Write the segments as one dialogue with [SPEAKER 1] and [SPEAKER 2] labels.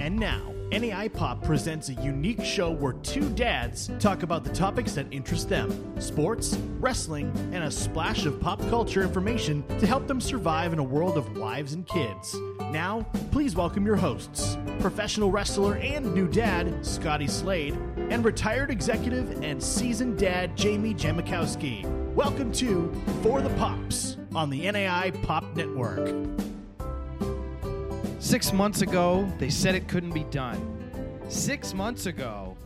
[SPEAKER 1] And now, NAI Pop presents a unique show where two dads talk about the topics that interest them sports, wrestling, and a splash of pop culture information to help them survive in a world of wives and kids. Now, please welcome your hosts professional wrestler and new dad, Scotty Slade, and retired executive and seasoned dad, Jamie Jamakowski. Welcome to For the Pops on the NAI Pop Network.
[SPEAKER 2] Six months ago, they said it couldn't be done. Six months ago,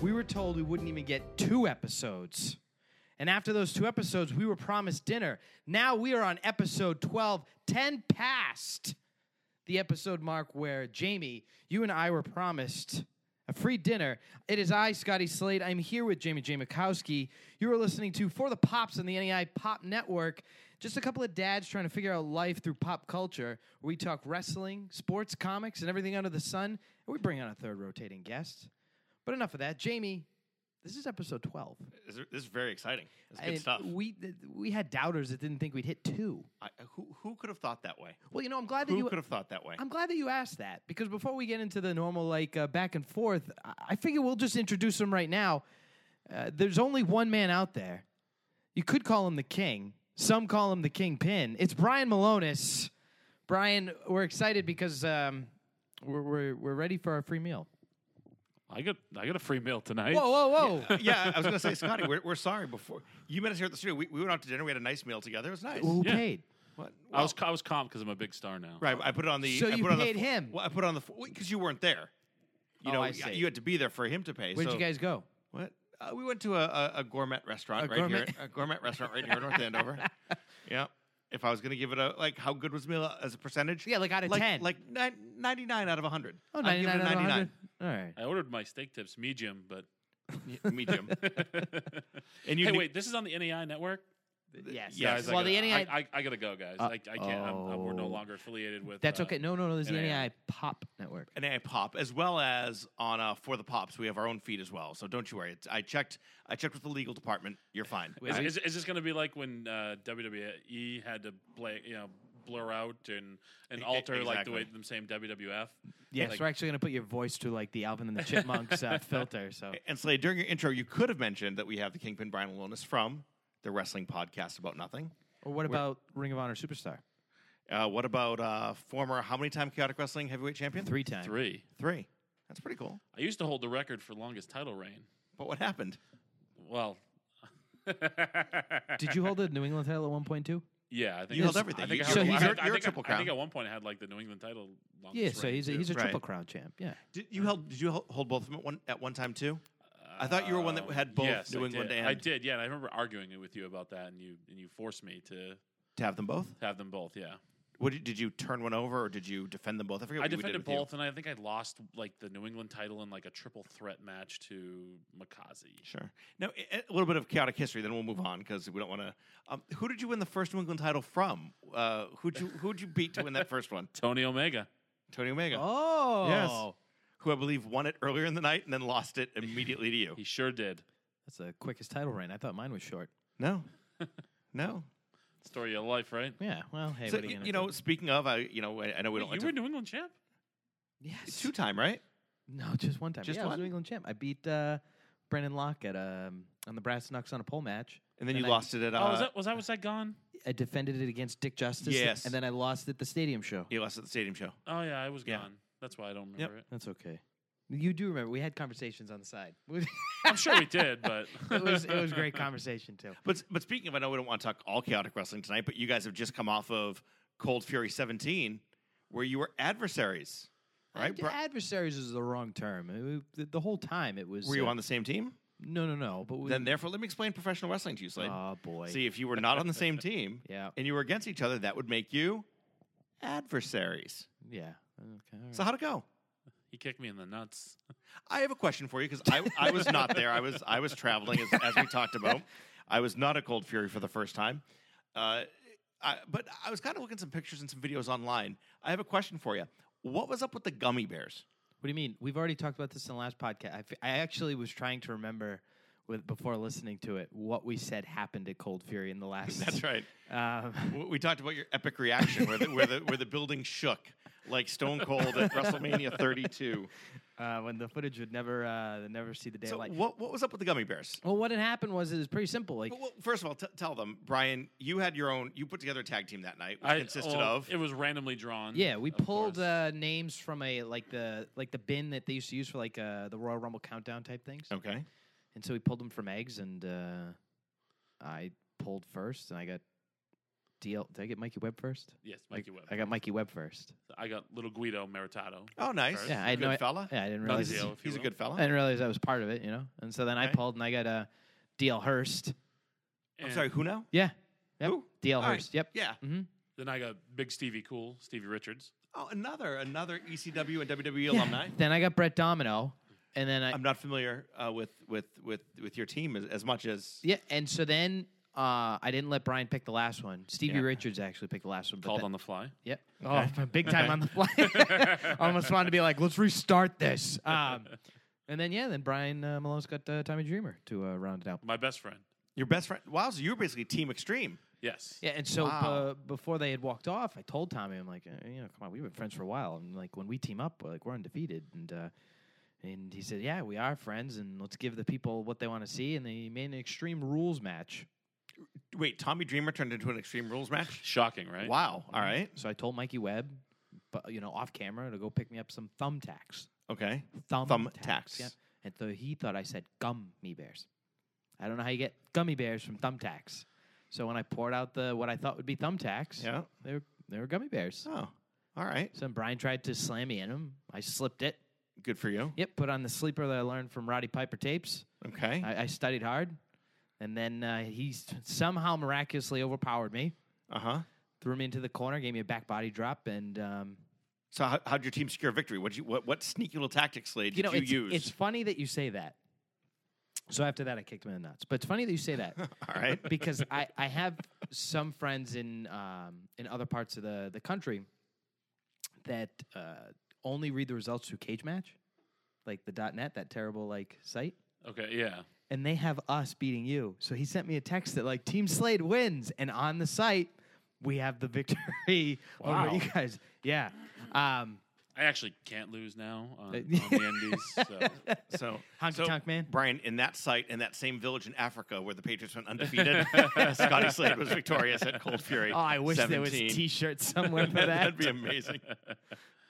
[SPEAKER 2] we were told we wouldn't even get two episodes. And after those two episodes, we were promised dinner. Now we are on episode 12, 10 past the episode mark where Jamie, you and I were promised a free dinner. It is I, Scotty Slade. I'm here with Jamie J. Mikowski. You are listening to For the Pops on the NEI Pop Network. Just a couple of dads trying to figure out life through pop culture. We talk wrestling, sports, comics, and everything under the sun. And we bring on a third rotating guest. But enough of that. Jamie, this is episode 12.
[SPEAKER 3] This is, this is very exciting. It's good
[SPEAKER 2] And
[SPEAKER 3] stuff.
[SPEAKER 2] We, th- we had doubters that didn't think we'd hit two.
[SPEAKER 3] I, who who could have thought that way?
[SPEAKER 2] Well, you know, I'm glad that
[SPEAKER 3] Who
[SPEAKER 2] you
[SPEAKER 3] could have thought that way?
[SPEAKER 2] I'm glad that you asked that because before we get into the normal like uh, back and forth, I, I figure we'll just introduce him right now. Uh, there's only one man out there. You could call him the king. Some call him the kingpin. It's Brian Malonis. Brian, we're excited because um, we're, we're we're ready for our free meal.
[SPEAKER 4] I got I got a free meal tonight.
[SPEAKER 2] Whoa, whoa, whoa!
[SPEAKER 3] yeah, I was gonna say, Scotty, we're, we're sorry. Before you met us here at the studio, we, we went out to dinner. We had a nice meal together. It was nice.
[SPEAKER 2] Who
[SPEAKER 4] Yeah.
[SPEAKER 2] paid?
[SPEAKER 3] What?
[SPEAKER 4] I was I was calm because I'm a big star now.
[SPEAKER 3] right. I put it on the.
[SPEAKER 2] So
[SPEAKER 3] I
[SPEAKER 2] you
[SPEAKER 3] put it on the
[SPEAKER 2] paid
[SPEAKER 3] fo-
[SPEAKER 2] him.
[SPEAKER 3] Well, I put it on the because you weren't there. You
[SPEAKER 2] Oh,
[SPEAKER 3] know,
[SPEAKER 2] I
[SPEAKER 3] y-
[SPEAKER 2] see.
[SPEAKER 3] you had to be there for him to pay.
[SPEAKER 2] Where'd
[SPEAKER 3] so-
[SPEAKER 2] you guys go?
[SPEAKER 3] What? Uh, we went to a, a, a gourmet restaurant
[SPEAKER 2] A
[SPEAKER 3] right here.
[SPEAKER 2] gourmet-
[SPEAKER 3] A gourmet restaurant right here in North Andover. Yeah. If I was gonna give it a like, how good was the meal as a percentage?
[SPEAKER 2] Yeah, like out of
[SPEAKER 3] like,
[SPEAKER 2] 10.
[SPEAKER 3] like ninety nine out of hundred.
[SPEAKER 2] Oh, 99 out of 100. All right.
[SPEAKER 4] I ordered my steak tips medium, but
[SPEAKER 3] medium. and you
[SPEAKER 4] hey,
[SPEAKER 3] knew-
[SPEAKER 4] wait, this is on the NEI network.
[SPEAKER 2] Yes.
[SPEAKER 4] Guys,
[SPEAKER 3] Yes.
[SPEAKER 2] Well,
[SPEAKER 4] I gotta,
[SPEAKER 2] the E NEI.
[SPEAKER 4] I, I, I gotta go, guys. I, I can't. I'm, I'm, we're no longer affiliated with.
[SPEAKER 2] that's
[SPEAKER 4] uh,
[SPEAKER 2] okay. No, no, no. There's the
[SPEAKER 4] NAI.
[SPEAKER 2] NEI Pop Network.
[SPEAKER 3] and I pop as well as on uh, for the pops we have our own feed as well so don't you worry it's, i checked i checked with the legal department you're fine
[SPEAKER 4] Is, is, is this gonna be like when uh, WWE had to play, you know, blur out and and
[SPEAKER 3] E-
[SPEAKER 4] alter like the
[SPEAKER 3] exactly.
[SPEAKER 4] way the same WWF?
[SPEAKER 2] Yes,
[SPEAKER 4] Like-
[SPEAKER 2] we're actually going to put your voice to like the Alvin and the Chipmunks uh, filter. So
[SPEAKER 3] and slade during your intro you could have mentioned that we have the kingpin brian Alonis from the wrestling podcast about nothing
[SPEAKER 2] Or what about Ring of Honor Superstar?
[SPEAKER 3] uh, what about uh, former how many time chaotic wrestling heavyweight champion
[SPEAKER 2] Three times.
[SPEAKER 4] Three.
[SPEAKER 3] three that's pretty cool
[SPEAKER 4] I used to hold the record for longest title reign.
[SPEAKER 3] but what happened
[SPEAKER 4] Well,
[SPEAKER 2] Did you hold the New England title at one point too?
[SPEAKER 4] yeah, I think
[SPEAKER 3] You held
[SPEAKER 4] I-
[SPEAKER 3] everything.
[SPEAKER 4] I think
[SPEAKER 3] You-
[SPEAKER 4] I
[SPEAKER 2] so
[SPEAKER 4] had-
[SPEAKER 2] he's
[SPEAKER 4] I
[SPEAKER 2] a-
[SPEAKER 4] had- I
[SPEAKER 3] you're a
[SPEAKER 4] think I-
[SPEAKER 3] triple
[SPEAKER 4] I think
[SPEAKER 3] crown.
[SPEAKER 4] at one point I had like the New England title. longest
[SPEAKER 2] Yeah, so
[SPEAKER 4] reign,
[SPEAKER 2] he's a,
[SPEAKER 4] too.
[SPEAKER 2] he's a
[SPEAKER 3] Right.
[SPEAKER 2] triple crown champ. Yeah.
[SPEAKER 3] did you held did you hel- hold both of them at one at one time too I thought you were one that
[SPEAKER 4] Uh,
[SPEAKER 3] had both
[SPEAKER 4] yes,
[SPEAKER 3] New
[SPEAKER 4] I
[SPEAKER 3] England
[SPEAKER 4] did.
[SPEAKER 3] and
[SPEAKER 4] I did, yeah. And I remember arguing it with you about that, and you and you forced me to
[SPEAKER 3] to have them both.
[SPEAKER 4] have them both. Yeah,
[SPEAKER 3] What did, did you turn one over or did you defend them both? I forget.
[SPEAKER 4] I
[SPEAKER 3] What you did
[SPEAKER 4] defended
[SPEAKER 3] with you.
[SPEAKER 4] both, and I think I lost like the New England title in like a triple threat match to Makazi.
[SPEAKER 3] Sure. Now, a- a little bit of chaotic history, then we'll move on because we don't want to. Um, who did you win the first New England title from? Uh, who'd you Who'd you beat to win that first one?
[SPEAKER 4] Tony Omega.
[SPEAKER 3] Tony Omega,
[SPEAKER 2] Oh.
[SPEAKER 3] who I believe won it earlier in the night and then lost it immediately to you.
[SPEAKER 4] He sure did.
[SPEAKER 2] That's the quickest title reign. I thought mine was short.
[SPEAKER 3] No, no.
[SPEAKER 4] Story of life, right?
[SPEAKER 2] Yeah. Well, hey,
[SPEAKER 3] so
[SPEAKER 2] what are
[SPEAKER 3] y-
[SPEAKER 2] you,
[SPEAKER 3] you,
[SPEAKER 2] gonna
[SPEAKER 3] know,
[SPEAKER 2] do?
[SPEAKER 3] speaking of, I you know, I, I know we don't
[SPEAKER 4] you
[SPEAKER 3] like
[SPEAKER 4] were
[SPEAKER 3] to,
[SPEAKER 4] New England champ.
[SPEAKER 2] Yes.
[SPEAKER 3] two time, right?
[SPEAKER 2] No, just one time.
[SPEAKER 3] Just
[SPEAKER 2] yeah, I was
[SPEAKER 3] one?
[SPEAKER 2] New England champ. I beat uh, Brendan Locke at um, on the brass knucks on a pole match.
[SPEAKER 3] And then you
[SPEAKER 2] I-
[SPEAKER 3] lost it at. Uh,
[SPEAKER 4] oh, was that was that was that gone?
[SPEAKER 2] I defended it against Dick Justice.
[SPEAKER 3] Yes.
[SPEAKER 2] And then I lost at the stadium show.
[SPEAKER 3] You lost at the stadium show.
[SPEAKER 4] Oh yeah, I was
[SPEAKER 3] Yeah.
[SPEAKER 4] gone. That's why I don't remember
[SPEAKER 3] Yep.
[SPEAKER 4] it.
[SPEAKER 2] That's okay. You do remember we had conversations on the side.
[SPEAKER 4] I'm sure we did, but
[SPEAKER 2] it was it was great conversation too.
[SPEAKER 3] But but speaking of, I know we don't want to talk all chaotic wrestling tonight, but you guys have just come off of Cold Fury 17, where you were adversaries, right?
[SPEAKER 2] Ad-
[SPEAKER 3] Bri-
[SPEAKER 2] adversaries is the wrong term. It- we- the, the whole time it was.
[SPEAKER 3] Were you
[SPEAKER 2] uh,
[SPEAKER 3] on the same team?
[SPEAKER 2] No, no, no. But we,
[SPEAKER 3] Then therefore, let me explain professional wrestling to you, Slade.
[SPEAKER 2] Oh boy.
[SPEAKER 3] See, if you were not on the same team
[SPEAKER 2] Yeah.
[SPEAKER 3] and you were against each other, that would make you adversaries.
[SPEAKER 2] Yeah. Okay. all
[SPEAKER 3] So how'd it go?
[SPEAKER 4] he kicked me in the nuts.
[SPEAKER 3] I have a question for you because I, I was not there. I was I was traveling as, as we talked about. I was not at Cold Fury for the first time, uh, I, but I was kind of looking at some pictures and some videos online. I have a question for you. What was up with the gummy bears?
[SPEAKER 2] What do you mean? We've already talked about this in the last podcast. I, f- I actually was trying to remember with before listening to it what we said happened at Cold Fury in the last.
[SPEAKER 3] right.
[SPEAKER 2] Um,
[SPEAKER 3] We talked about your epic reaction where the, where the where the building shook. like Stone Cold at WrestleMania 32.
[SPEAKER 2] uh, when the footage would never uh, never see the
[SPEAKER 3] So
[SPEAKER 2] daylight.
[SPEAKER 3] what what was up with the gummy bears?
[SPEAKER 2] well, what had happened was it was pretty simple. Like
[SPEAKER 3] Well, well, first of all, t- tell them, Brian. You had your own. You put together a tag team that night, which
[SPEAKER 4] I-
[SPEAKER 3] consisted
[SPEAKER 4] well,
[SPEAKER 3] of
[SPEAKER 4] It was randomly drawn.
[SPEAKER 2] Yeah, we
[SPEAKER 4] of
[SPEAKER 2] pulled uh,
[SPEAKER 4] course.
[SPEAKER 2] names from a like the like the bin that they used to use for like uh, the Royal Rumble countdown type things,
[SPEAKER 3] okay.
[SPEAKER 2] and so we pulled them from eggs, and uh, I pulled first, and I got DL. Did I get Mikey Webb first?
[SPEAKER 4] yes,
[SPEAKER 2] I-
[SPEAKER 4] Mikey Webb.
[SPEAKER 2] I got Mikey Webb first.
[SPEAKER 4] I got little Guido Meritato.
[SPEAKER 3] Oh, nice.
[SPEAKER 4] First.
[SPEAKER 2] Yeah, I had
[SPEAKER 3] good
[SPEAKER 2] no
[SPEAKER 3] fella.
[SPEAKER 2] Yeah, I didn't realize.
[SPEAKER 4] Nunzio, if you
[SPEAKER 3] He's a
[SPEAKER 4] will.
[SPEAKER 3] good fella.
[SPEAKER 2] I didn't realize I was part of it, you know. And so then I
[SPEAKER 3] Okay.
[SPEAKER 2] pulled, and I got a DL Hurst.
[SPEAKER 3] I'm
[SPEAKER 4] And
[SPEAKER 3] sorry. Who now?
[SPEAKER 2] Yeah. Yep.
[SPEAKER 3] Who?
[SPEAKER 2] DL
[SPEAKER 3] All right.
[SPEAKER 2] Hurst. Yep.
[SPEAKER 3] Yeah.
[SPEAKER 2] Mm-hmm.
[SPEAKER 4] Then I got Big Stevie Cool, Stevie Richards.
[SPEAKER 3] Oh, another another ECW and WWE alumni.
[SPEAKER 2] Then I got Brett Domino, and then I
[SPEAKER 3] I'm not familiar uh, with with with with your team as, as much as
[SPEAKER 2] Yeah, and so then uh, I didn't let Brian pick the last one. Stevie
[SPEAKER 3] Yeah.
[SPEAKER 2] Richards actually picked the last one. but
[SPEAKER 4] Called
[SPEAKER 2] that-
[SPEAKER 4] on the fly.
[SPEAKER 2] Yep.
[SPEAKER 3] Okay.
[SPEAKER 2] Oh, big time on the fly. Almost wanted to be like, let's restart this. Um, and then yeah, then Brian uh, Malone's got uh, Tommy Dreamer to uh, round it out.
[SPEAKER 4] My best friend.
[SPEAKER 3] your best friend. Wow, so you were basically Team Extreme.
[SPEAKER 4] Yes.
[SPEAKER 2] Yeah, and so
[SPEAKER 3] Wow.
[SPEAKER 2] uh, before they had walked off, I told Tommy, I'm like, uh, you know, come on, we've been friends for a while, and like when we team up, we're, like we're undefeated, and uh, and he said, yeah, we are friends, and let's give the people what they want to see, and they made an Extreme Rules match.
[SPEAKER 3] Wait, Tommy Dreamer turned into an Extreme Rules match.
[SPEAKER 4] Shocking, right?
[SPEAKER 3] Wow. All right.
[SPEAKER 2] So I told Mikey Webb, but you know, off camera, to go pick me up some thumbtacks.
[SPEAKER 3] Okay.
[SPEAKER 2] Thumbtacks.
[SPEAKER 3] Thumbtacks.
[SPEAKER 2] Yeah. And so he thought I said gummy bears. I don't know how you get gummy bears from thumbtacks. So when I poured out the what I thought would be thumbtacks,
[SPEAKER 3] Yeah.
[SPEAKER 2] they were they were gummy bears.
[SPEAKER 3] Oh. All right.
[SPEAKER 2] So Brian tried to slam me in them. I slipped it.
[SPEAKER 3] Good for you.
[SPEAKER 2] Yep, put on the sleeper that I learned from Roddy Piper tapes.
[SPEAKER 3] Okay.
[SPEAKER 2] I, I studied hard, and then uh, he s- somehow miraculously overpowered me,
[SPEAKER 3] Uh huh.
[SPEAKER 2] threw me into the corner, gave me a back body drop, and um,
[SPEAKER 3] So how, how'd your team secure victory? What you what what sneaky little tactics Slade, did
[SPEAKER 2] you know,
[SPEAKER 3] you
[SPEAKER 2] it's,
[SPEAKER 3] use?
[SPEAKER 2] it's funny that you say that. So after that, I kicked him in the nuts. But it's funny that you say that
[SPEAKER 3] All right.
[SPEAKER 2] because I, I have some friends in um, in other parts of the the country that uh, only read the results through Cage Match, like the .net, that terrible like site,
[SPEAKER 4] Okay. Yeah.
[SPEAKER 2] and they have us beating you. So he sent me a text that like Team Slade wins, and on the site we have the victory
[SPEAKER 3] Wow.
[SPEAKER 2] over you guys. Yeah. Um,
[SPEAKER 4] I actually can't lose now on, on
[SPEAKER 2] Uh,
[SPEAKER 4] the Indies. So.
[SPEAKER 3] So
[SPEAKER 2] Honky
[SPEAKER 3] so,
[SPEAKER 2] tonk man.
[SPEAKER 3] Brian, in that site, in that same village in Africa where the Patriots went undefeated, Scotty Slade was victorious at Cold Fury.
[SPEAKER 2] Oh, I wish there was
[SPEAKER 3] 17.
[SPEAKER 2] T-shirts somewhere for that.
[SPEAKER 3] That'd be amazing.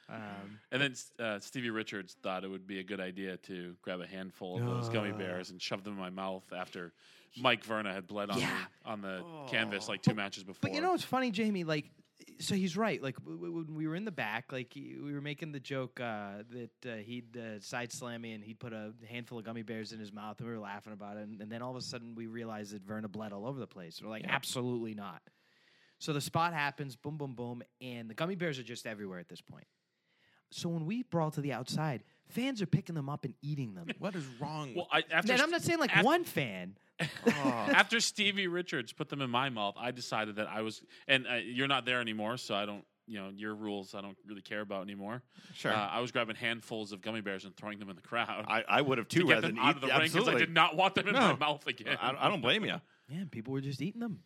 [SPEAKER 2] Um,
[SPEAKER 4] And then uh, Stevie Richards thought it would be a good idea to grab a handful of those gummy
[SPEAKER 2] Ah.
[SPEAKER 4] bears and shove them in my mouth after Mike Verna had bled on
[SPEAKER 2] Yeah.
[SPEAKER 4] the, on the
[SPEAKER 3] Oh.
[SPEAKER 4] canvas like two matches before.
[SPEAKER 2] But you know what's funny, Jamie? Like, so he's right. Like w- w- when we were in the back, like he- we were making the joke uh, that uh, he'd uh, side slam me and he'd put a handful of gummy bears in his mouth, and we were laughing about it. And, and then all of a sudden, we realized that Verna bled all over the place. We're like, absolutely not. So the spot happens, boom, boom, boom, and the gummy bears are just everywhere at this point. So when we brawl to the outside, fans are picking them up and eating them.
[SPEAKER 3] what is wrong?
[SPEAKER 4] Well, I, after
[SPEAKER 2] and I'm not saying like
[SPEAKER 4] after-
[SPEAKER 2] one fan.
[SPEAKER 3] with oh,
[SPEAKER 4] after Stevie Richards put them in my mouth, I decided that I was, and uh, you're not there anymore, so I don't, you know, your rules I don't really care about anymore.
[SPEAKER 3] sure.
[SPEAKER 4] Uh, I was grabbing handfuls of gummy bears and throwing them in the crowd
[SPEAKER 3] I, I would have
[SPEAKER 4] to
[SPEAKER 3] too,
[SPEAKER 4] get
[SPEAKER 3] rather
[SPEAKER 4] them
[SPEAKER 3] than
[SPEAKER 4] out
[SPEAKER 3] eat
[SPEAKER 4] of the ring because I
[SPEAKER 3] absolutely.
[SPEAKER 4] did not want them in my
[SPEAKER 3] No.
[SPEAKER 4] mouth again.
[SPEAKER 3] I, I don't blame you.
[SPEAKER 2] Yeah, and people were just eating them.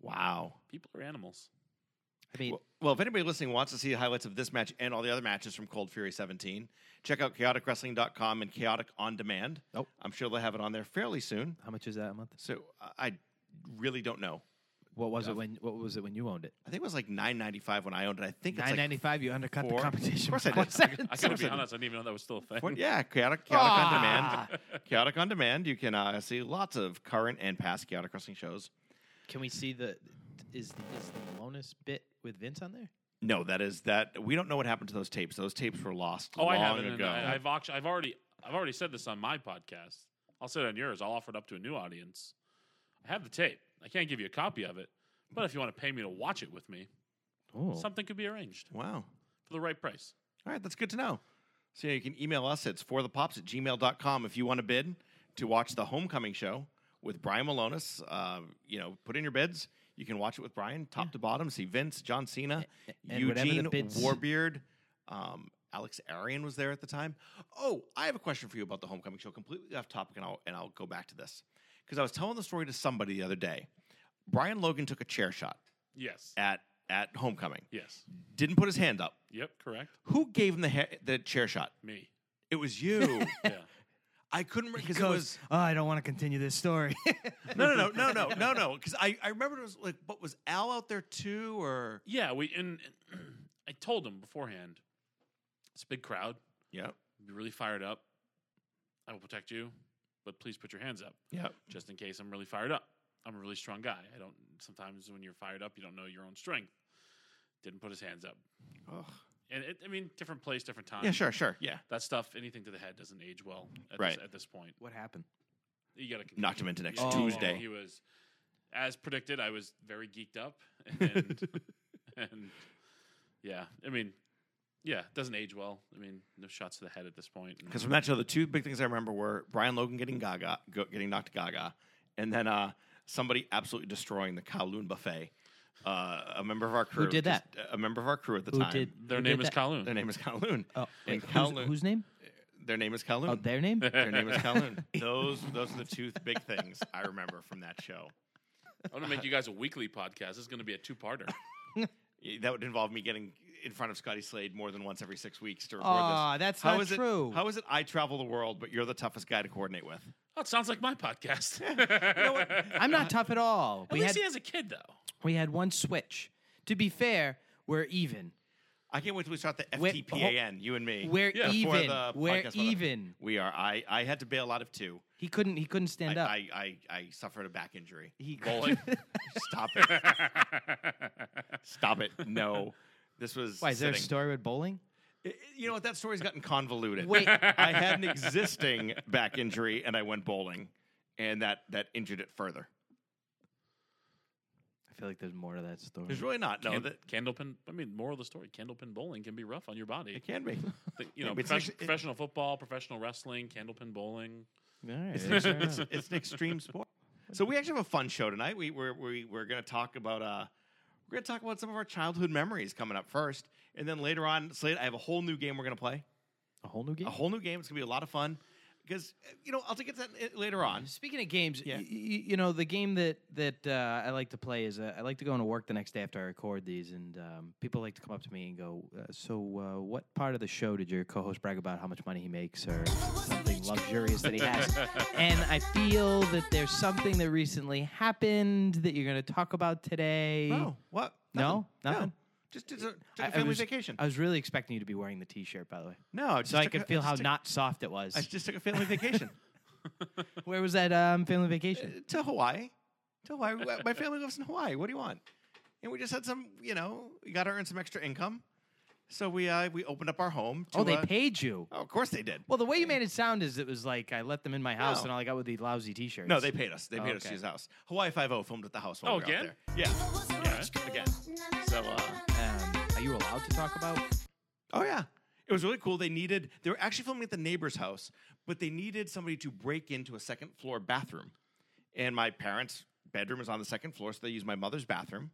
[SPEAKER 3] Wow.
[SPEAKER 4] People are animals.
[SPEAKER 2] I mean,
[SPEAKER 3] Well, well, if anybody listening wants to see the highlights of this match and all the other matches from Cold Fury 17, check out chaoticwrestling.com and Chaotic On Demand.
[SPEAKER 2] Oh.
[SPEAKER 3] I'm sure they'll have it on there fairly soon.
[SPEAKER 2] how much is that a month?
[SPEAKER 3] So I I really don't know.
[SPEAKER 2] What was it when? What was it when you owned it?
[SPEAKER 3] I think it was like 9.95 when I owned it. I think it's
[SPEAKER 2] Nine
[SPEAKER 3] like
[SPEAKER 2] ninety five. You undercut
[SPEAKER 3] four.
[SPEAKER 2] the competition.
[SPEAKER 3] Of course
[SPEAKER 2] by
[SPEAKER 3] I
[SPEAKER 2] one
[SPEAKER 3] did.
[SPEAKER 2] second.
[SPEAKER 4] I gotta
[SPEAKER 3] Sounds
[SPEAKER 4] be
[SPEAKER 3] like-
[SPEAKER 4] honest, I didn't even know that was still a thing.
[SPEAKER 3] Well, yeah, chaotic, chaotic on demand. Chaotic on demand. You can uh, see lots of current and past chaotic wrestling shows.
[SPEAKER 2] Can we see the? Is the, is the Malonis bit with Vince on there?
[SPEAKER 3] No, that is that. We don't know what happened to those tapes. Those tapes were lost.
[SPEAKER 4] Oh,
[SPEAKER 3] long
[SPEAKER 4] I haven't. and
[SPEAKER 3] ago.
[SPEAKER 4] I, I've auct- I've already I've already said this on my podcast. I'll say it on yours. I'll offer it up to a new audience. I have the tape. I can't give you a copy of it, but if you want to pay me to watch it with me,
[SPEAKER 2] Oh,
[SPEAKER 4] something could be arranged
[SPEAKER 3] wow.
[SPEAKER 4] for the right price.
[SPEAKER 3] All right, that's good to know. So yeah, you can email us. It's for the pops at gmail.com if you want to bid to watch the homecoming show with Brian Malonis. Uh, you know, put in your bids. You can watch it with Brian, top to bottom. See Vince, John Cena,
[SPEAKER 2] and whatever the
[SPEAKER 3] Eugene
[SPEAKER 2] bids-
[SPEAKER 3] Warbeard. Um, Alex Arian was there at the time. Oh, I have a question for you about the homecoming show. Completely off topic, and I'll and I'll go back to this because I was telling the story to somebody the other day. Brian Logan took a chair shot
[SPEAKER 4] Yes.
[SPEAKER 3] at at homecoming.
[SPEAKER 4] Yes.
[SPEAKER 3] Didn't put his hand up.
[SPEAKER 4] Yep, correct.
[SPEAKER 3] Who gave him the ha- the chair shot?
[SPEAKER 4] Me.
[SPEAKER 3] It was you.
[SPEAKER 4] Yeah.
[SPEAKER 3] I couldn't because it
[SPEAKER 2] Goes,
[SPEAKER 3] was
[SPEAKER 2] oh, I don't want to continue this story.
[SPEAKER 3] no, no, no, no, no, no, no. Because I, I remember it was like, what was Al out there too, or
[SPEAKER 4] yeah, we and, and I told him beforehand. It's a big crowd.
[SPEAKER 3] yeah,
[SPEAKER 4] Be really fired up. I will protect you, but please put your hands up.
[SPEAKER 3] yeah,
[SPEAKER 4] just in case I'm really fired up. I'm a really strong guy. I don't sometimes when you're fired up, you don't know your own strength. Didn't put his hands up. And it, I mean, different place, different time.
[SPEAKER 3] yeah, sure, sure, yeah.
[SPEAKER 4] That stuff, anything to the head doesn't age well at,
[SPEAKER 3] Right.
[SPEAKER 4] this, at this point.
[SPEAKER 2] what happened?
[SPEAKER 4] You got to
[SPEAKER 3] Knocked him into next
[SPEAKER 2] Oh.
[SPEAKER 3] Tuesday.
[SPEAKER 4] He was, as predicted, I was very geeked up, and, and yeah, I mean, yeah, doesn't age well. I mean, no shots to the head at this point. and-
[SPEAKER 3] Because from that show, the two big things I remember were Brian Logan getting Gaga, go, getting knocked Gaga, and then uh, somebody absolutely destroying the Kowloon buffet. Uh, a member of our crew
[SPEAKER 5] did
[SPEAKER 3] just- A member of our crew at the
[SPEAKER 5] Who
[SPEAKER 3] time.
[SPEAKER 5] did?
[SPEAKER 4] their
[SPEAKER 5] who
[SPEAKER 4] name
[SPEAKER 5] did
[SPEAKER 4] is
[SPEAKER 5] that?
[SPEAKER 4] Kowloon.
[SPEAKER 3] Their name is Kowloon.
[SPEAKER 5] Oh, wait,
[SPEAKER 3] And
[SPEAKER 5] whose,
[SPEAKER 3] Kowloon.
[SPEAKER 5] whose name?
[SPEAKER 3] Their name is Kowloon.
[SPEAKER 5] Oh, their name.
[SPEAKER 3] Their name is Kowloon. Those those are the two big things I remember from that show.
[SPEAKER 4] I'm gonna make you guys a weekly podcast. This is gonna be a two-parter.
[SPEAKER 3] Yeah, That would involve me getting in front of Scotty Slade more than once every six weeks to record
[SPEAKER 2] Aw,
[SPEAKER 3] this.
[SPEAKER 2] that's not
[SPEAKER 3] is
[SPEAKER 2] true.
[SPEAKER 3] It, how is it I travel the world, but you're the toughest guy to coordinate with?
[SPEAKER 4] Oh, it sounds like my podcast.
[SPEAKER 2] I'm not tough at all.
[SPEAKER 4] At
[SPEAKER 2] We
[SPEAKER 4] least
[SPEAKER 2] had
[SPEAKER 4] he has a kid, though.
[SPEAKER 2] we had one switch. To be fair, we're even.
[SPEAKER 3] I can't wait till we start the
[SPEAKER 2] Wait,
[SPEAKER 3] FTPAN, you and me.
[SPEAKER 2] We're
[SPEAKER 4] Yeah,
[SPEAKER 3] before the
[SPEAKER 2] even. We're
[SPEAKER 3] podcast went up.
[SPEAKER 2] even.
[SPEAKER 3] We are. I, I had to bail out of two.
[SPEAKER 2] He couldn't. He couldn't
[SPEAKER 3] I,
[SPEAKER 2] stand up.
[SPEAKER 3] I, I, I suffered a back injury.
[SPEAKER 2] he
[SPEAKER 4] Bowling.
[SPEAKER 3] Stop it. Stop it. No. This was.
[SPEAKER 2] Why is there a
[SPEAKER 3] sitting.
[SPEAKER 2] story with bowling?
[SPEAKER 3] I- I- You know what? That story's gotten convoluted.
[SPEAKER 2] Wait.
[SPEAKER 3] I had an existing back injury and I went bowling, and that, that injured it further.
[SPEAKER 2] I feel like there's more to that story.
[SPEAKER 3] There's really not. No,
[SPEAKER 4] Can-
[SPEAKER 3] that
[SPEAKER 4] candlepin. I mean, moral of the story: candlepin bowling can be rough on your body.
[SPEAKER 3] it can be.
[SPEAKER 4] The- you know,
[SPEAKER 3] It's
[SPEAKER 4] profes-
[SPEAKER 3] actually- it-
[SPEAKER 4] professional football, professional wrestling, candlepin bowling.
[SPEAKER 2] All right,
[SPEAKER 3] it's,
[SPEAKER 2] fair
[SPEAKER 3] it's,
[SPEAKER 2] enough.
[SPEAKER 3] it's an extreme sport. So we actually have a fun show tonight. We we're we, we're going to talk about uh we're going to talk about some of our childhood memories coming up first, and then later on, Slade, I have a whole new game we're going to play.
[SPEAKER 2] a whole new game.
[SPEAKER 3] A whole new game. It's going to be a lot of fun because you know I'll take it to that uh, later on.
[SPEAKER 2] Speaking of games,
[SPEAKER 3] Yeah.
[SPEAKER 2] y- y- you know the game that that uh, I like to play is uh, I like to go into work the next day after I record these, and um, people like to come up to me and go, uh, "So, uh, what part of the show did your co-host brag about how much money he makes or something luxurious that he has?" and I feel that there's something that recently happened that you're going to talk about today.
[SPEAKER 3] No, what?
[SPEAKER 2] No? Nothing?
[SPEAKER 3] Just did a, Oh, took
[SPEAKER 2] I-
[SPEAKER 3] a
[SPEAKER 2] I
[SPEAKER 3] family
[SPEAKER 2] was-
[SPEAKER 3] vacation.
[SPEAKER 2] I was really expecting you to be wearing the T-shirt, by the way,
[SPEAKER 3] no, I just
[SPEAKER 2] so I
[SPEAKER 3] took
[SPEAKER 2] could
[SPEAKER 3] a-
[SPEAKER 2] feel
[SPEAKER 3] just
[SPEAKER 2] how
[SPEAKER 3] took-
[SPEAKER 2] not soft it was.
[SPEAKER 3] I just took a family vacation
[SPEAKER 2] Where was that um, family
[SPEAKER 3] Uh,
[SPEAKER 2] vacation?
[SPEAKER 3] to Hawaii. To Hawaii. Wh- My family lives in Hawaii. What do you want? And we just had some, you know, we got to earn some extra income. So we uh, we opened up our home. To,
[SPEAKER 2] oh, they
[SPEAKER 3] uh,
[SPEAKER 2] paid you.
[SPEAKER 3] Oh, of course they did.
[SPEAKER 2] Well, the way you made it sound is it was like I let them in my house
[SPEAKER 3] No.
[SPEAKER 2] and all I got were the lousy T-shirts.
[SPEAKER 3] No, they paid us. They
[SPEAKER 2] Oh,
[SPEAKER 3] paid us to
[SPEAKER 2] okay.
[SPEAKER 3] his house. Hawaii Five O filmed at the house. While
[SPEAKER 4] Oh,
[SPEAKER 3] we were out
[SPEAKER 4] again?
[SPEAKER 3] there. Yeah.
[SPEAKER 4] Yeah.
[SPEAKER 3] Again. So. Uh,
[SPEAKER 2] Um, are you allowed to talk about?
[SPEAKER 3] Oh yeah. It was really cool. They needed they were actually filming at the neighbor's house, but they needed somebody to break into a second floor bathroom. And my parents' bedroom is on the second floor, so they used my mother's bathroom.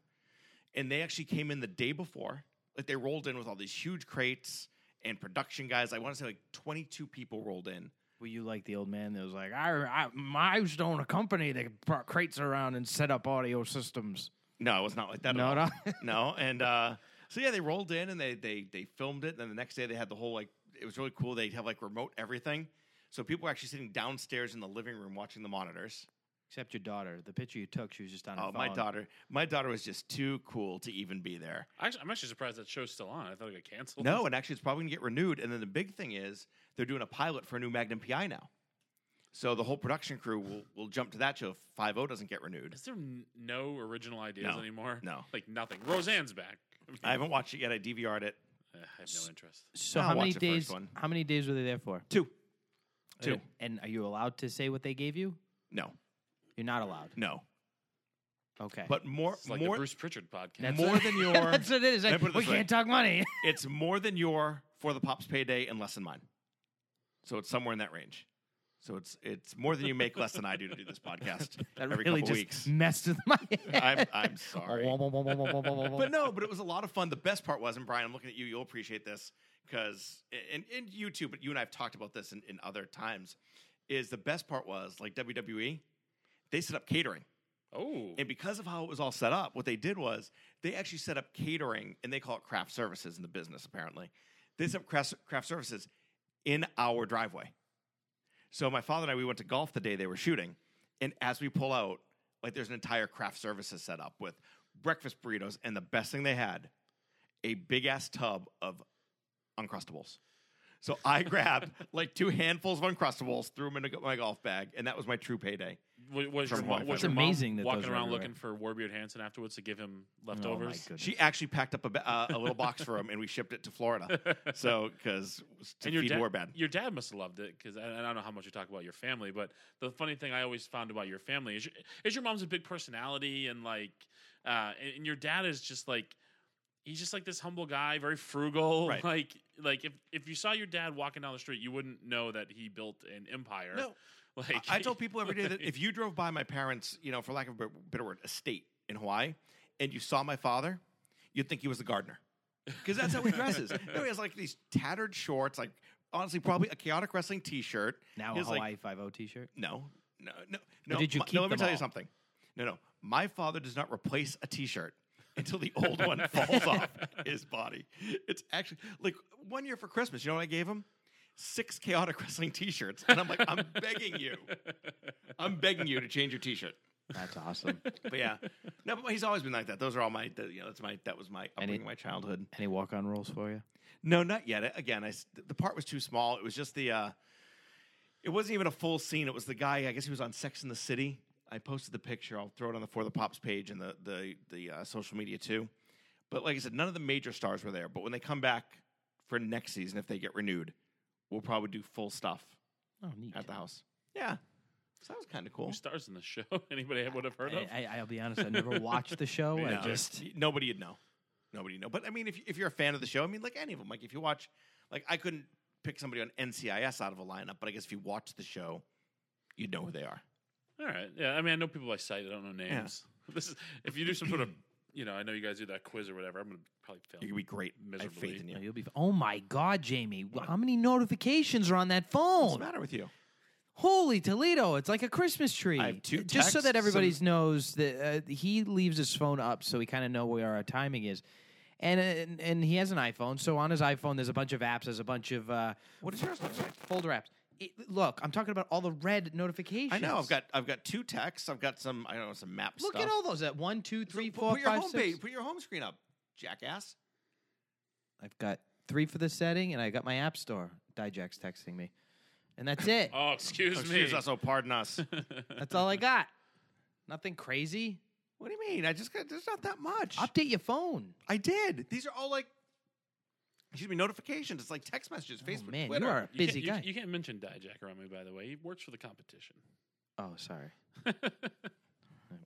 [SPEAKER 3] And they actually came in the day before. Like they rolled in with all these huge crates and production guys. I want to say like 22 people rolled in.
[SPEAKER 2] Were you like the old man that was like, I, I, I used to own a company that brought crates around and set up audio systems.
[SPEAKER 3] No, it was not like that.
[SPEAKER 2] No,
[SPEAKER 3] at all.
[SPEAKER 2] no.
[SPEAKER 3] no. And uh, so yeah, they rolled in and they they they filmed it. And then the next day they had the whole like it was really cool. They would have like remote everything, so people were actually sitting downstairs in the living room watching the monitors.
[SPEAKER 2] Except your daughter. The picture you took, she was just on. her
[SPEAKER 3] Oh, my
[SPEAKER 2] phone.
[SPEAKER 3] daughter, my daughter was just too cool to even be there.
[SPEAKER 4] Actually, I'm actually surprised that show's still on. I thought it got canceled.
[SPEAKER 3] No, and actually, it's probably gonna get renewed. And then the big thing is they're doing a pilot for a new Magnum PI now. So the whole production crew will, will jump to that show if 5 doesn't get renewed.
[SPEAKER 4] is there n- no original ideas
[SPEAKER 3] No.
[SPEAKER 4] anymore?
[SPEAKER 3] No.
[SPEAKER 4] like nothing. Roseanne's back.
[SPEAKER 3] I haven't watched it yet. I DVR'd it.
[SPEAKER 4] Eh, I have no interest.
[SPEAKER 2] So
[SPEAKER 3] I'll
[SPEAKER 2] how
[SPEAKER 3] watch
[SPEAKER 2] many
[SPEAKER 3] the first
[SPEAKER 2] days?
[SPEAKER 3] one.
[SPEAKER 2] How many days were they there for? Uh,
[SPEAKER 3] Two. Two.
[SPEAKER 2] And are you allowed to say what they gave you?
[SPEAKER 3] No.
[SPEAKER 2] You're not allowed.
[SPEAKER 3] No.
[SPEAKER 2] Okay.
[SPEAKER 3] But more
[SPEAKER 4] It's like
[SPEAKER 3] more
[SPEAKER 4] the Bruce Pritchard podcast.
[SPEAKER 2] That's
[SPEAKER 3] more
[SPEAKER 2] what-
[SPEAKER 3] than your-
[SPEAKER 2] that's what it is.
[SPEAKER 3] Let me
[SPEAKER 2] Like,
[SPEAKER 3] put it
[SPEAKER 2] we
[SPEAKER 3] this way.
[SPEAKER 2] can't talk money.
[SPEAKER 3] it's more than your for the pops payday and less than mine. So it's somewhere in that range. So it's it's more than you make, less than I do to do this podcast
[SPEAKER 2] that
[SPEAKER 3] every
[SPEAKER 2] really
[SPEAKER 3] couple
[SPEAKER 2] just
[SPEAKER 3] weeks.
[SPEAKER 2] messed with my head.
[SPEAKER 3] I'm I'm sorry.
[SPEAKER 2] but
[SPEAKER 3] but no, but it was a lot of fun. The best part was, and Brian, I'm looking at you. You'll appreciate this because, and, and you too, but you and I have talked about this in, in other times. Is the best part was like WWE, they E, set up catering.
[SPEAKER 4] Oh,
[SPEAKER 3] And because of how it was all set up, what they did was they actually set up catering, and they call it craft services in the business, apparently. They set up craft, craft services in our driveway. So my father and I, we went to golf the day they were shooting. And as we pull out, like there's an entire craft services set up with breakfast burritos. And the best thing they had, a big ass tub of Uncrustables. So I grabbed like two handfuls of Uncrustables, threw them into my golf bag, and that was my true payday.
[SPEAKER 4] Wa- was
[SPEAKER 3] From
[SPEAKER 4] your, mo-
[SPEAKER 3] Hawaii.
[SPEAKER 4] was
[SPEAKER 3] It's
[SPEAKER 4] your mom
[SPEAKER 6] amazing that
[SPEAKER 4] walking
[SPEAKER 6] those are
[SPEAKER 4] around
[SPEAKER 6] everywhere.
[SPEAKER 4] looking for Warbeard Hansen afterwards to give him
[SPEAKER 6] Oh, my
[SPEAKER 4] leftovers?
[SPEAKER 6] goodness.
[SPEAKER 3] She actually packed up a, ba- uh, a little box for him, and we shipped it to Florida. So, because to
[SPEAKER 4] and your
[SPEAKER 3] feed
[SPEAKER 4] dad,
[SPEAKER 3] Warband.
[SPEAKER 4] your dad must have loved it because I, I don't know how much you talk about your family, but the funny thing I always found about your family is your, is your mom's a big personality and like, uh, and, and your dad is just like, he's just like this humble guy, very frugal.
[SPEAKER 3] Right.
[SPEAKER 4] Like, like if if you saw your dad walking down the street, you wouldn't know that he built an empire.
[SPEAKER 3] No, I-
[SPEAKER 4] like
[SPEAKER 3] I told people every day that if you drove by my parents, you know, for lack of a better word, estate in Hawaii, and you saw my father, you'd think he was the gardener because that's how he dresses. no, he has like these tattered shorts, like honestly, probably a chaotic wrestling T-shirt.
[SPEAKER 6] Now
[SPEAKER 3] He
[SPEAKER 6] a
[SPEAKER 3] has, like,
[SPEAKER 6] Hawaii Five O T-shirt.
[SPEAKER 3] No, no, no, no.
[SPEAKER 6] did you
[SPEAKER 3] my-
[SPEAKER 6] keep
[SPEAKER 3] no, let me
[SPEAKER 6] them
[SPEAKER 3] tell
[SPEAKER 6] all?
[SPEAKER 3] you something. No, no. My father does not replace a T-shirt until the old one falls off his body. It's actually like one year for Christmas. You know what I gave him? Six chaotic wrestling T-shirts, and I'm like, I'm begging you, I'm begging you to change your T-shirt.
[SPEAKER 6] That's awesome. and
[SPEAKER 3] But yeah, no, but he's always been like that. Those are all my, the, you know, that's my, that was my
[SPEAKER 6] And it-
[SPEAKER 3] upbringing, my childhood.
[SPEAKER 6] he walk on rolls for you?
[SPEAKER 3] No, not yet. Again, I s the part was too small. It was just the. Uh, it wasn't even a full scene. It was the guy. I guess he was on Sex in the City. I posted the picture. I'll throw it on the For the Pops page and the the the uh, social media too. But like I said, none of the major stars were there. But when they come back for next season, if they get renewed, we'll probably do full stuff
[SPEAKER 6] Oh, neat.
[SPEAKER 3] at the house. Yeah, so that was kind of cool.
[SPEAKER 4] who stars in the show, anybody would have heard of.
[SPEAKER 6] I, I, I'll be honest. I never watched the show.
[SPEAKER 3] No,
[SPEAKER 6] I
[SPEAKER 3] there's-
[SPEAKER 6] just
[SPEAKER 3] nobody'd know. Nobody'd know. But I mean, if if you're a fan of the show, I mean, like any of them. Like if you watch, like I couldn't pick somebody on NCIS out of a lineup, but I guess if you watch the show, you'd know who they are.
[SPEAKER 4] All right. Yeah. I mean, I know people by sight. I don't know
[SPEAKER 3] Yeah.
[SPEAKER 4] names. This is if you do some sort of, you know, I know you guys do that quiz or whatever. I'm gonna probably fail.
[SPEAKER 3] You could be great. I have
[SPEAKER 4] Miserably.
[SPEAKER 3] faith in you.
[SPEAKER 6] you'll be. Oh my God, Jamie! How many notifications are on that
[SPEAKER 3] What's the
[SPEAKER 6] phone?
[SPEAKER 3] matter with you?
[SPEAKER 6] Holy Toledo! It's like a Christmas tree.
[SPEAKER 3] I have two
[SPEAKER 6] Just so
[SPEAKER 3] texts,
[SPEAKER 6] that everybody
[SPEAKER 3] some-
[SPEAKER 6] knows that uh, he leaves his phone up, so we kind of know where our timing is. And, and and he has an iPhone, so on his iPhone there's a bunch of apps, there's a bunch of uh,
[SPEAKER 3] What is yours?
[SPEAKER 6] folder apps. It, look, I'm talking about all the red notifications.
[SPEAKER 3] I know. I've got I've got two texts. I've got some. I don't know some map
[SPEAKER 6] Look
[SPEAKER 3] stuff.
[SPEAKER 6] at all those. At one, two,
[SPEAKER 3] So
[SPEAKER 6] three,
[SPEAKER 3] pu-
[SPEAKER 6] four,
[SPEAKER 3] put your
[SPEAKER 6] five,
[SPEAKER 3] home
[SPEAKER 6] six.
[SPEAKER 3] page- Put your home screen up, jackass.
[SPEAKER 6] I've got three for the setting, and I got my app store. Dijack's texting me, and that's it.
[SPEAKER 4] Oh, excuse,
[SPEAKER 3] Excuse
[SPEAKER 4] me.
[SPEAKER 3] us. Oh, pardon us.
[SPEAKER 6] That's all I got. Nothing crazy.
[SPEAKER 3] what do you mean? I just got. There's not that much.
[SPEAKER 6] Update your phone.
[SPEAKER 3] I did. These are all like. Excuse me, notifications. It's like text messages, Facebook,
[SPEAKER 6] Oh, man, you
[SPEAKER 3] Twitter.
[SPEAKER 6] are
[SPEAKER 4] You
[SPEAKER 6] Busy
[SPEAKER 4] can't, you-
[SPEAKER 6] guy.
[SPEAKER 4] You, can't mention Dijak around me, by the way. He works for the competition.
[SPEAKER 6] Oh, sorry. I
[SPEAKER 3] Wow.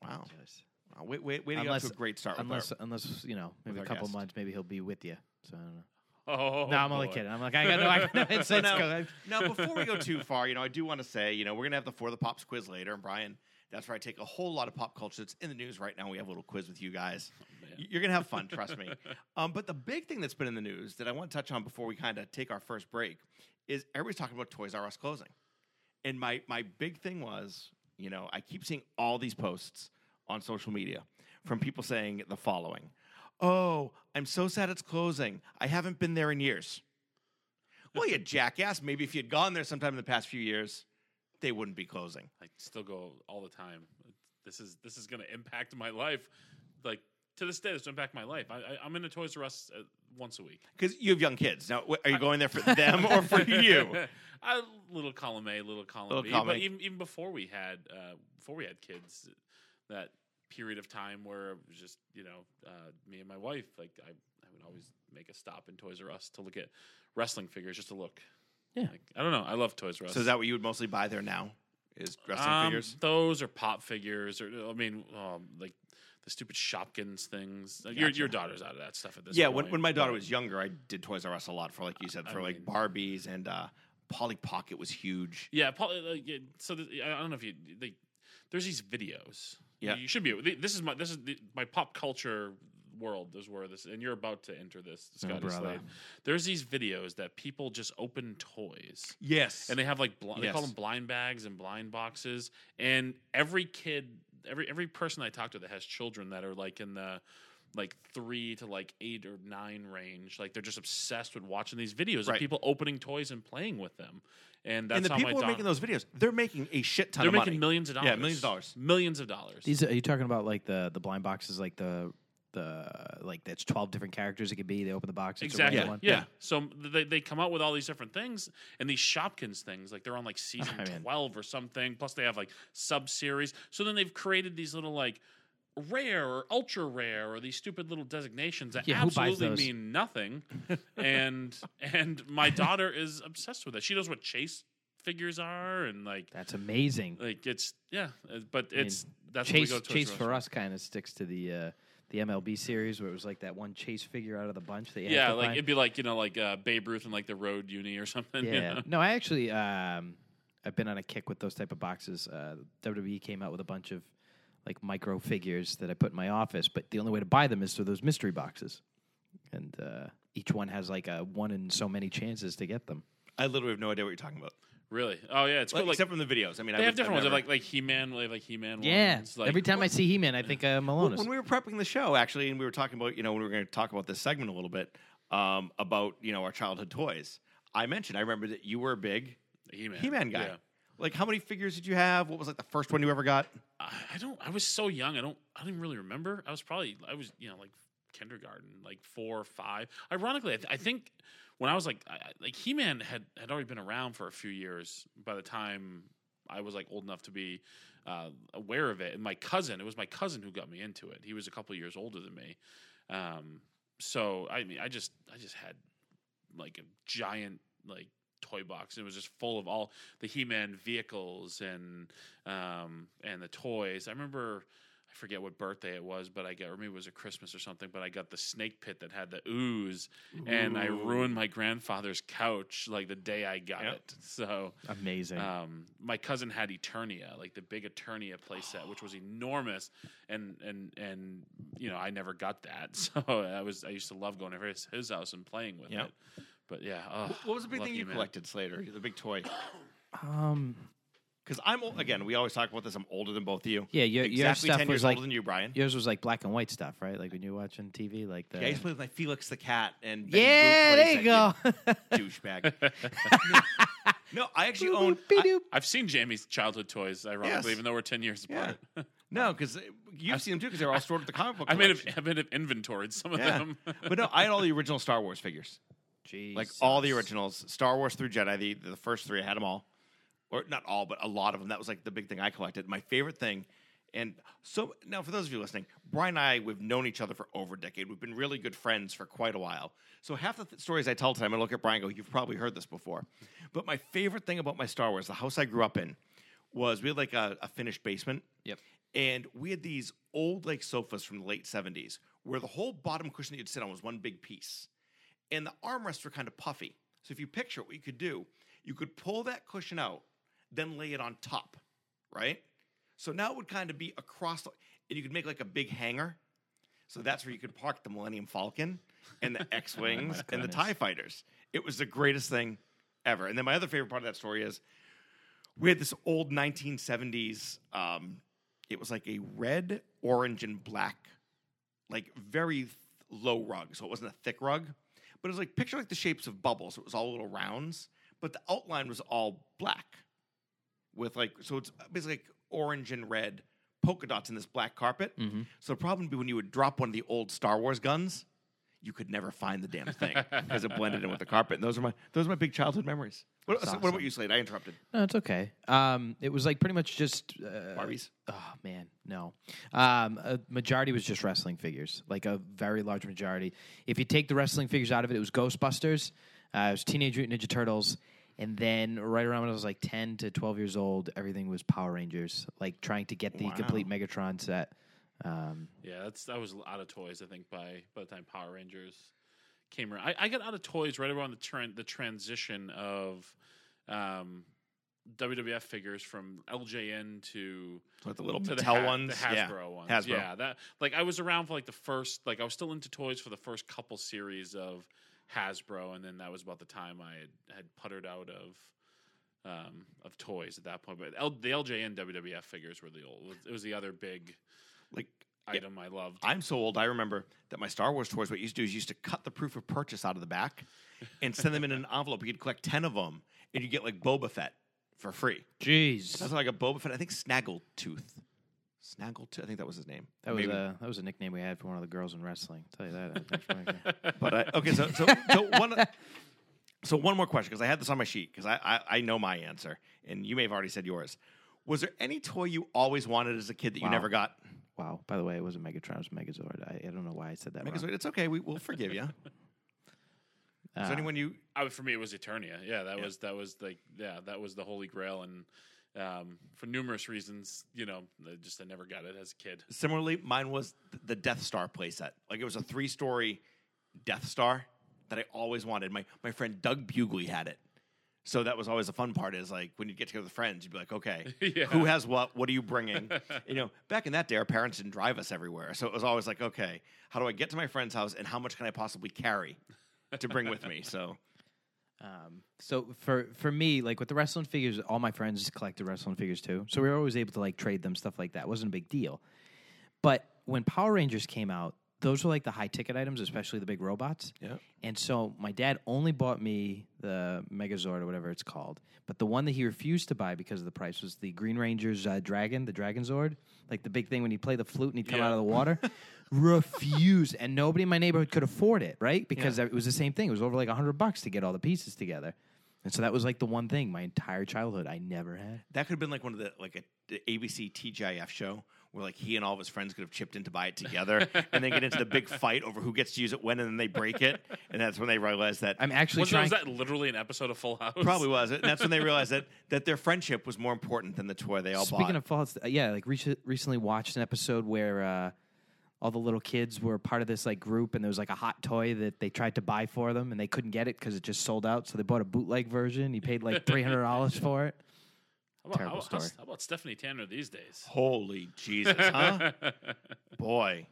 [SPEAKER 6] apologize.
[SPEAKER 3] Wow, wait, wait, wait! Unless,
[SPEAKER 6] Unless-
[SPEAKER 3] to a great start.
[SPEAKER 6] Unless,
[SPEAKER 3] with
[SPEAKER 6] unless you know, maybe
[SPEAKER 3] with
[SPEAKER 6] a
[SPEAKER 3] our
[SPEAKER 6] couple
[SPEAKER 3] guest.
[SPEAKER 6] months, maybe he'll be with you. So I don't know.
[SPEAKER 4] Oh,
[SPEAKER 6] no, I'm only
[SPEAKER 4] boy.
[SPEAKER 6] kidding. I'm like, I got no, I got no insights.
[SPEAKER 3] now-
[SPEAKER 6] going.
[SPEAKER 3] our... now, before we go too far, you know, I do want to say, you know, we're gonna have the for the pops quiz later, and Brian, that's where I take a whole lot of pop culture that's in the news right now. We have a little quiz with you guys.
[SPEAKER 4] man.
[SPEAKER 3] Y- You're gonna have fun, trust me. Um, but the big thing that's been in the news that I want to touch on before we kind of take our first break is everybody's talking about Toys R Us closing, and my my big thing was, you know, I keep seeing all these posts on social media from people saying the following. Oh, I'm so sad it's closing. I haven't been there in years. Well, you jackass. Maybe if you'd gone there sometime in the past few years, they wouldn't be closing.
[SPEAKER 4] I still go all the time. This is this is going to impact my life. Like to this day, this will impact my life. I, I, I'm in a Toys R Us uh, once a week.
[SPEAKER 3] Because you have young kids. Now, wh- are you going there for them or for you?
[SPEAKER 4] a little column A, little column
[SPEAKER 3] Little
[SPEAKER 4] B.
[SPEAKER 3] column
[SPEAKER 4] but
[SPEAKER 3] A.
[SPEAKER 4] even even before we had uh, before we had kids, that period of time where it was just you know uh, me and my wife, like I, I would always make a stop in Toys R Us to look at wrestling figures, just to look.
[SPEAKER 6] Yeah.
[SPEAKER 4] Like, I don't know. I love Toys R Us.
[SPEAKER 3] So is that what you would mostly buy there now? Is wrestling
[SPEAKER 4] Um,
[SPEAKER 3] figures?
[SPEAKER 4] Those are pop figures, or I mean, um, like the stupid Shopkins things. Like, Your
[SPEAKER 3] Gotcha.
[SPEAKER 4] your daughter's out of that stuff at this.
[SPEAKER 3] Yeah,
[SPEAKER 4] point.
[SPEAKER 3] when, when my daughter
[SPEAKER 4] but-
[SPEAKER 3] was younger, I did Toys R Us a lot for, like you said,
[SPEAKER 4] I
[SPEAKER 3] for like
[SPEAKER 4] mean-
[SPEAKER 3] Barbies and uh, Polly Pocket was huge.
[SPEAKER 4] Yeah, Paul, uh, yeah, so th- I don't know if you they, there's these videos.
[SPEAKER 3] Yeah.
[SPEAKER 4] you should be. able- th- This is my this is the, my pop culture world. Is where this, and you're about to enter this. Scotty
[SPEAKER 6] brother.
[SPEAKER 4] Slade. There's these videos that people just open toys.
[SPEAKER 3] Yes.
[SPEAKER 4] And they have like bl- they call
[SPEAKER 3] Yes.
[SPEAKER 4] them blind bags and blind boxes, and every kid every every person I talk to that has children that are like in the like three to like eight or nine range, like they're just obsessed with watching these videos
[SPEAKER 3] Right.
[SPEAKER 4] of people opening toys and playing with them. And that's
[SPEAKER 3] and the
[SPEAKER 4] how
[SPEAKER 3] people who
[SPEAKER 4] my
[SPEAKER 3] are
[SPEAKER 4] daughter.
[SPEAKER 3] making those videos, they're making a shit ton
[SPEAKER 4] they're
[SPEAKER 3] of
[SPEAKER 4] making
[SPEAKER 3] money.
[SPEAKER 4] millions of dollars.
[SPEAKER 3] Yeah, millions of dollars.
[SPEAKER 4] Millions of dollars.
[SPEAKER 2] These are, are you talking about like the the blind boxes, like the the like that's twelve different characters it could be. They open the box, it's a
[SPEAKER 4] Exactly.
[SPEAKER 2] random one.
[SPEAKER 4] Yeah. So they, they come out with all these different things, and these Shopkins things, like they're on like season
[SPEAKER 2] I mean-
[SPEAKER 4] twelve or something. Plus they have like sub series. So then they've created these little like rare or ultra rare or these stupid little designations that
[SPEAKER 2] Yeah, who buys
[SPEAKER 4] absolutely
[SPEAKER 2] those?
[SPEAKER 4] mean nothing. and and my daughter is obsessed with it. She knows what chase figures are and like
[SPEAKER 2] That's amazing.
[SPEAKER 4] like it's yeah. uh, But
[SPEAKER 2] mean,
[SPEAKER 4] it's that's
[SPEAKER 2] chase
[SPEAKER 4] what we go to
[SPEAKER 2] chase for us kind of sticks to the uh, the MLB series where it was like that one chase figure out of the bunch that you had
[SPEAKER 4] Yeah,
[SPEAKER 2] to
[SPEAKER 4] like
[SPEAKER 2] find.
[SPEAKER 4] it'd be like you know like uh, Babe Ruth and like the Road Uni or something. you
[SPEAKER 2] Yeah.
[SPEAKER 4] know?
[SPEAKER 2] No, I actually um, I've been on a kick with those type of boxes. Uh, WWE came out with a bunch of like micro figures that I put in my office, but the only way to buy them is through those mystery boxes, and uh, each one has like a one in so many chances to get them.
[SPEAKER 3] I literally have no idea what you're talking about,
[SPEAKER 4] Really? Oh yeah, it's
[SPEAKER 3] Like,
[SPEAKER 4] cool. Like,
[SPEAKER 3] except from the videos. I mean, I
[SPEAKER 4] They have
[SPEAKER 3] would-
[SPEAKER 4] different ones.
[SPEAKER 3] I've
[SPEAKER 4] They have
[SPEAKER 3] never-
[SPEAKER 4] like like He Man. They have like He Man.
[SPEAKER 2] Yeah.
[SPEAKER 4] ones. Like,
[SPEAKER 2] Every time I see He Man, I think uh, Malone is.
[SPEAKER 3] when we were prepping the show actually and we were talking about you know when we were going to talk about this segment a little bit um, about you know our childhood toys i mentioned i remember that you were a big
[SPEAKER 4] He Man.
[SPEAKER 3] he-man guy like how many figures did you have what was like the first one you ever got
[SPEAKER 4] I, I don't. I was so young. I don't. I don't even really remember. I was probably. I was you know like kindergarten, like four or five. Ironically, I, th- I think when I was like I, I- like He Man had had already been around for a few years by the time I was like old enough to be uh, aware of it. And my cousin, it was my cousin who got me into it. He was a couple years older than me. Um, so I mean, I just I just had like a giant like toy box. It was just full of all the He-Man vehicles and um, and the toys. I remember I forget what birthday it was, but I got or maybe it was a Christmas or something. But I got the snake pit that had the ooze, and I ruined my grandfather's couch like the day I got
[SPEAKER 3] Yep.
[SPEAKER 4] it. So
[SPEAKER 2] Amazing.
[SPEAKER 4] um, my cousin had Eternia, like the big Eternia playset, which was enormous, and and and you know I never got that, so I was I used to love going over his, his house and playing with
[SPEAKER 3] Yep.
[SPEAKER 4] it. But yeah, oh,
[SPEAKER 3] what was the big thing
[SPEAKER 4] lucky
[SPEAKER 3] you
[SPEAKER 4] man.
[SPEAKER 3] collected slater the big toy
[SPEAKER 2] um,
[SPEAKER 3] because i'm ol- again we always talk about this i'm older than both of you
[SPEAKER 2] Yeah, your- your
[SPEAKER 3] exactly
[SPEAKER 2] stuff
[SPEAKER 3] 10
[SPEAKER 2] was
[SPEAKER 3] years
[SPEAKER 2] like-
[SPEAKER 3] older than you brian
[SPEAKER 2] yours was like black and white stuff, right? Like when you're watching TV, like the
[SPEAKER 3] yeah, I used to play with my Felix the Cat and Betty
[SPEAKER 2] Yeah,
[SPEAKER 3] Boop
[SPEAKER 2] there you go.
[SPEAKER 3] plays that, you douchebag. no, I actually owned. I-
[SPEAKER 2] Boop-doop.
[SPEAKER 4] I've seen Jamie's childhood toys, ironically,
[SPEAKER 3] Yes.
[SPEAKER 4] even though we're ten years
[SPEAKER 3] Yeah.
[SPEAKER 4] apart.
[SPEAKER 3] no, because you've seen them too, because they're all stored at the comic book.
[SPEAKER 4] I may have
[SPEAKER 3] collection.
[SPEAKER 4] I may have inventoried some of
[SPEAKER 3] Yeah.
[SPEAKER 4] them.
[SPEAKER 3] but no, I had all the original Star Wars figures, like all the originals, Star Wars through Jedi, the, the first three. I had them all, or not all, but a lot of them. That was like the big thing I collected. My favorite thing, and so now for those of you listening, Brian and I we've known each other for over a decade. We've been really good friends for quite a while. So half the th- stories I tell to him, I look at Brian, and go, "You've probably heard this before." But my favorite thing about my Star Wars, the house I grew up in, was we had like a, a finished basement.
[SPEAKER 2] Yep.
[SPEAKER 3] And we had these old like sofas from the late 70s where the whole bottom cushion that you'd sit on was one big piece. And the armrests were kind of puffy. So if you picture it, what you could do, you could pull that cushion out, then lay it on top, right? So now it would kind of be across the, and you could make like a big hanger. So that's where you could park the Millennium Falcon and the X Wings and the
[SPEAKER 2] goodness.
[SPEAKER 3] TIE Fighters. It was the greatest thing ever. And then my other favorite part of that story is we had this old 1970s um it was like a red orange and black like very th- low rug so it wasn't a thick rug but it was like picture like the shapes of bubbles it was all little rounds but the outline was all black with like so it's basically like orange and red polka dots in this black carpet
[SPEAKER 4] Mm-hmm.
[SPEAKER 3] so the problem would be when you would drop one of the old star wars guns you could never find the damn thing because it blended in with the carpet and those are my those are my big childhood memories what, so what about you slade i interrupted
[SPEAKER 2] No, it's okay. Um, it was like pretty much just uh,
[SPEAKER 3] Barbies?
[SPEAKER 2] Oh man, no. Um, a majority was just wrestling figures, like a very large majority. If you take the wrestling figures out of it, it was Ghostbusters, uh, it was Teenage Mutant Ninja Turtles, and then right around when I was like ten to twelve years old, everything was Power Rangers. Like trying to get the complete Megatron set. Um,
[SPEAKER 4] Yeah, that's that was out of toys. I think by by the time Power Rangers came around, I, I got out of toys right around the trend the transition of um, WWF figures from LJN to
[SPEAKER 3] Like the little
[SPEAKER 4] to the,
[SPEAKER 3] Mattel
[SPEAKER 4] Ha-
[SPEAKER 3] ones,
[SPEAKER 4] the
[SPEAKER 3] yeah.
[SPEAKER 4] Hasbro ones.
[SPEAKER 3] Hasbro.
[SPEAKER 4] Yeah, that like I was around for like the first like I was still into toys for the first couple series of Hasbro, and then that was about the time I had, had puttered out of um, of toys at that point. But L- the LJ and WWF figures were the old. It was the other big
[SPEAKER 3] Like
[SPEAKER 4] item I loved.
[SPEAKER 3] I'm so old, I remember that my Star Wars toys, what you used to do is you used to cut the proof of purchase out of the back and send them in an envelope. You'd collect 10 of them and you get like Boba Fett for free.
[SPEAKER 2] Jeez,
[SPEAKER 3] That's like a Boba Fett, I think Snaggletooth. Snaggletooth, I think that was his name.
[SPEAKER 2] that was
[SPEAKER 3] Maybe.
[SPEAKER 2] a that was a nickname we had for one of the girls in wrestling. tell you that.
[SPEAKER 3] But I, okay, so, so, so one. So one more question, because I had this on my sheet, because I, I I know my answer, and you may have already said yours. Was there any toy you always wanted as a kid that you
[SPEAKER 2] Wow.
[SPEAKER 3] never got?
[SPEAKER 2] wow. By the way, it wasn't Megatron. It was Megazord. I, I don't know why I said that.
[SPEAKER 3] Because
[SPEAKER 2] wrong.
[SPEAKER 3] it's okay, we will forgive you.
[SPEAKER 2] Uh,
[SPEAKER 3] Is there anyone you
[SPEAKER 4] I, for me, it was Eternia. Yeah, that was that was like yeah, that was the holy grail, and um, for numerous reasons, you know, I just I never got it as a kid.
[SPEAKER 3] Similarly, mine was th- the Death Star playset. Like it was a three story Death Star that I always wanted. My my friend Doug Bugley had it. So that was always the fun part is like when you get together with friends, you'd be like, okay,
[SPEAKER 4] Yeah.
[SPEAKER 3] who has what? What are you bringing? you know, back in that day, our parents didn't drive us everywhere. So it was always like, okay, how do I get to my friend's house and how much can I possibly carry to bring with me? So
[SPEAKER 2] Um, so for for me, like with the wrestling figures, all my friends collected wrestling figures too. So we were always able to like trade them stuff like that. It wasn't a big deal. But when Power Rangers came out, those were like the high ticket items, especially the big robots.
[SPEAKER 3] Yeah.
[SPEAKER 2] And so my dad only bought me the Megazord or whatever it's called. But the one that he refused to buy because of the price was the Green Ranger's uh, Dragon, the Dragon Zord, like the big thing when you play the flute and you come
[SPEAKER 4] Yeah.
[SPEAKER 2] out of the water. refused, and nobody in my neighborhood could afford it, right? Because it was the same thing. It was over like hundred bucks to get all the pieces together. And so that was like the one thing my entire childhood I never had.
[SPEAKER 3] that could have been like one of the like a the ABC TGIF show where like he and all of his friends could have chipped in to buy it together and then get into the big fight over who gets to use it when and then they break it and that's when they realize that
[SPEAKER 2] I'm actually
[SPEAKER 4] Was, that,
[SPEAKER 2] trying.
[SPEAKER 4] was that literally an episode of Full House?
[SPEAKER 3] probably was it and that's when they realized that that their friendship was more important than the toy they all
[SPEAKER 2] Speaking
[SPEAKER 3] bought.
[SPEAKER 2] of falls, uh, yeah, like rec- recently watched an episode where uh, all the little kids were part of this like group, and there was like a hot toy that they tried to buy for them, and they couldn't get it because it just sold out. So they bought a bootleg version. He paid like three hundred dollars for it.
[SPEAKER 4] How about,
[SPEAKER 2] Terrible
[SPEAKER 4] how, how-
[SPEAKER 2] story.
[SPEAKER 4] how about Stephanie Tanner these days?
[SPEAKER 3] Holy Jesus, huh? Boy.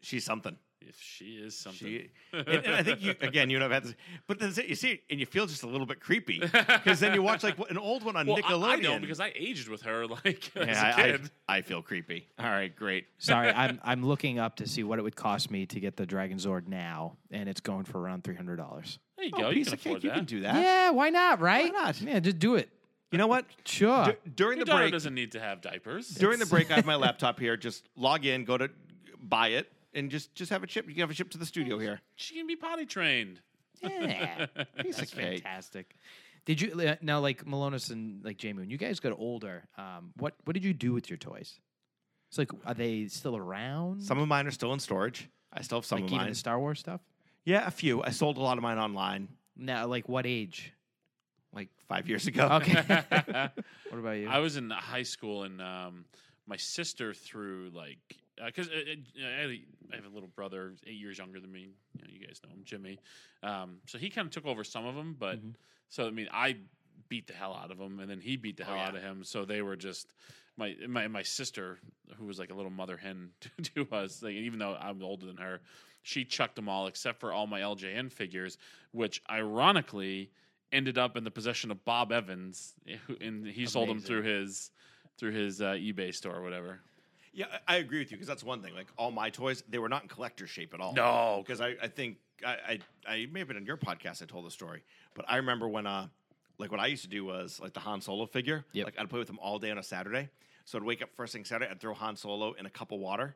[SPEAKER 3] She's something.
[SPEAKER 4] If she is something,
[SPEAKER 3] She, and, and I think you again, you know, I've had this, but that's it. You see, it, and you feel just a little bit creepy because then you watch like an old one on
[SPEAKER 4] well, I,
[SPEAKER 3] Nickelodeon.
[SPEAKER 4] I know because I aged with her like as
[SPEAKER 3] Yeah,
[SPEAKER 4] a
[SPEAKER 3] I, Oh,
[SPEAKER 4] kid.
[SPEAKER 3] I, I feel creepy. All right, great.
[SPEAKER 2] Sorry, I'm I'm looking up to see what it would cost me to get the Dragon Zord now, and it's going for around three hundred dollars.
[SPEAKER 4] there you
[SPEAKER 3] Oh,
[SPEAKER 4] go. You
[SPEAKER 3] piece
[SPEAKER 4] can
[SPEAKER 3] of cake,
[SPEAKER 4] afford
[SPEAKER 3] you
[SPEAKER 4] that.
[SPEAKER 3] can do that.
[SPEAKER 2] Yeah, why not? Right?
[SPEAKER 3] not?
[SPEAKER 2] Yeah, just do it.
[SPEAKER 3] You know what?
[SPEAKER 2] Sure.
[SPEAKER 3] Dur- during
[SPEAKER 4] Your
[SPEAKER 3] the
[SPEAKER 4] daughter
[SPEAKER 3] break,
[SPEAKER 4] doesn't need to have diapers.
[SPEAKER 3] during the break, I have my laptop here. Just log in, go to buy it, and just just have it shipped. You can have it shipped to the studio here.
[SPEAKER 4] She can be potty trained.
[SPEAKER 2] Yeah,
[SPEAKER 3] Piece of cake.
[SPEAKER 2] fantastic. Did you uh, now like Malonis and like Jamie? When you guys got older, um, what what did you do with your toys? It's like, are they still around?
[SPEAKER 3] Some of mine are still in storage. I still have some
[SPEAKER 2] like
[SPEAKER 3] of
[SPEAKER 2] even
[SPEAKER 3] mine.
[SPEAKER 2] the Star Wars stuff.
[SPEAKER 3] yeah, a few. I sold a lot of mine online
[SPEAKER 2] Now, like what age?
[SPEAKER 3] like five years ago.
[SPEAKER 2] Okay. what about you?
[SPEAKER 4] I was in high school, and um, my sister threw like because uh, uh, I, had a- I have a little brother eight years younger than me. You, know, you guys know him, Jimmy. Um, so he kind of took over some of them, but so I mean, I beat the hell out of him, and then he beat the hell out of him. So they were just my my my sister, who was like a little mother hen to, to us. Like, even though I'm older than her, she chucked them all except for all my LJN figures, which ironically ended up in the possession of Bob Evans, who, and he sold them
[SPEAKER 2] Amazing.
[SPEAKER 4] through his through his uh, eBay store or whatever.
[SPEAKER 3] Yeah, I- I agree with you because that's one thing. Like all my toys, they were not in collector shape at all.
[SPEAKER 4] No.
[SPEAKER 3] because I, I think I, I I may have been on your podcast. I told the story, but I remember when uh like what I used to do was like the Han Solo figure.
[SPEAKER 2] Yep.
[SPEAKER 3] Like I'd play with him all day on a Saturday. So I'd wake up first thing Saturday, I'd throw Han Solo in a cup of water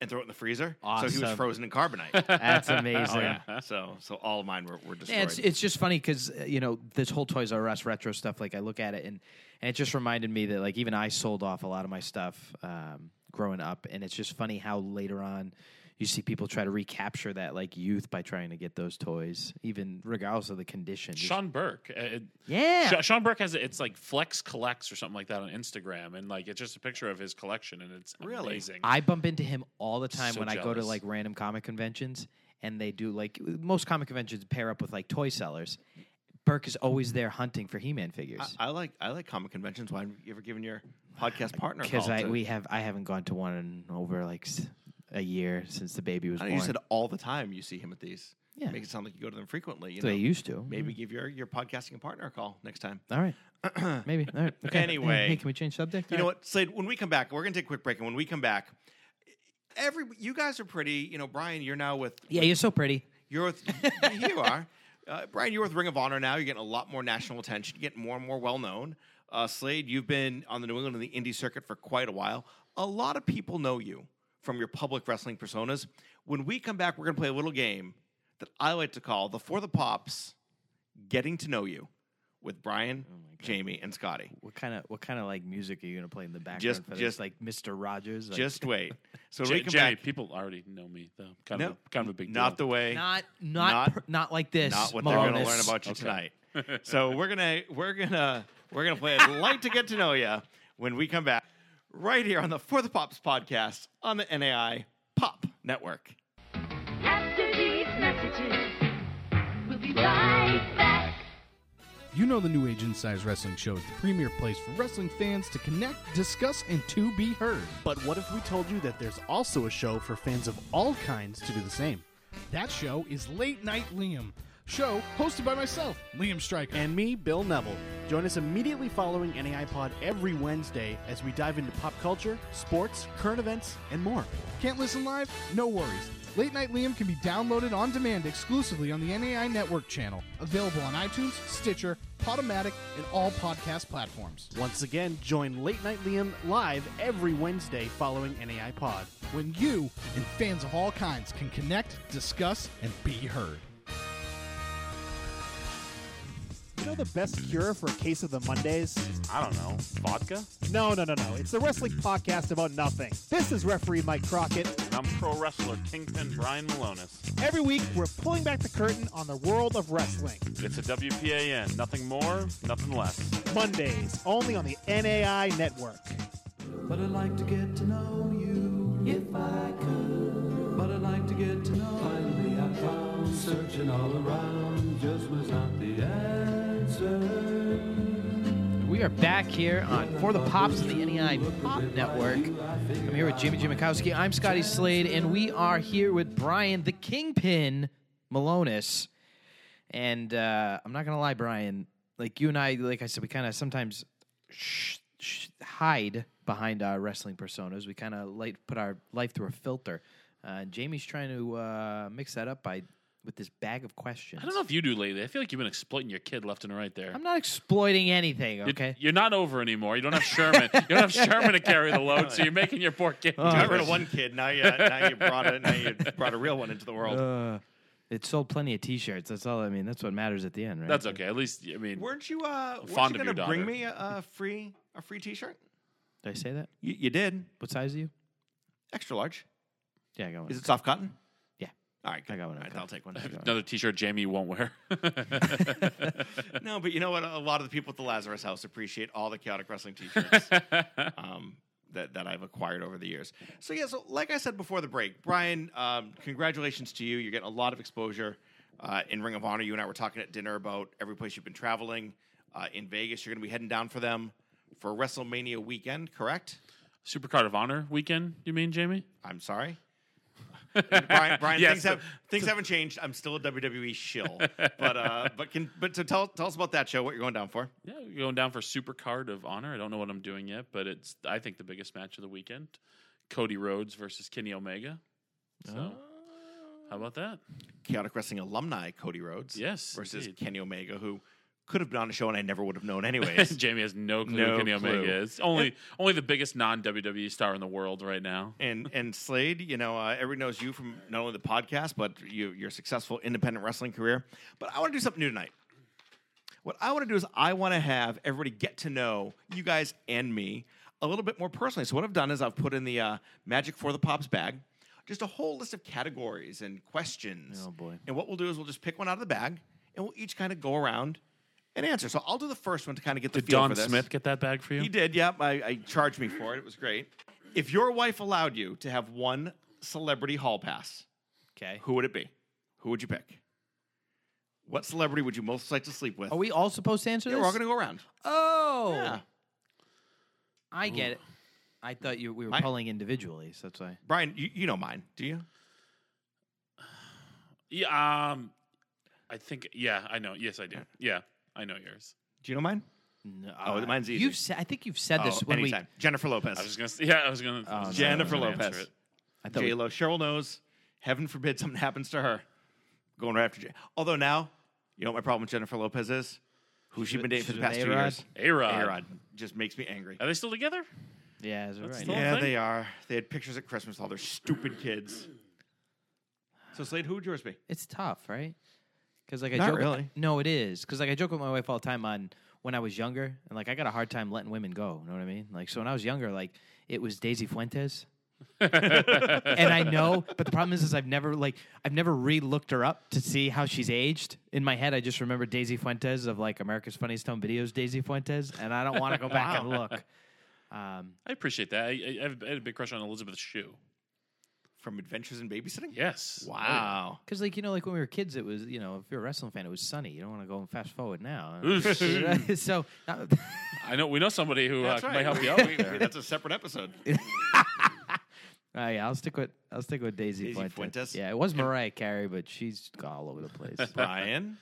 [SPEAKER 3] and throw it in the freezer. So he was
[SPEAKER 2] Awesome.
[SPEAKER 3] frozen in carbonite.
[SPEAKER 2] That's amazing.
[SPEAKER 3] so so all of mine were, were destroyed.
[SPEAKER 2] Yeah, it's it's just funny because you know this whole Toys R Us retro stuff. Like I look at it and and it just reminded me that like even I sold off a lot of my stuff um, growing up, and it's just funny how later on you see people try to recapture that like youth by trying to get those toys, even regardless of the condition. Just-
[SPEAKER 4] Sean Burke, uh, it-
[SPEAKER 2] yeah,
[SPEAKER 4] Sha- Sean Burke has a- it's like Flex Collects or something like that on Instagram, and like it's just a picture of his collection, and it's
[SPEAKER 3] Really?
[SPEAKER 4] amazing.
[SPEAKER 2] I bump into him all the time
[SPEAKER 4] So
[SPEAKER 2] when I go to
[SPEAKER 4] jealous.
[SPEAKER 2] like random comic conventions, and they do like most comic conventions pair up with like toy sellers. Burke is always there hunting for He-Man figures.
[SPEAKER 3] I, I like I like comic conventions. Why have you ever given your podcast partner? a
[SPEAKER 2] because
[SPEAKER 3] call
[SPEAKER 2] I
[SPEAKER 3] to-
[SPEAKER 2] we have I haven't gone to one in over like s- a year since the baby was
[SPEAKER 3] I
[SPEAKER 2] born.
[SPEAKER 3] know you said all the time you see him at these.
[SPEAKER 2] Yeah.
[SPEAKER 3] Make it sound like you go to them frequently. You
[SPEAKER 2] They
[SPEAKER 3] know?
[SPEAKER 2] used to.
[SPEAKER 3] Maybe give your, your podcasting partner a call next time.
[SPEAKER 2] All right. Maybe. All right. Okay. Hey,
[SPEAKER 3] Anyway.
[SPEAKER 2] Hey, can we change subject?
[SPEAKER 3] You
[SPEAKER 2] All
[SPEAKER 3] know
[SPEAKER 2] right.
[SPEAKER 3] what, Slade? When we come back, we're gonna take a quick break, and when we come back, every you guys are pretty. You know, Brian, you're now with
[SPEAKER 2] Yeah, you're so pretty.
[SPEAKER 3] you're with you are. Uh, Brian, you're with Ring of Honor now. You're getting a lot more national attention. You're getting more and more well known. Uh, Slade, you've been on the New England and the indie circuit for quite a while. A lot of people know you from your public wrestling personas. When we come back, we're going to play a little game that I like to call the For the Pops Getting to Know You with Brian,
[SPEAKER 4] Oh
[SPEAKER 3] Jamie, and Scotty.
[SPEAKER 2] What kind of what kind of like music are you gonna play in the background?
[SPEAKER 3] Just-
[SPEAKER 2] for this?
[SPEAKER 3] just-
[SPEAKER 2] like Mr. Rogers. Like,
[SPEAKER 3] Just wait. So when
[SPEAKER 4] J-
[SPEAKER 3] we come
[SPEAKER 4] Jerry,
[SPEAKER 3] back,
[SPEAKER 4] people already know me though. Kind of
[SPEAKER 3] No,
[SPEAKER 4] a, kind of a big
[SPEAKER 3] not
[SPEAKER 4] deal.
[SPEAKER 3] the way.
[SPEAKER 2] not
[SPEAKER 3] Not-
[SPEAKER 2] not per- not like this.
[SPEAKER 3] not what they're going
[SPEAKER 2] Malonis.
[SPEAKER 3] to learn about you tonight. so we're gonna we're gonna we're gonna play. I'd like to get to know you when we come back, right here on the For the Pops podcast on the NAI Pop Network.
[SPEAKER 7] After these messages, we'll be right back.
[SPEAKER 1] You know the New Age Insider's Wrestling Show is the premier place for wrestling fans to connect, discuss, and to be heard. But what if we told you that there's also a show for fans of all kinds to do the same?
[SPEAKER 8] That show is Late Night Liam. Show hosted by myself, Liam Stryker.
[SPEAKER 1] And me, Bill Neville. Join us immediately following NAIPod every Wednesday as we dive into pop culture, sports, current events, and more.
[SPEAKER 8] Can't listen live? No worries. Late Night Liam can be downloaded on demand exclusively on the NAI Network channel. Available on iTunes, Stitcher, Podomatic, and all podcast platforms.
[SPEAKER 1] Once again, join Late Night Liam live every Wednesday following NAIPod.
[SPEAKER 8] When you and fans of all kinds can connect, discuss, and be heard.
[SPEAKER 9] You know the best cure for a case of the Mondays?
[SPEAKER 4] I don't know. Vodka?
[SPEAKER 9] No, no, no, no. It's the wrestling podcast about nothing. This is referee Mike Crockett.
[SPEAKER 4] And I'm pro wrestler Kingpin Brian Malonis.
[SPEAKER 9] Every week, we're pulling back the curtain on the world of wrestling.
[SPEAKER 4] It's a WPAN. Nothing more, nothing less.
[SPEAKER 9] Mondays, only on the NAI network.
[SPEAKER 10] But I'd like to get to know you if I could. But I'd like to get to know. Finally, I found searching all around just was not the answer.
[SPEAKER 2] We are back here on For the Pops of the NEI Pop Network. I'm here with Jimmy Jimikowski. I'm Scotty Slade, and we are here with Brian the Kingpin Malonis. And uh, I'm not gonna lie, Brian. Like you and I, like I said, we kind of sometimes sh- sh- hide behind our wrestling personas. We kind of like put our life through a filter. Uh, Jamie's trying to uh, mix that up by with this bag of questions.
[SPEAKER 4] I don't know if you do lately. I feel like you've been exploiting your kid left and right there.
[SPEAKER 2] I'm not exploiting anything.
[SPEAKER 4] You're-
[SPEAKER 2] Okay.
[SPEAKER 4] You're, not over anymore. You don't have Sherman. you don't have Sherman to carry the load, so you're making your poor kid.
[SPEAKER 2] Oh.
[SPEAKER 3] You got rid of one kid. Now you now you brought a now you brought a real one into the world.
[SPEAKER 2] Uh, it sold plenty of T-shirts. That's all. I mean, that's what matters at the end, right?
[SPEAKER 4] That's okay. At least I mean,
[SPEAKER 3] weren't you uh weren't
[SPEAKER 4] Fond
[SPEAKER 3] you
[SPEAKER 4] of your
[SPEAKER 3] gonna bring
[SPEAKER 4] daughter.
[SPEAKER 3] me a, a free a free T-shirt?
[SPEAKER 2] Did I say that?
[SPEAKER 3] You, you did.
[SPEAKER 2] What size are you?
[SPEAKER 3] Extra large.
[SPEAKER 2] Yeah, I got one.
[SPEAKER 3] Is it soft cotton?
[SPEAKER 2] Yeah.
[SPEAKER 3] All right.
[SPEAKER 2] I got one.
[SPEAKER 3] All right,
[SPEAKER 2] Okay.
[SPEAKER 3] I'll take one.
[SPEAKER 4] another T-shirt Jamie won't wear.
[SPEAKER 3] No, but you know what? A lot of the people at the Lazarus House appreciate all the chaotic wrestling T-shirts um, that that I've acquired over the years. So yeah, so like I said before the break, Brian, um, congratulations to you. You're getting a lot of exposure uh, in Ring of Honor. You and I were talking at dinner about every place you've been traveling. Uh, in Vegas, you're going to be heading down for them for WrestleMania weekend, correct?
[SPEAKER 4] Supercard of Honor weekend? You mean Jamie?
[SPEAKER 3] I'm sorry. Brian, Brian
[SPEAKER 4] Yes,
[SPEAKER 3] things, have, things haven't changed. I'm still a WWE shill, but uh, but can but so tell tell us about that show. What you're going down for?
[SPEAKER 4] Yeah, we're going down for Supercard of Honor. I don't know what I'm doing yet, but it's I think the biggest match of the weekend: Cody Rhodes versus Kenny Omega. So,
[SPEAKER 3] Ah.
[SPEAKER 4] how about that?
[SPEAKER 3] Chaotic Wrestling alumni Cody Rhodes.
[SPEAKER 4] Yes,
[SPEAKER 3] Versus
[SPEAKER 4] indeed.
[SPEAKER 3] Kenny Omega, who could have been on a show and I never would have known anyways.
[SPEAKER 4] Jamie has no clue
[SPEAKER 3] No
[SPEAKER 4] who Kenny
[SPEAKER 3] clue.
[SPEAKER 4] Omega is. Only only the biggest non WWE star in the world right now.
[SPEAKER 3] and and Slade, you know, uh, everybody knows you from not only the podcast, but you, your successful independent wrestling career. But I want to do something new tonight. What I want to do is I want to have everybody get to know you guys and me a little bit more personally. So what I've done is I've put in the uh, Magic for the Pops bag just a whole list of categories and questions.
[SPEAKER 2] Oh, boy.
[SPEAKER 3] And what we'll do is we'll just pick one out of the bag and we'll each kind of go around and answer. So I'll do the first one to kind of get the
[SPEAKER 4] Did
[SPEAKER 3] feel
[SPEAKER 4] Don
[SPEAKER 3] for this.
[SPEAKER 4] Smith get that bag for you?
[SPEAKER 3] He did. Yep. I, I charged me for it. It was great. If your wife allowed you to have one celebrity hall pass,
[SPEAKER 2] okay.
[SPEAKER 3] who would it be? Who would you pick? What celebrity would you most like to sleep with?
[SPEAKER 2] Are we all supposed to answer
[SPEAKER 3] Yeah,
[SPEAKER 2] this?
[SPEAKER 3] we're all going to go around.
[SPEAKER 2] oh,
[SPEAKER 3] Yeah.
[SPEAKER 2] I get it. I thought you we were
[SPEAKER 3] I-
[SPEAKER 2] polling individually, so that's why.
[SPEAKER 3] Brian, you, you know mine, do you?
[SPEAKER 4] Yeah. Um, I think. Yeah, I know. Yes, I do. Yeah, I know yours.
[SPEAKER 3] Do you know mine?
[SPEAKER 2] No,
[SPEAKER 3] Oh, mine's easy.
[SPEAKER 2] You've said, I think you've said this
[SPEAKER 3] Oh,
[SPEAKER 2] when
[SPEAKER 3] anytime. Jennifer Lopez.
[SPEAKER 4] I was just gonna. Say, yeah, I was
[SPEAKER 3] Oh,
[SPEAKER 4] gonna. I was gonna
[SPEAKER 3] Jennifer
[SPEAKER 4] answer
[SPEAKER 3] Lopez.
[SPEAKER 4] it.
[SPEAKER 2] we. I thought
[SPEAKER 3] J
[SPEAKER 2] we-
[SPEAKER 3] Lo. Cheryl knows. Heaven forbid something happens to her. Going right after J. Although now, you know what my problem with Jennifer Lopez is? Who she's been dating for the
[SPEAKER 2] she's
[SPEAKER 3] past
[SPEAKER 2] with
[SPEAKER 3] two
[SPEAKER 2] A-Rod?
[SPEAKER 3] years?
[SPEAKER 4] A-Rod.
[SPEAKER 3] A Rod just makes me angry.
[SPEAKER 4] Are they still together?
[SPEAKER 2] yeah, is it right?
[SPEAKER 4] the whole
[SPEAKER 3] Yeah,
[SPEAKER 4] thing?
[SPEAKER 3] they are. They had pictures at Christmas with all their stupid kids. So Slade, who would yours be?
[SPEAKER 2] It's tough, right? Because like I
[SPEAKER 3] Not
[SPEAKER 2] joke,
[SPEAKER 3] really.
[SPEAKER 2] no, it is. Because like I joke with my wife all the time on when I was younger, and like I got a hard time letting women go. You know what I mean? Like so when I was younger, like it was Daisy Fuentes, and I know, but the problem is, is I've never like I've never re-looked her up to see how she's aged. In my head, I just remember Daisy Fuentes of like America's Funniest Home Videos, Daisy Fuentes, and I don't want to go back and look. Um,
[SPEAKER 4] I appreciate that. I, I, I have- I had a big crush on Elizabeth Shue.
[SPEAKER 3] From Adventures in Babysitting?
[SPEAKER 4] Yes.
[SPEAKER 3] Wow.
[SPEAKER 2] Because like you know, like when we were kids, it was you know if you're a wrestling fan, it was Sunny. You don't want to go and fast forward now. so uh,
[SPEAKER 4] I know. We know somebody who uh,
[SPEAKER 3] That's right.
[SPEAKER 4] might help
[SPEAKER 3] We-
[SPEAKER 4] you out.
[SPEAKER 3] we-
[SPEAKER 4] with that.
[SPEAKER 3] That's a separate episode.
[SPEAKER 2] Uh, yeah, I'll stick with I'll stick with Daisy,
[SPEAKER 3] Daisy
[SPEAKER 2] Fuentes.
[SPEAKER 3] Fuentes?
[SPEAKER 2] Yeah, it was Mariah Carey, but she's all over the place.
[SPEAKER 3] Brian.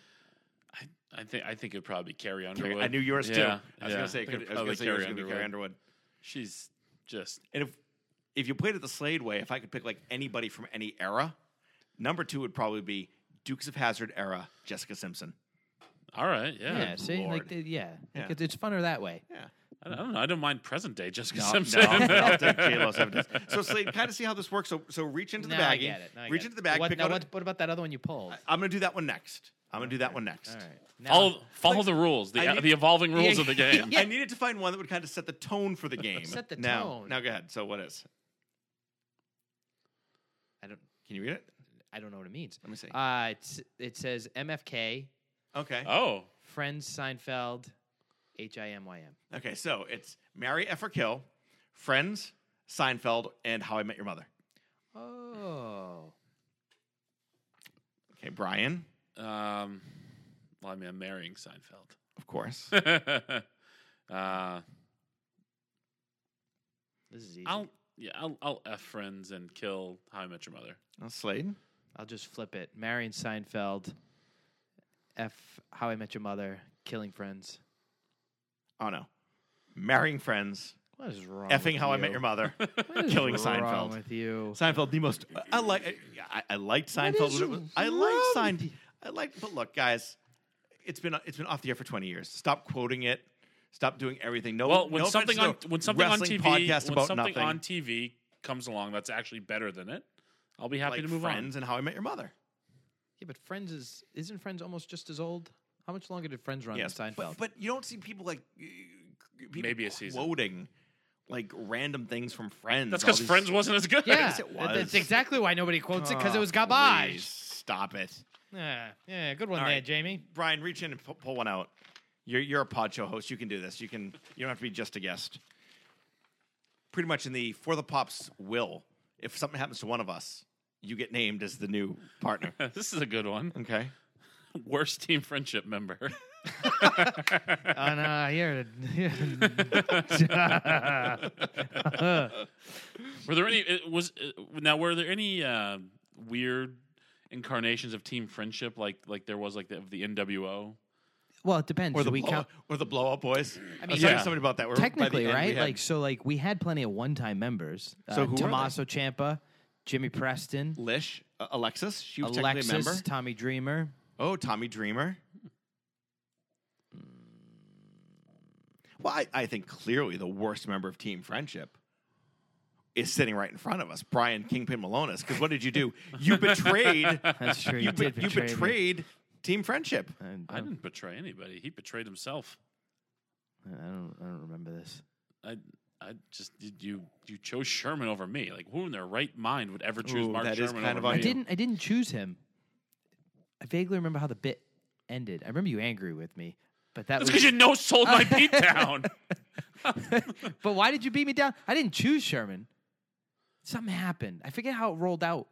[SPEAKER 4] I think I think it'd probably be Carrie
[SPEAKER 3] Carrie-
[SPEAKER 4] Underwood.
[SPEAKER 3] I knew yours too.
[SPEAKER 4] Yeah,
[SPEAKER 3] I was
[SPEAKER 4] yeah.
[SPEAKER 3] gonna say
[SPEAKER 4] I
[SPEAKER 3] it
[SPEAKER 4] think
[SPEAKER 3] could,
[SPEAKER 4] it'd
[SPEAKER 3] I was
[SPEAKER 4] probably
[SPEAKER 3] gonna say yours was gonna be
[SPEAKER 4] Underwood.
[SPEAKER 3] Carrie Underwood.
[SPEAKER 4] She's just
[SPEAKER 3] And if if you played it the Slade way, if I could pick like anybody from any era, number two would probably be Dukes of Hazard era Jessica Simpson.
[SPEAKER 4] all right. Yeah.
[SPEAKER 2] yeah, see,
[SPEAKER 3] Lord.
[SPEAKER 2] like the- yeah,
[SPEAKER 3] Yeah.
[SPEAKER 2] Like, it's, it's funner that way.
[SPEAKER 3] Yeah.
[SPEAKER 4] I don't, I don't know. I don't mind present day Jessica
[SPEAKER 3] No,
[SPEAKER 4] Simpson.
[SPEAKER 3] no, I'll take J-Lo seven days. So Slade, kind of see how this works. So so reach into the
[SPEAKER 2] Now I
[SPEAKER 3] baggie.
[SPEAKER 2] get it. Now I
[SPEAKER 3] reach
[SPEAKER 2] get
[SPEAKER 3] into
[SPEAKER 2] it.
[SPEAKER 3] the bag.
[SPEAKER 2] What,
[SPEAKER 3] pick
[SPEAKER 2] now
[SPEAKER 3] out a-
[SPEAKER 2] what, what about that other one you pulled?
[SPEAKER 3] I'm gonna do that one next. I'm gonna do that one next.
[SPEAKER 2] all right, now,
[SPEAKER 4] follow follow the rules, the
[SPEAKER 3] I need-
[SPEAKER 4] the evolving rules of the game.
[SPEAKER 3] I needed to find one that would kind of set the tone for the game.
[SPEAKER 2] Set the
[SPEAKER 3] now,
[SPEAKER 2] tone.
[SPEAKER 3] Now go ahead. So what is?
[SPEAKER 2] I don't
[SPEAKER 3] Can you read it?
[SPEAKER 2] I don't know what it means.
[SPEAKER 3] Let me see.
[SPEAKER 2] Uh, it's, it says MFK,
[SPEAKER 3] Okay.
[SPEAKER 4] Oh,
[SPEAKER 2] Friends, Seinfeld, H I M Y M.
[SPEAKER 3] Okay. So it's marry, F or kill, Friends, Seinfeld, and How I Met Your Mother.
[SPEAKER 2] Oh,
[SPEAKER 3] Okay, Brian,
[SPEAKER 4] um, well, I mean, I'm marrying Seinfeld.
[SPEAKER 3] of course.
[SPEAKER 4] uh,
[SPEAKER 2] this is easy. I'll,
[SPEAKER 4] I'll yeah, I'll, I'll f friends and kill How I Met Your Mother.
[SPEAKER 3] Uh, Slade.
[SPEAKER 2] just flip it. Marion Seinfeld, F How I Met Your Mother, Killing Friends.
[SPEAKER 3] Oh no, marrying Friends,
[SPEAKER 2] What is wrong?
[SPEAKER 3] effing
[SPEAKER 2] with
[SPEAKER 3] How I
[SPEAKER 2] you?
[SPEAKER 3] Met Your Mother,
[SPEAKER 2] What is
[SPEAKER 3] killing
[SPEAKER 2] wrong
[SPEAKER 3] Seinfeld.
[SPEAKER 2] with you?
[SPEAKER 3] Seinfeld, the most. I like. I, I liked Seinfeld. When it was, I liked Seinfeld. I like. But look, guys, it's been it's been off the air for twenty years. Stop quoting it. Stop doing everything. No.
[SPEAKER 4] Well, when
[SPEAKER 3] no
[SPEAKER 4] something on
[SPEAKER 3] offense to
[SPEAKER 4] when something on
[SPEAKER 3] wrestling
[SPEAKER 4] TV
[SPEAKER 3] podcast
[SPEAKER 4] when
[SPEAKER 3] about
[SPEAKER 4] something
[SPEAKER 3] nothing,
[SPEAKER 4] on TV comes along that's actually better than it, I'll be happy
[SPEAKER 3] like
[SPEAKER 4] to move
[SPEAKER 3] Friends and How I Met Your Mother.
[SPEAKER 2] Yeah, but Friends is isn't Friends almost just as old? How much longer did Friends run
[SPEAKER 3] Yes,
[SPEAKER 2] than Seinfeld?
[SPEAKER 3] but, but you don't see people like uh, people
[SPEAKER 4] Maybe a season.
[SPEAKER 3] quoting like random things from Friends.
[SPEAKER 4] on. That's
[SPEAKER 3] all
[SPEAKER 4] because
[SPEAKER 3] these-
[SPEAKER 4] Friends wasn't as good.
[SPEAKER 2] yeah,
[SPEAKER 3] it
[SPEAKER 2] that- that's
[SPEAKER 3] was.
[SPEAKER 2] exactly why nobody quotes it because it was
[SPEAKER 3] Please,
[SPEAKER 2] garbage.
[SPEAKER 3] Stop it.
[SPEAKER 2] Yeah, yeah, good one
[SPEAKER 3] All
[SPEAKER 2] there,
[SPEAKER 3] right.
[SPEAKER 2] Jamie.
[SPEAKER 3] Brian, reach in and pu- pull one out. You're you're a pod show host. You can do this. You can. You don't have to be just a guest. Pretty much in the for the pops will. If something happens to one of us, you get named as the new partner.
[SPEAKER 4] this is a good one.
[SPEAKER 3] Okay.
[SPEAKER 4] Worst team friendship member.
[SPEAKER 2] and uh, here,
[SPEAKER 4] Were there any? It was uh, now. Were there any uh, weird incarnations of team friendship like like there was like the, of the NWO?
[SPEAKER 2] well, it depends.
[SPEAKER 3] Or
[SPEAKER 2] Do
[SPEAKER 3] the
[SPEAKER 2] we
[SPEAKER 3] blow,
[SPEAKER 2] count
[SPEAKER 3] or the blow up boys. I was
[SPEAKER 4] yeah.
[SPEAKER 3] talking to somebody about that. We're- by the
[SPEAKER 2] technically,
[SPEAKER 3] end, we
[SPEAKER 2] right?
[SPEAKER 3] had-
[SPEAKER 2] Like so, like we had plenty of one-time members. Uh,
[SPEAKER 3] So who are they?
[SPEAKER 2] Tommaso Champa, Jimmy Preston,
[SPEAKER 3] Lish, uh, Alexis. She was technically a
[SPEAKER 2] Alexis,
[SPEAKER 3] member.
[SPEAKER 2] Tommy Dreamer.
[SPEAKER 3] Oh, Tommy Dreamer. Well, I, I think clearly the worst member of Team Friendship is sitting right in front of us, Brian Kingpin Malonis. Because what did you do? You betrayed.
[SPEAKER 2] That's true.
[SPEAKER 3] you,
[SPEAKER 2] You,
[SPEAKER 3] be-
[SPEAKER 2] did
[SPEAKER 3] you
[SPEAKER 2] betray me.
[SPEAKER 3] betrayed Team Friendship.
[SPEAKER 2] I, I
[SPEAKER 4] I
[SPEAKER 2] don't,
[SPEAKER 4] didn't betray anybody. He betrayed himself.
[SPEAKER 2] I don't. I don't remember this.
[SPEAKER 4] I I just you- you you chose Sherman over me. Like who in their right mind would ever choose
[SPEAKER 3] Ooh,
[SPEAKER 4] Mark
[SPEAKER 3] that is
[SPEAKER 4] Sherman over
[SPEAKER 3] kind of
[SPEAKER 2] I
[SPEAKER 4] me?
[SPEAKER 3] on you.
[SPEAKER 2] didn't. I didn't choose him. I vaguely remember how the bit ended. I remember you angry with me, but that
[SPEAKER 4] That's
[SPEAKER 2] was.
[SPEAKER 4] because you no sold my beat down.
[SPEAKER 2] but why did you beat me down? I didn't choose Sherman. Something happened. I forget how it rolled out.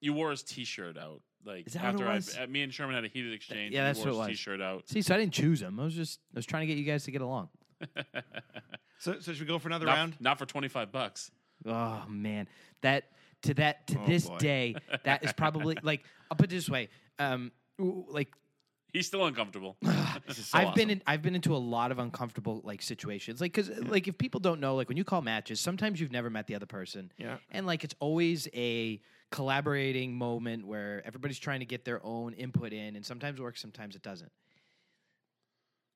[SPEAKER 4] you wore his T-shirt out. Like
[SPEAKER 2] Is that what it
[SPEAKER 4] after
[SPEAKER 2] was?
[SPEAKER 4] I, uh, me and Sherman had a heated exchange.
[SPEAKER 2] yeah,
[SPEAKER 4] and
[SPEAKER 2] that's
[SPEAKER 4] he
[SPEAKER 2] what
[SPEAKER 4] wore
[SPEAKER 2] it
[SPEAKER 4] his
[SPEAKER 2] was.
[SPEAKER 4] T-shirt out.
[SPEAKER 2] See, so I didn't choose him. I was just. I was trying to get you guys to get along.
[SPEAKER 3] So, so should we go for another round?
[SPEAKER 4] Not, not for twenty five bucks.
[SPEAKER 2] Oh man, that to that to this
[SPEAKER 3] boy.
[SPEAKER 2] day, that is probably like I'll put it this way. Um, w- like
[SPEAKER 4] He's still uncomfortable.
[SPEAKER 3] This is so
[SPEAKER 2] I've
[SPEAKER 3] awesome.
[SPEAKER 2] been in, I've been into a lot of uncomfortable like situations like because like if people don't know like when you call matches sometimes you've never met the other person
[SPEAKER 3] Yeah.
[SPEAKER 2] and like it's always a collaborating moment where everybody's trying to get their own input in and sometimes it works sometimes it doesn't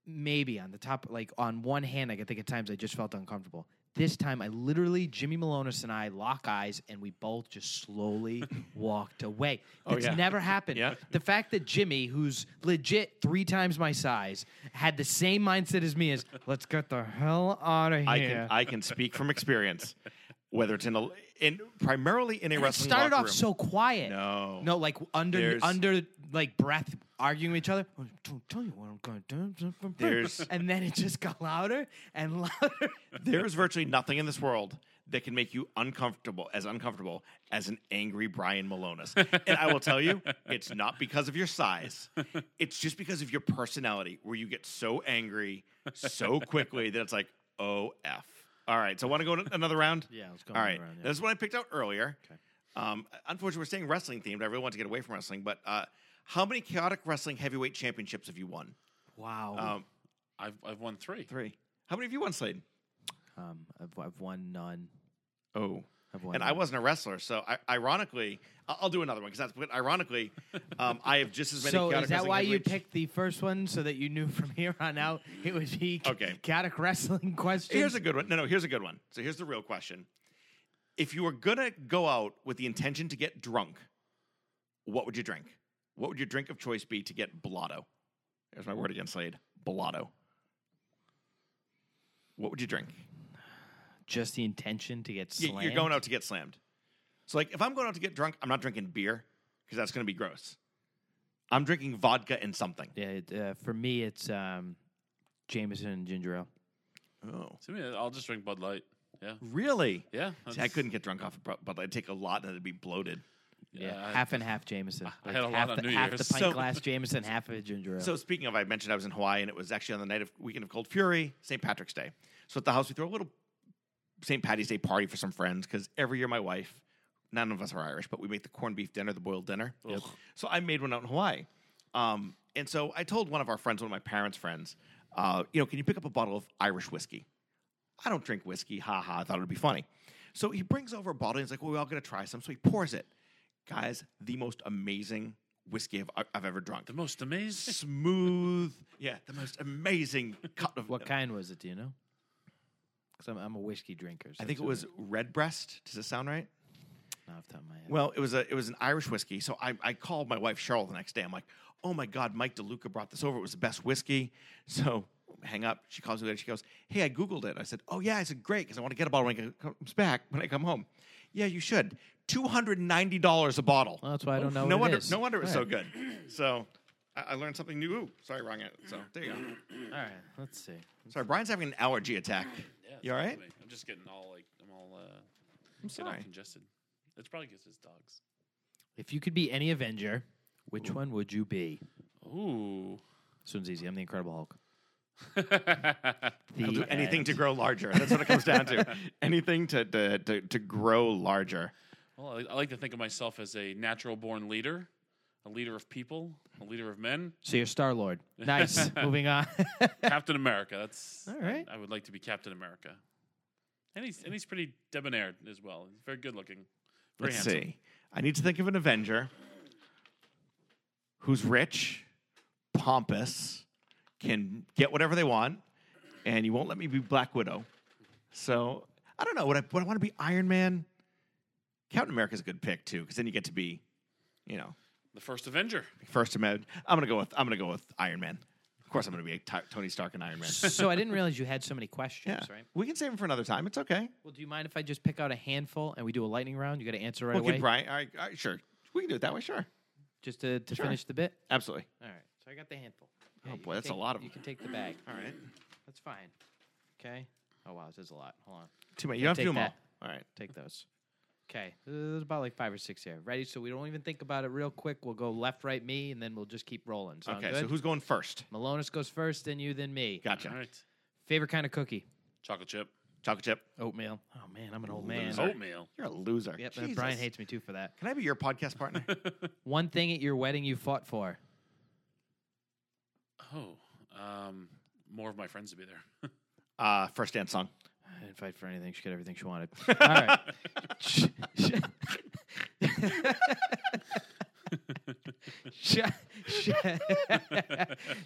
[SPEAKER 2] maybe on the top like on one hand I can think of times I just felt uncomfortable this time I literally Jimmy Malonis and I lock eyes and we both just slowly walked away it's
[SPEAKER 3] Oh, yeah.
[SPEAKER 2] never happened
[SPEAKER 3] Yeah.
[SPEAKER 2] the fact that Jimmy, who's legit three times my size, had the same mindset as me is let's get the hell out of here.
[SPEAKER 3] I can I can speak from experience, whether it's in a in primarily in a
[SPEAKER 2] it
[SPEAKER 3] wrestling
[SPEAKER 2] started
[SPEAKER 3] locker
[SPEAKER 2] off
[SPEAKER 3] room.
[SPEAKER 2] so quiet.
[SPEAKER 3] No.
[SPEAKER 2] no, like under
[SPEAKER 3] There's-
[SPEAKER 2] under like breath arguing with each other. "I Don't tell you what I'm gonna do.
[SPEAKER 3] There's-
[SPEAKER 2] and then it just got louder and louder.
[SPEAKER 3] there is virtually nothing in this world that can make you uncomfortable as uncomfortable as an angry Brian Malonis. and I will tell you, it's not because of your size. It's just because of your personality where you get so angry so quickly that it's like, "Oh f." All right, so want to go to another round?
[SPEAKER 2] Yeah, let's go
[SPEAKER 3] All
[SPEAKER 2] another
[SPEAKER 3] right.
[SPEAKER 2] round, yeah.
[SPEAKER 3] This is what I picked out earlier. Um, unfortunately, we're staying wrestling themed. I really want to get away from wrestling, but uh, how many chaotic wrestling heavyweight championships have you won?
[SPEAKER 2] wow.
[SPEAKER 3] Um,
[SPEAKER 4] I've I've won three.
[SPEAKER 3] three. How many have you won, Slade?
[SPEAKER 2] Um, I've, I've won none.
[SPEAKER 3] Oh,
[SPEAKER 2] I've won
[SPEAKER 3] and I
[SPEAKER 2] none.
[SPEAKER 3] wasn't a wrestler, so I, ironically, I- I'll do another one because that's. But ironically, um, I have just as many.
[SPEAKER 2] So
[SPEAKER 3] chaotic
[SPEAKER 2] is that
[SPEAKER 3] wrestling
[SPEAKER 2] why you
[SPEAKER 3] heavyweight ch-
[SPEAKER 2] picked the first one so that you knew from here on out it would be
[SPEAKER 3] Okay.
[SPEAKER 2] chaotic wrestling questions?
[SPEAKER 3] Here's a good one. No, no. Here's a good one. So here's the real question: If you were gonna go out with the intention to get drunk, what would you drink? What would your drink of choice be to get blotto? There's my word again, Slade. Blotto. What would you drink?
[SPEAKER 2] just the intention to get
[SPEAKER 3] Y-
[SPEAKER 2] slammed.
[SPEAKER 3] You're going out to get slammed. So like, if I'm going out to get drunk, I'm not drinking beer because that's gonna be gross. I'm drinking vodka and something.
[SPEAKER 2] Yeah, it, uh, for me, it's um, Jameson and ginger ale.
[SPEAKER 3] Oh.
[SPEAKER 4] So yeah, I'll just drink Bud Light. Yeah,
[SPEAKER 3] Really?
[SPEAKER 4] yeah.
[SPEAKER 3] See, I
[SPEAKER 4] that's-
[SPEAKER 3] couldn't get drunk off of Bud Bud Light. It'd take a lot and it'd be bloated.
[SPEAKER 2] Yeah,
[SPEAKER 4] I-
[SPEAKER 2] half and half Jameson.
[SPEAKER 4] I had a lot
[SPEAKER 2] half
[SPEAKER 4] on
[SPEAKER 2] the,
[SPEAKER 4] New
[SPEAKER 2] half
[SPEAKER 4] Year's.
[SPEAKER 2] the pint
[SPEAKER 3] So-
[SPEAKER 2] glass Jameson, half of a ginger ale.
[SPEAKER 3] So speaking of, I mentioned I was in Hawaii and it was actually on the night of weekend of Cold Fury, St. Patrick's Day. So at the house we throw a little St. Patty's Day party for some friends because every year my wife, none of us are Irish, but we make the corned beef dinner, the boiled dinner. So I made one out in Hawaii, um, and so I told one of our friends, one of my parents' friends, uh, you know, can you pick up a bottle of Irish whiskey? I don't drink whiskey. Ha ha. I thought it would be funny. So he brings over a bottle. And he's like, well, we're all going to try some. So he pours it. Guys, the most amazing whiskey I've, I've ever drunk.
[SPEAKER 4] the most amazing.
[SPEAKER 3] smooth. Yeah, the most amazing cut of
[SPEAKER 2] what kind was it? Do you know? Because I'm, I'm a whiskey drinker. So
[SPEAKER 3] I think
[SPEAKER 2] it's
[SPEAKER 3] it was red breast. Does it sound right?
[SPEAKER 2] not off the top of my head.
[SPEAKER 3] Well, it was a it was an Irish whiskey. So I, I called my wife Cheryl the next day. I'm like, oh my god, Mike DeLuca brought this over. It was the best whiskey. So hang up. She calls me later. She goes, hey, I googled it. I said, oh yeah. I said great because I want to get a bottle when it comes back when I come home. Yeah, you should. Two hundred ninety dollars a bottle.
[SPEAKER 2] Well, that's why I don't know.
[SPEAKER 3] no
[SPEAKER 2] what
[SPEAKER 3] wonder
[SPEAKER 2] It is.
[SPEAKER 3] no wonder it's
[SPEAKER 2] All
[SPEAKER 3] so
[SPEAKER 2] right.
[SPEAKER 3] good. So I, I learned something new. Ooh, sorry, wrong it. So there you go.
[SPEAKER 2] All right, let's see.
[SPEAKER 3] Sorry, Brian's having an allergy attack.
[SPEAKER 4] Yeah, it's
[SPEAKER 3] You all
[SPEAKER 4] fine
[SPEAKER 3] right?
[SPEAKER 4] with me. I'm just getting all like I'm all uh,
[SPEAKER 3] I'm
[SPEAKER 4] getting all
[SPEAKER 3] sorry.
[SPEAKER 4] congested. It's probably because it's dogs.
[SPEAKER 2] If you could be any Avenger, which one would you be?
[SPEAKER 4] Ooh.
[SPEAKER 2] This one's easy. I'm the Incredible Hulk.
[SPEAKER 3] I'll do
[SPEAKER 2] The
[SPEAKER 3] anything
[SPEAKER 2] end.
[SPEAKER 3] to grow larger. That's what it comes down to. Anything to, to, to, to grow larger.
[SPEAKER 4] Well, I, I like to think of myself as a natural born leader, a leader of people, a leader of men.
[SPEAKER 2] So you're Star Lord. Nice. Moving on.
[SPEAKER 4] Captain America. That's
[SPEAKER 2] All right.
[SPEAKER 4] I, I would like to be Captain America. And he's and he's pretty debonair as well. He's very good looking. Very
[SPEAKER 3] Let's
[SPEAKER 4] handsome.
[SPEAKER 3] see. I need to think of an Avenger who's rich, pompous, can get whatever they want, and you won't let me be Black Widow. So I don't know. Would I, would I want to be Iron Man? Captain America's a good pick too, because then you get to be, you know,
[SPEAKER 4] The first Avenger.
[SPEAKER 3] first Amendment. I'm gonna go with I'm gonna go with Iron Man. Of course, I'm gonna be a Ty- Tony Stark and Iron Man.
[SPEAKER 2] so I didn't realize you had so many questions,
[SPEAKER 3] Yeah,
[SPEAKER 2] right?
[SPEAKER 3] we can save him for another time. It's okay.
[SPEAKER 2] Well, do you mind if I just pick out a handful and we do a lightning round? You got to answer right
[SPEAKER 3] Well,
[SPEAKER 2] away,
[SPEAKER 3] can Brian? All right, all right, sure. We can do it that way. Sure,
[SPEAKER 2] just to, to
[SPEAKER 3] Sure.
[SPEAKER 2] finish the bit.
[SPEAKER 3] absolutely.
[SPEAKER 2] All right. So I got the handful.
[SPEAKER 3] Oh,
[SPEAKER 2] you
[SPEAKER 3] boy,
[SPEAKER 2] can
[SPEAKER 3] that's a
[SPEAKER 2] take-
[SPEAKER 3] lot of
[SPEAKER 2] You can
[SPEAKER 3] them.
[SPEAKER 2] take the bag.
[SPEAKER 3] All right,
[SPEAKER 2] That's fine. Okay. Oh wow, this is a lot. Hold on.
[SPEAKER 3] too many. You don't have to
[SPEAKER 2] Take
[SPEAKER 3] do them
[SPEAKER 2] that.
[SPEAKER 3] all. All right.
[SPEAKER 2] Take those. Okay. There's about like five or six here. Ready? So we don't even think about it. Real quick, we'll go left, right, me, and then we'll just keep rolling. Sound
[SPEAKER 3] okay,
[SPEAKER 2] good?
[SPEAKER 3] so who's going first?
[SPEAKER 2] Malonis goes first, then you, then me.
[SPEAKER 3] Gotcha.
[SPEAKER 4] All right.
[SPEAKER 2] Favorite kind of cookie?
[SPEAKER 4] Chocolate chip.
[SPEAKER 3] Chocolate chip.
[SPEAKER 2] Oatmeal. Oh man, I'm an old man.
[SPEAKER 4] Oatmeal.
[SPEAKER 3] You're a loser.
[SPEAKER 2] Yep,
[SPEAKER 3] Jesus.
[SPEAKER 2] Brian hates me too for that.
[SPEAKER 3] Can I be your podcast partner?
[SPEAKER 2] One thing at your wedding you fought for.
[SPEAKER 4] Oh, um, more of my friends to be there.
[SPEAKER 3] uh, first dance song.
[SPEAKER 2] I didn't fight for anything. She got everything she wanted. All right. Sh- sh- sh- sh-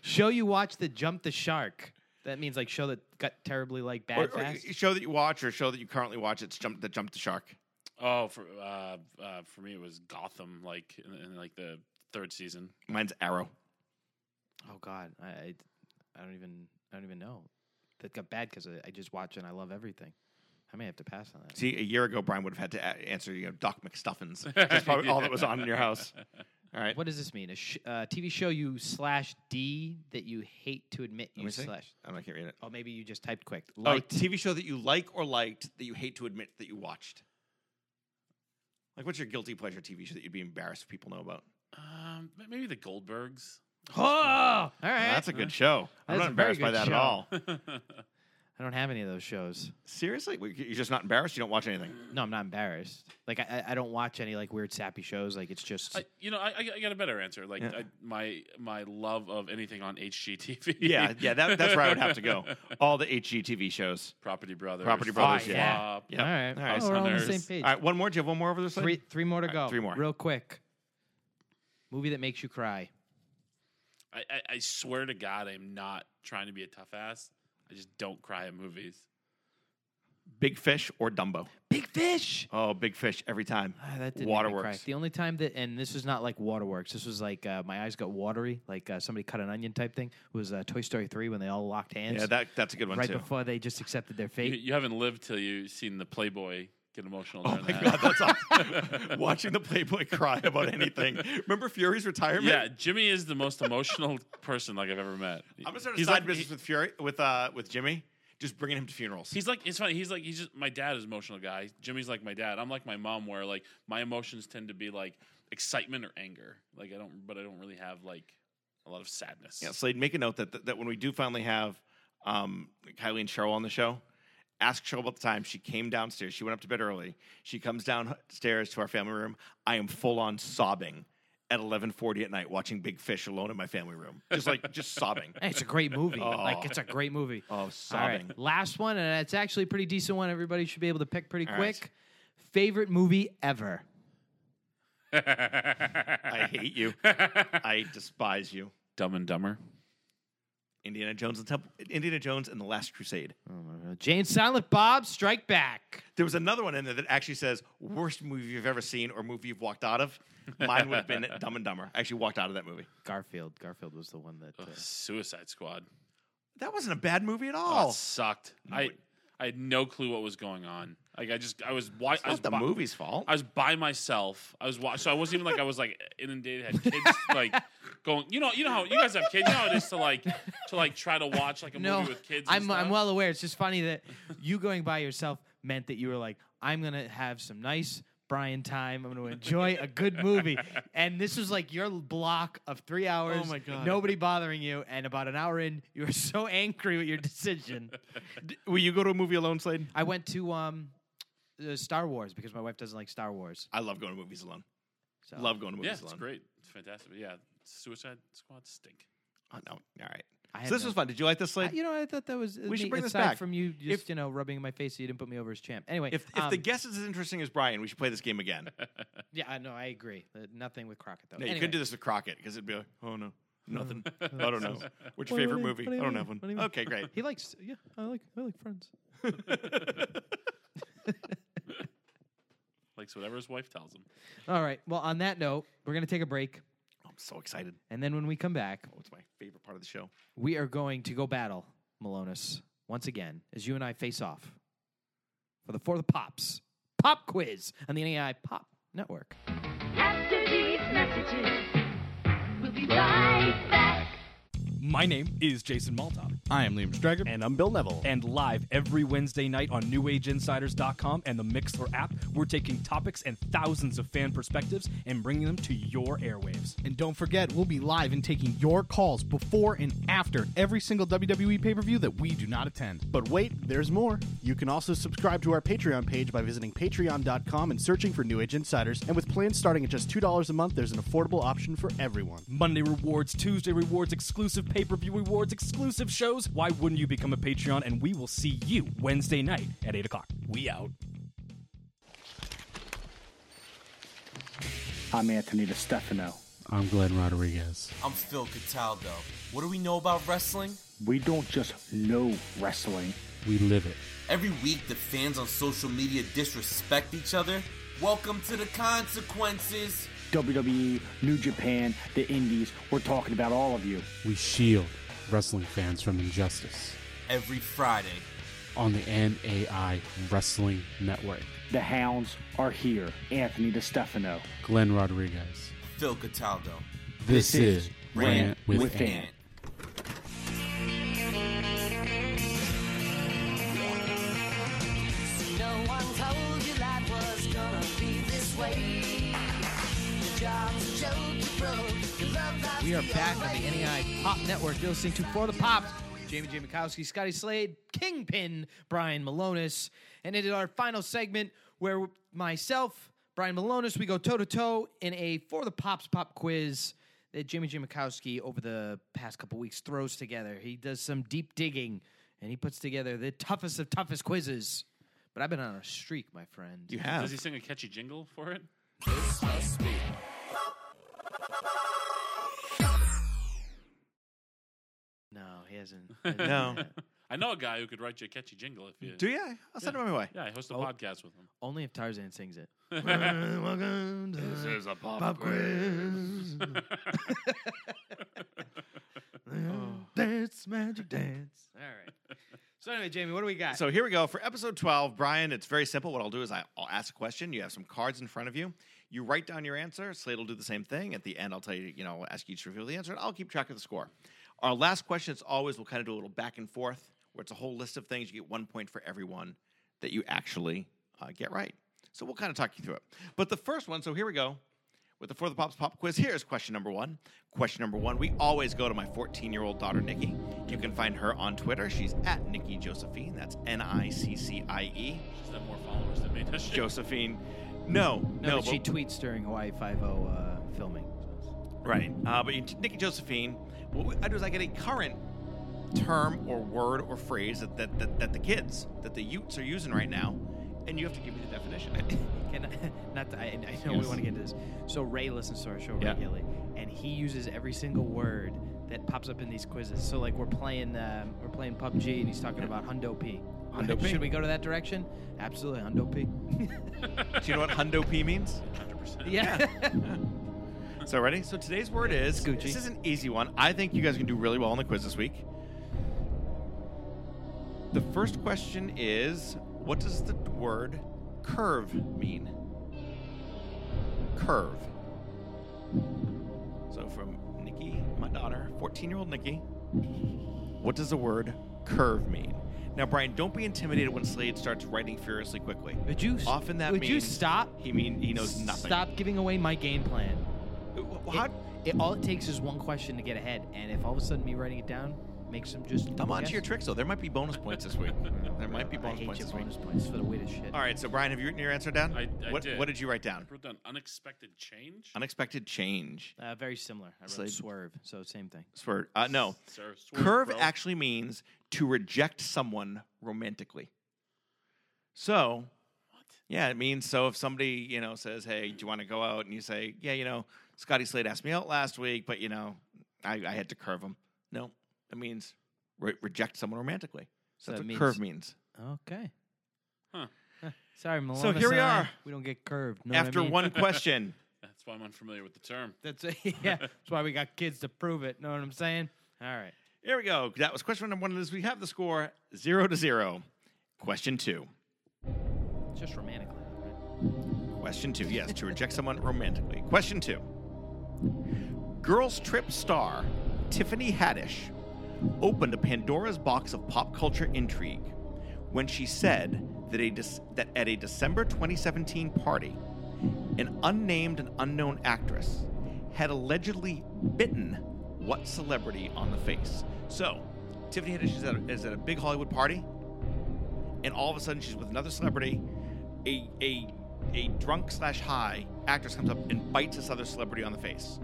[SPEAKER 2] show you watch the jump the shark. That means like show that got terribly like bad
[SPEAKER 3] Or, or
[SPEAKER 2] fast.
[SPEAKER 3] show that you watch or show that you currently watch. It's jump the jump the shark.
[SPEAKER 4] oh, for uh, uh, for me it was Gotham, like in, in like the third season.
[SPEAKER 3] Mine's Arrow.
[SPEAKER 2] oh God, I, I I don't even I don't even know. That got bad because I, I just watch and I love everything. I may have to pass on that.
[SPEAKER 3] See, a year ago, Brian would have had to a- answer you know Doc McStuffins. That's probably all that was on in your house. All right.
[SPEAKER 2] What does this mean? A sh- uh, TV show you slash D that you hate to admit
[SPEAKER 3] Let
[SPEAKER 2] you
[SPEAKER 3] me see.
[SPEAKER 2] E slash.
[SPEAKER 3] Oh, I can't read it.
[SPEAKER 2] Oh, maybe you just typed quick.
[SPEAKER 3] Oh,
[SPEAKER 2] Liked.
[SPEAKER 3] TV show that you like or liked that you hate to admit that you watched. Like, what's your guilty pleasure TV show that you'd be embarrassed if people know about?
[SPEAKER 4] Um, m- maybe the Goldbergs.
[SPEAKER 2] Oh, all right.
[SPEAKER 3] that's a good show. I'm
[SPEAKER 2] That's
[SPEAKER 3] not
[SPEAKER 2] a very
[SPEAKER 3] embarrassed by
[SPEAKER 2] good
[SPEAKER 3] that
[SPEAKER 2] show.
[SPEAKER 3] at all.
[SPEAKER 2] I don't have any of those shows.
[SPEAKER 3] Seriously, We- you're just not embarrassed. You don't watch anything.
[SPEAKER 2] No, I'm not embarrassed. Like I, I I don't watch any like weird sappy shows. Like it's just
[SPEAKER 4] I, you know, I, I I got a better answer. Like
[SPEAKER 3] Yeah.
[SPEAKER 4] I, my my love of anything on HGTV.
[SPEAKER 3] Yeah, yeah, that, that's where I would have to go. All the HGTV shows.
[SPEAKER 4] Property Brothers.
[SPEAKER 3] Property Brothers,
[SPEAKER 4] Flop,
[SPEAKER 2] yeah.
[SPEAKER 4] Flop.
[SPEAKER 3] Oh, Yeah.
[SPEAKER 2] all right.
[SPEAKER 3] All right.
[SPEAKER 2] Oh, we're all on the
[SPEAKER 4] Hunters.
[SPEAKER 2] same
[SPEAKER 3] All
[SPEAKER 2] page.
[SPEAKER 3] right, one more. Do you have one more over this? side?
[SPEAKER 2] Three three more to
[SPEAKER 3] All
[SPEAKER 2] go.
[SPEAKER 3] right, three more.
[SPEAKER 2] Real quick. Movie that makes you cry.
[SPEAKER 4] I, I, I swear to God, I'm not trying to be a tough ass. I just don't cry at movies.
[SPEAKER 3] Big Fish or Dumbo?
[SPEAKER 2] Big Fish.
[SPEAKER 3] Oh, Big Fish every time.
[SPEAKER 2] Ah, that did
[SPEAKER 3] Waterworks.
[SPEAKER 2] The only time that, and this was not like Waterworks. This was like uh, my eyes got watery, like uh, somebody cut an onion type thing. was uh, Toy Story three when they all locked hands.
[SPEAKER 3] Yeah, that, that's a good one
[SPEAKER 2] right
[SPEAKER 3] too.
[SPEAKER 2] before they just accepted their
[SPEAKER 4] You,
[SPEAKER 2] fate.
[SPEAKER 4] you haven't lived till you've seen the Playboy get emotional.
[SPEAKER 3] Oh
[SPEAKER 4] during
[SPEAKER 3] my
[SPEAKER 4] that.
[SPEAKER 3] god, that's awesome. Watching the Playboy cry about anything. Remember Fury's retirement?
[SPEAKER 4] Yeah, Jimmy is the most emotional person like I've ever met.
[SPEAKER 3] I'm gonna start a
[SPEAKER 4] He's
[SPEAKER 3] side
[SPEAKER 4] like-
[SPEAKER 3] business with Fury with uh with Jimmy, just bringing him to funerals.
[SPEAKER 4] He's like it's funny. He's like he's just my dad is an emotional guy. Jimmy's like my dad. I'm like my mom, where like my emotions tend to be like excitement or anger. Like I don't, but I don't really have like a lot of sadness.
[SPEAKER 3] yeah, Slade, make a note that that, that when we do finally have um, Kylie and Cheryl on the show, ask Cheryl about the time she came downstairs. She went up to bed early. She comes downstairs to our family room. I am full on sobbing at 11:40 at night watching Big Fish alone in my family room, just like just sobbing.
[SPEAKER 2] Hey, it's a great movie.
[SPEAKER 3] Oh.
[SPEAKER 2] Like it's a great movie.
[SPEAKER 3] Oh,
[SPEAKER 2] All right,
[SPEAKER 3] sobbing.
[SPEAKER 2] last one, and it's actually a pretty decent one. Everybody should be able to pick pretty
[SPEAKER 3] All right.
[SPEAKER 2] quick. Favorite movie ever?
[SPEAKER 3] I hate you. I despise you.
[SPEAKER 4] Dumb and Dumber.
[SPEAKER 3] Indiana Jones and Temple, Indiana Jones and the Last Crusade.
[SPEAKER 2] Uh, Jane Silent Bob Strike Back.
[SPEAKER 3] There was another one in there that actually says worst movie you've ever seen or movie you've walked out of. Mine would have been Dumb and Dumber. I actually walked out of that movie.
[SPEAKER 2] Garfield. Garfield was the one that.
[SPEAKER 4] Ugh,
[SPEAKER 2] Uh,
[SPEAKER 4] Suicide Squad.
[SPEAKER 3] That wasn't a bad movie at
[SPEAKER 4] Oh,
[SPEAKER 3] all.
[SPEAKER 4] it sucked. I I had no clue what was going on. Like I just I was why
[SPEAKER 3] it's
[SPEAKER 4] I was
[SPEAKER 3] not the
[SPEAKER 4] bi-
[SPEAKER 3] movie's fault.
[SPEAKER 4] I was by myself. I was wa- so I wasn't even like I was like inundated. Had kids like going. You know you know how you guys have kids. You know how it is to like to like try to watch like a
[SPEAKER 2] no,
[SPEAKER 4] movie with kids. and
[SPEAKER 2] I'm I'm
[SPEAKER 4] stuff?
[SPEAKER 2] well aware. It's just funny that you going by yourself meant that you were like, I'm gonna have some nice Brian time. I'm gonna enjoy a good movie. And this was like your block of three
[SPEAKER 4] Oh
[SPEAKER 2] hours.
[SPEAKER 1] my God.
[SPEAKER 2] Nobody bothering you, and about an hour in, you were so angry with your decision.
[SPEAKER 3] Will you go to a movie alone, Slade?
[SPEAKER 2] I went to um, uh, Star Wars because my wife doesn't like Star Wars.
[SPEAKER 3] I love going to movies alone.
[SPEAKER 2] So.
[SPEAKER 3] Love going to
[SPEAKER 4] Yeah,
[SPEAKER 3] movies
[SPEAKER 4] it's
[SPEAKER 3] alone.
[SPEAKER 4] great. It's fantastic. But yeah, Suicide Squad stink.
[SPEAKER 3] Oh, no. All right.
[SPEAKER 2] I had
[SPEAKER 3] So this
[SPEAKER 2] no-
[SPEAKER 3] was fun. Did you like this,
[SPEAKER 2] I-
[SPEAKER 3] Slade?
[SPEAKER 2] you know, I thought that was.
[SPEAKER 3] We should
[SPEAKER 2] neat,
[SPEAKER 3] bring this
[SPEAKER 2] aside
[SPEAKER 3] back.
[SPEAKER 2] from you just
[SPEAKER 3] If-
[SPEAKER 2] you know rubbing in my face. So you didn't put me over as champ. Anyway,
[SPEAKER 3] if if the
[SPEAKER 2] um,
[SPEAKER 3] guest is as interesting as Brian, we should play this game again.
[SPEAKER 2] yeah, I know, I agree. Uh, nothing with Crockett though.
[SPEAKER 3] No, you
[SPEAKER 2] anyway,
[SPEAKER 3] couldn't do this with Crockett because it'd be like, oh no, nothing. I don't know. What's your
[SPEAKER 2] What do you
[SPEAKER 3] favorite
[SPEAKER 2] mean?
[SPEAKER 3] movie?
[SPEAKER 2] What do
[SPEAKER 3] I
[SPEAKER 2] you
[SPEAKER 3] don't
[SPEAKER 2] mean?
[SPEAKER 3] have one.
[SPEAKER 2] What do you mean?
[SPEAKER 3] Okay, great.
[SPEAKER 2] He likes. Yeah, I like. I like Friends.
[SPEAKER 4] Likes whatever his wife tells him.
[SPEAKER 2] All right. Well, on that note, we're gonna take a break,
[SPEAKER 3] I'm so excited.
[SPEAKER 2] and then when we come back,
[SPEAKER 3] What's my favorite part of the show?
[SPEAKER 2] we are going to go battle Malonis once again as you and I face off for the for the pops pop quiz on the NAI Pop Network.
[SPEAKER 7] After these messages, we'll be right back.
[SPEAKER 11] My name is Jason Maltop,
[SPEAKER 8] I am Liam Strager.
[SPEAKER 1] And I'm Bill Neville.
[SPEAKER 11] and live every Wednesday night on NewAgeInsiders.com and the Mixler app, we're taking topics and thousands of fan perspectives and bringing them to your airwaves.
[SPEAKER 8] And don't forget, we'll be live and taking your calls before and after every single WWE pay per view that we do not attend.
[SPEAKER 1] But wait, there's more. You can also subscribe to our Patreon page by visiting patreon.com and searching for New Age Insiders. And with plans starting at just $2 a month, there's an affordable option for everyone.
[SPEAKER 11] Monday rewards, Tuesday rewards, exclusive pay per view rewards, exclusive shows. Why wouldn't you become a Patreon? And we will see you Wednesday night at 8 o'clock. We out.
[SPEAKER 12] I'm Anthony DeStefano.
[SPEAKER 10] I'm Glenn Rodriguez.
[SPEAKER 13] I'm Phil Cataldo. What do we know about wrestling?
[SPEAKER 12] We don't just know wrestling.
[SPEAKER 10] We live it.
[SPEAKER 13] Every week, the fans on social media disrespect each other. Welcome to the consequences.
[SPEAKER 12] WWE, E, New Japan, the Indies, we're talking about all of you.
[SPEAKER 10] We shield wrestling fans from injustice
[SPEAKER 13] Every Friday.
[SPEAKER 10] on the NAI Wrestling Network.
[SPEAKER 12] The Hounds are here. Anthony DeStefano.
[SPEAKER 10] Glenn Rodriguez.
[SPEAKER 13] Phil Cataldo.
[SPEAKER 10] This,
[SPEAKER 12] is
[SPEAKER 10] is Rant with,
[SPEAKER 12] with
[SPEAKER 10] Ant.
[SPEAKER 12] Ant.
[SPEAKER 7] No one told you life was gonna be this way. Your job's a joke, you broke. Your love life's
[SPEAKER 2] We are
[SPEAKER 7] the
[SPEAKER 2] back on
[SPEAKER 7] only
[SPEAKER 2] the NEI Pop Network. You're listening to For the Pops. Jamie J. Mikowski, Scotty Slade, Kingpin, Brian Malonis. And it is our final segment where myself, Brian Malonis, we go toe to toe in a For the Pops pop quiz that Jamie J. Mikowski, over the past couple weeks, throws together. He does some deep digging and he puts together the toughest of toughest quizzes. But I've been on a streak, my friend.
[SPEAKER 3] You
[SPEAKER 4] Does
[SPEAKER 3] have.
[SPEAKER 4] he sing a catchy jingle for it?
[SPEAKER 2] No, he hasn't.
[SPEAKER 3] No.
[SPEAKER 4] I know a guy who could write you a catchy jingle if you.
[SPEAKER 3] Do you? Oh. I'll send him my way.
[SPEAKER 4] Yeah, I host a podcast with him.
[SPEAKER 2] Only if Tarzan sings it. Uh, Welcome to
[SPEAKER 4] There's a pop,
[SPEAKER 2] Dance, magic dance. All right. So anyway, Jamie, what do we got?
[SPEAKER 3] So here we go for episode 12. Brian, it's very simple. What I'll do is I- I'll ask a question. You have some cards in front of you. You write down your answer. Slade will do the same thing. At the end, I'll tell you, you know, I'll ask you each to reveal the answer, and I'll keep track of the score. Our last question is always we'll kind of do a little back and forth where it's a whole list of things. You get one point for everyone that you actually uh, get right. So we'll kind of talk you through it. But the first one, so here we go with the For the Pops Pop Quiz. Here's question number one. Question number one. We always go to my 14 year old daughter, Nikki. You can find her on Twitter. She's at Nikki Josephine. That's N I C C I E.
[SPEAKER 4] She's got more followers than me. does she?
[SPEAKER 3] Josephine. No,
[SPEAKER 2] no,
[SPEAKER 3] no,
[SPEAKER 2] but she
[SPEAKER 3] but-
[SPEAKER 2] tweets during Hawaii Five O uh, filming.
[SPEAKER 3] Right. Uh, but you- Nikki Josephine, what uh, I do is I get a current term or word or phrase that, that, that, that the kids, that the youths are using right now, and you have to give me the definition.
[SPEAKER 2] Can I, not that I, I know we want to get into this. So Ray listens to our show
[SPEAKER 3] Yeah.
[SPEAKER 2] regularly, and he uses every single word that pops up in these quizzes. So like we're playing um, we're playing PUBG, and he's talking about Hundo P.
[SPEAKER 3] Hundo P.
[SPEAKER 2] Should we go to that direction? Absolutely, Hundo P.
[SPEAKER 3] do you know what hundo P means?
[SPEAKER 4] 100%.
[SPEAKER 2] yeah.
[SPEAKER 3] So ready? So today's word is
[SPEAKER 2] Gucci.
[SPEAKER 3] This is an easy one. I think you guys can do really well on the quiz this week. The first question is what does the word curve mean? Curve. So from Nikki, my daughter, 14-year-old Nikki, what does the word curve mean? Now, Brian, don't be intimidated when Slade starts writing furiously quickly.
[SPEAKER 2] Would you s-
[SPEAKER 3] Often that
[SPEAKER 2] would you
[SPEAKER 3] means
[SPEAKER 2] stop?
[SPEAKER 3] He mean he knows nothing.
[SPEAKER 2] Stop giving away my game plan.
[SPEAKER 3] How,
[SPEAKER 2] It, all it takes is one question to get ahead, and if all of a sudden me writing it down makes them just
[SPEAKER 3] I'm
[SPEAKER 2] double
[SPEAKER 3] on to
[SPEAKER 2] guess,
[SPEAKER 3] your tricks, though. There might be bonus points this week. There might be
[SPEAKER 2] I
[SPEAKER 3] bonus
[SPEAKER 2] hate
[SPEAKER 3] points
[SPEAKER 2] your
[SPEAKER 3] this week.
[SPEAKER 2] bonus points for the weight of shit.
[SPEAKER 3] All right, so Brian, have you written your answer down?
[SPEAKER 4] I- I
[SPEAKER 3] what,
[SPEAKER 4] did.
[SPEAKER 3] what did you write down?
[SPEAKER 4] I wrote down unexpected change.
[SPEAKER 3] Unexpected change.
[SPEAKER 2] Uh, very similar. I wrote
[SPEAKER 3] Slade.
[SPEAKER 2] swerve, so same thing.
[SPEAKER 3] Swear. Uh, no.
[SPEAKER 4] Sir, swerve,
[SPEAKER 3] Curve
[SPEAKER 4] bro.
[SPEAKER 3] actually means to reject someone romantically. So, yeah, it means so if somebody, you know, says, hey, do you want to go out? And you say, yeah, you know, Scotty Slade asked me out last week, but, you know, I, I had to curve him. No, it means re- reject someone romantically.
[SPEAKER 2] So
[SPEAKER 3] That's
[SPEAKER 2] that
[SPEAKER 3] what
[SPEAKER 2] means-
[SPEAKER 3] curve means.
[SPEAKER 2] Okay.
[SPEAKER 4] Huh.
[SPEAKER 2] Sorry, Malone.
[SPEAKER 3] So here we are.
[SPEAKER 2] we don't get curved. Know what
[SPEAKER 3] After
[SPEAKER 2] I mean?
[SPEAKER 3] one question.
[SPEAKER 4] That's why I'm unfamiliar with the term.
[SPEAKER 2] That's yeah. That's why we got kids to prove it. Know what I'm saying? All right.
[SPEAKER 3] Here we go. That was question number one. Is we have the score zero to zero. Question two.
[SPEAKER 2] It's Just romantically. Right?
[SPEAKER 3] Question two. Yes, to reject someone romantically. Question two. Girls Trip star Tiffany Haddish opened a Pandora's box of pop culture intrigue when she said that, a Dec- that at a December 2017 party, an unnamed and unknown actress had allegedly bitten what celebrity on the face. So, Tiffany Haddish is at a, is at a big Hollywood party, and all of a sudden she's with another celebrity. A a a drunk slash high actress comes up and bites this other celebrity on the face.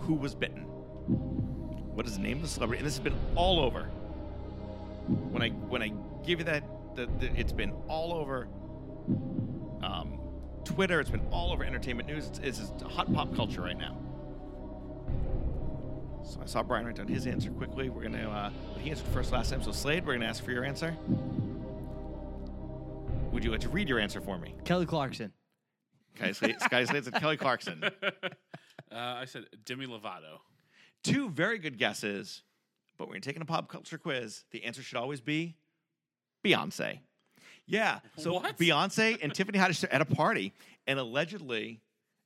[SPEAKER 3] Who was bitten? What is the name of the celebrity? And this has been all over. When I when I give you that, the, the, it's been all over. Um, Twitter. It's been all over entertainment news. It's, it's just hot pop culture right now. So I saw Brian write down his answer quickly. We're gonna. Uh, but he answered first last time. So Slade, we're gonna ask for your answer. Would you like to read your answer for me?
[SPEAKER 2] Kelly Clarkson.
[SPEAKER 3] Sky Slade, Sky Slade said Kelly Clarkson.
[SPEAKER 4] Uh, I said Demi Lovato.
[SPEAKER 3] Two very good guesses, but when you're taking a pop culture quiz, the answer should always be Beyonce. Yeah. So
[SPEAKER 4] What?
[SPEAKER 3] Beyonce and Tiffany Haddish are at a party, and allegedly,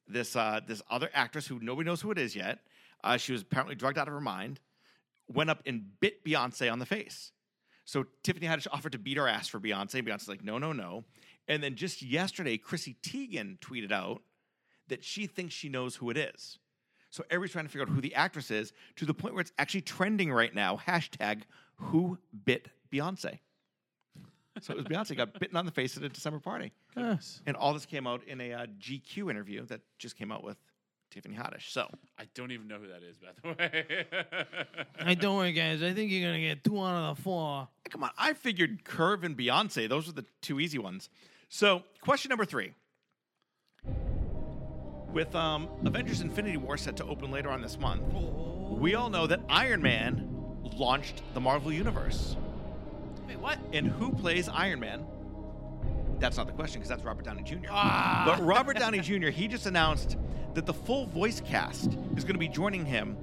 [SPEAKER 3] this uh, this other actress who nobody knows who it is yet, uh, she was apparently drugged out of her mind, went up and bit Beyonce on the face. So Tiffany Haddish offered to beat her ass for Beyonce. Beyonce's like, no, no, no. And then just yesterday, Chrissy Teigen tweeted out that she thinks she knows who it is. So everybody's trying to figure out who the actress is to the point where it's actually trending right now. Hashtag who bit Beyonce. So it was Beyonce got bitten on the face at a December party. And all this came out in a uh, GQ interview that just came out with Tiffany Haddish. So
[SPEAKER 4] I don't even know who that is, by the way.
[SPEAKER 2] Hey, don't worry, guys. I think you're gonna get two out of the four.
[SPEAKER 3] Come on, I figured Curve and Beyonce. Those were the two easy ones. So, question number three. With um, Avengers Infinity War set to open later on this month, we all know that Iron Man launched the Marvel Universe.
[SPEAKER 2] Wait, what?
[SPEAKER 3] And who plays Iron Man? That's not the question because that's Robert Downey Jr. But Robert Downey Jr., he just announced that the full voice cast is going to be joining him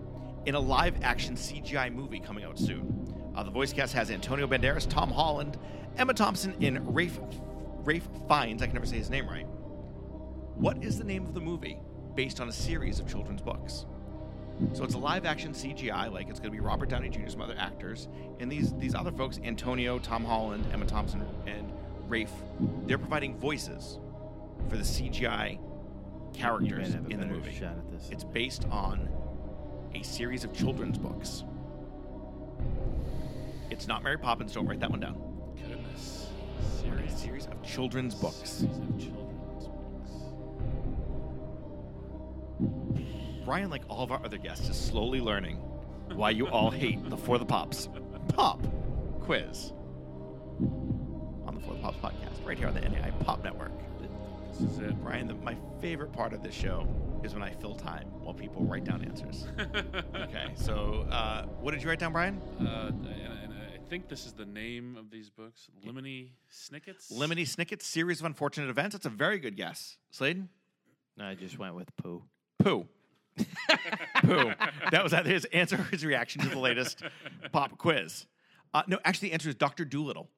[SPEAKER 3] in a live action CGI movie coming out soon. Uh, the voice cast has Antonio Banderas, Tom Holland, Emma Thompson, and Rafe, Rafe Fiennes. I can never say his name right. What is the name of the movie based on a series of children's books? So it's a live action CGI, like it's going to be Robert Downey Jr.'s some other actors, and these these other folks, Antonio, Tom Holland, Emma Thompson, and Rafe, they're providing voices for the CGI characters
[SPEAKER 2] have a
[SPEAKER 3] in the
[SPEAKER 2] better
[SPEAKER 3] movie.
[SPEAKER 2] shot at this.
[SPEAKER 3] It's based on a series of children's books. It's not Mary Poppins. Don't write that one down.
[SPEAKER 4] Goodness.
[SPEAKER 3] A
[SPEAKER 4] Series.
[SPEAKER 3] series of children's books. Brian, like all of our other guests, is slowly learning why you all hate the For the Pops pop quiz on the For the Pops podcast, right here on the NAI Pop Network.
[SPEAKER 4] This is it.
[SPEAKER 3] Brian, the, my favorite part of this show is when I fill time while people write down answers. okay, so uh, what did you write down, Brian?
[SPEAKER 4] Uh, and, and I think this is the name of these books. Lemony Snickets.
[SPEAKER 3] Lemony Snicket's series of unfortunate events. That's a very good guess, Sladen.
[SPEAKER 2] I just went with poo.
[SPEAKER 3] Poo. Poo. That was either his answer or his reaction to the latest pop quiz. Uh, no, actually, the answer is Doctor Doolittle.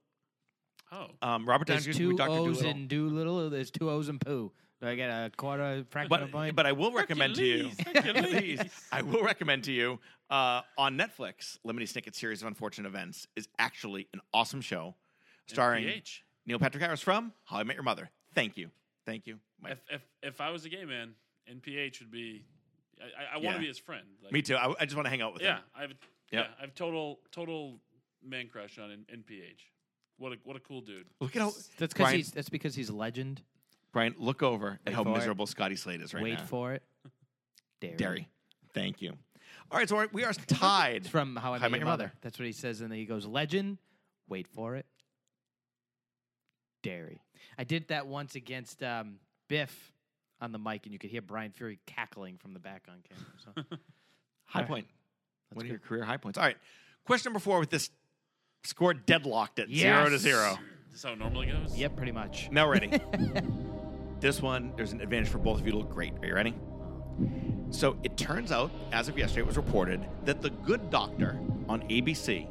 [SPEAKER 4] Oh.
[SPEAKER 3] Um, Robert Downey
[SPEAKER 2] There's
[SPEAKER 3] Jr.
[SPEAKER 2] two
[SPEAKER 3] would be Doctor
[SPEAKER 2] O's
[SPEAKER 3] Doolittle.
[SPEAKER 2] in Doolittle. Or there's two O's in poo. Do I get a quarter fraction of a
[SPEAKER 3] But,
[SPEAKER 2] point?
[SPEAKER 3] but I will recommend to you,
[SPEAKER 4] Hercules.
[SPEAKER 3] Hercules, I will recommend to you uh, on Netflix, Lemony Snicket's series of unfortunate events is actually an awesome show, starring
[SPEAKER 4] FPH.
[SPEAKER 3] Neil Patrick Harris from How I Met Your Mother. Thank you, thank you. My-
[SPEAKER 4] If, if if I was a gay man, NPH would be. I, I, I want
[SPEAKER 3] Yeah.
[SPEAKER 4] to be his friend. Like,
[SPEAKER 3] me too. I, I just want to hang out with
[SPEAKER 4] Yeah,
[SPEAKER 3] him.
[SPEAKER 4] I have. Yeah, I have total total man crush on N- NPH. What a what a cool dude.
[SPEAKER 3] Look at how
[SPEAKER 2] that's because
[SPEAKER 3] Brian,
[SPEAKER 2] he's that's because he's a legend.
[SPEAKER 3] Brian. Look over at
[SPEAKER 2] Wait
[SPEAKER 3] how
[SPEAKER 2] for it.
[SPEAKER 3] miserable Scotty Slade is right
[SPEAKER 2] Wait
[SPEAKER 3] now.
[SPEAKER 2] for it. Dairy.
[SPEAKER 3] Dairy. Thank you. All right, so we're- we are tied.
[SPEAKER 2] It's from How I Met, Your Mother. That's what he says, and then he goes legend. Wait for it. Dairy. I did that once against um, Biff on the mic, and you could hear Brian Fury cackling from the back on camera. So.
[SPEAKER 3] High
[SPEAKER 2] All right.
[SPEAKER 3] point. One of your career high points. All right. Question number four with this score deadlocked at zero to
[SPEAKER 2] Yes.
[SPEAKER 3] zero.
[SPEAKER 4] Is this how it normally goes?
[SPEAKER 2] yep, pretty much.
[SPEAKER 3] Now we're ready. this one, there's an advantage for both of you to look great. Are you ready? So it turns out, as of yesterday, it was reported that The Good Doctor on ABC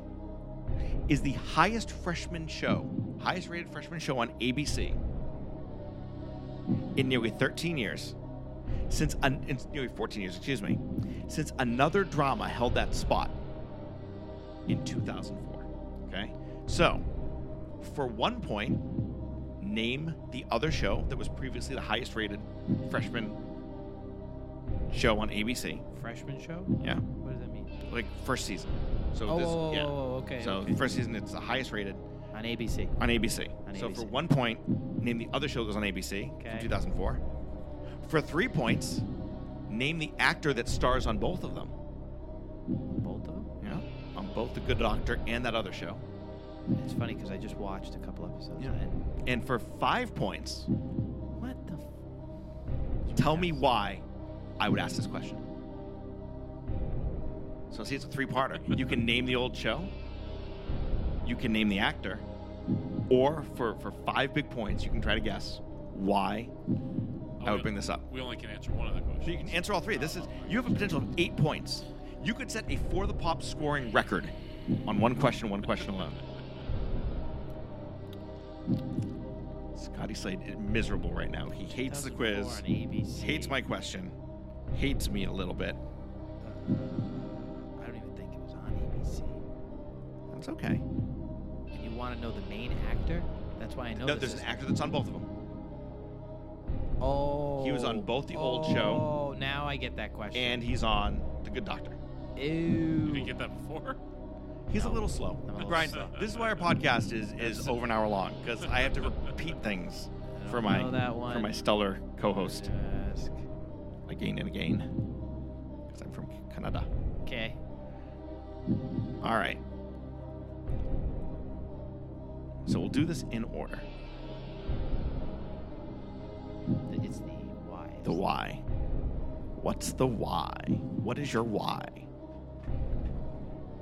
[SPEAKER 3] is the highest freshman show, highest rated freshman show on ABC in nearly 13 years. Since an, in nearly 14 years, excuse me, since another drama held that spot. in 2004. Okay? So, for one point, name the other show that was previously the highest rated freshman show on ABC.
[SPEAKER 2] Freshman show?
[SPEAKER 3] Yeah.
[SPEAKER 2] What does that mean?
[SPEAKER 3] Like first season. So
[SPEAKER 2] Oh,
[SPEAKER 3] this,
[SPEAKER 2] oh, oh,
[SPEAKER 3] yeah.
[SPEAKER 2] oh, okay,
[SPEAKER 3] So
[SPEAKER 2] okay.
[SPEAKER 3] first season, it's the highest rated
[SPEAKER 2] On ABC.
[SPEAKER 3] on ABC.
[SPEAKER 2] On
[SPEAKER 3] so for
[SPEAKER 2] ABC.
[SPEAKER 3] one point, name the other show that was on ABC
[SPEAKER 2] Okay.
[SPEAKER 3] from 2004. For three points, name the actor that stars on both of them.
[SPEAKER 2] Both of them?
[SPEAKER 3] Yeah, on both The Good Doctor and that other show.
[SPEAKER 2] It's funny because I just watched a couple episodes. And
[SPEAKER 3] And for five points,
[SPEAKER 2] what the?
[SPEAKER 3] tell me why I would ask this question. So see, it's a three-parter. you can name the old show. You can name the actor. Or for, for five big points, you can try to guess why I would bring this up.
[SPEAKER 4] We only can answer one of the questions.
[SPEAKER 3] So you can answer all three. This is you have a potential of eight points. You could set a for the pop scoring record on one question, one question alone. Scotty Slade is miserable right now. He hates the quiz.
[SPEAKER 2] 2004 on ABC.
[SPEAKER 3] Hates my question. Hates me a little bit.
[SPEAKER 2] I don't even think it was on ABC.
[SPEAKER 3] That's okay.
[SPEAKER 2] And you want to know the main actor? That's why I know.
[SPEAKER 3] No,
[SPEAKER 2] this
[SPEAKER 3] there's an
[SPEAKER 2] is-
[SPEAKER 3] actor that's on both of them.
[SPEAKER 2] Oh.
[SPEAKER 3] He was on both the old show
[SPEAKER 2] Oh, now I get that question.
[SPEAKER 3] and he's on The Good Doctor.
[SPEAKER 2] Ew.
[SPEAKER 4] You didn't get that before?
[SPEAKER 3] He's a little slow.
[SPEAKER 2] Oh. little
[SPEAKER 3] Brian,
[SPEAKER 2] slow.
[SPEAKER 3] this is why our podcast is, is over an hour long because I have to repeat things for my
[SPEAKER 2] know that
[SPEAKER 3] for
[SPEAKER 2] one.
[SPEAKER 3] my stellar co-host.
[SPEAKER 2] Ask.
[SPEAKER 3] again and again because I'm from Canada.
[SPEAKER 2] Okay.
[SPEAKER 3] All right. So we'll do this in order.
[SPEAKER 2] The- It's the why.
[SPEAKER 3] The why. What's the why? What is your why?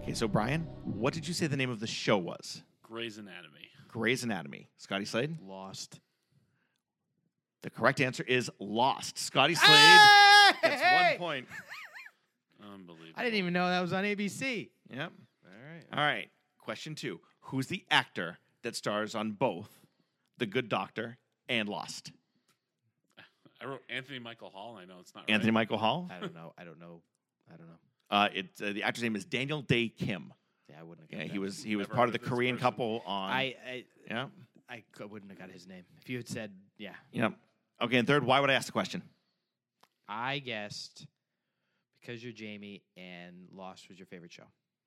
[SPEAKER 3] Okay, so Brian, what did you say the name of the show was?
[SPEAKER 4] Grey's Anatomy.
[SPEAKER 3] Grey's Anatomy. Scotty Slade?
[SPEAKER 2] Lost.
[SPEAKER 3] The correct answer is Lost. Scotty Slade
[SPEAKER 2] Ah!
[SPEAKER 3] gets one point.
[SPEAKER 4] Unbelievable.
[SPEAKER 2] I didn't even know that was on ABC.
[SPEAKER 3] Yep. All right. All right. Question two Who's the actor that stars on both The Good Doctor and Lost?
[SPEAKER 4] I wrote Anthony Michael Hall. and I know it's not
[SPEAKER 3] Anthony
[SPEAKER 4] right.
[SPEAKER 3] Michael Hall?
[SPEAKER 2] I don't know. I don't know. I don't know.
[SPEAKER 3] Uh, it, uh, the actor's name is Daniel Day Kim.
[SPEAKER 2] Yeah, I wouldn't. Have
[SPEAKER 3] Yeah,
[SPEAKER 2] got
[SPEAKER 3] he
[SPEAKER 2] that.
[SPEAKER 3] was he was
[SPEAKER 4] Never
[SPEAKER 3] part of
[SPEAKER 4] heard
[SPEAKER 3] the
[SPEAKER 4] of this
[SPEAKER 3] Korean
[SPEAKER 4] person.
[SPEAKER 3] couple on.
[SPEAKER 2] I. I
[SPEAKER 3] yeah.
[SPEAKER 2] I c- wouldn't have got his name if you had said yeah.
[SPEAKER 3] Yeah. Okay, and third, why would I ask the question?
[SPEAKER 2] I guessed because you're Jamie and Lost was your favorite show.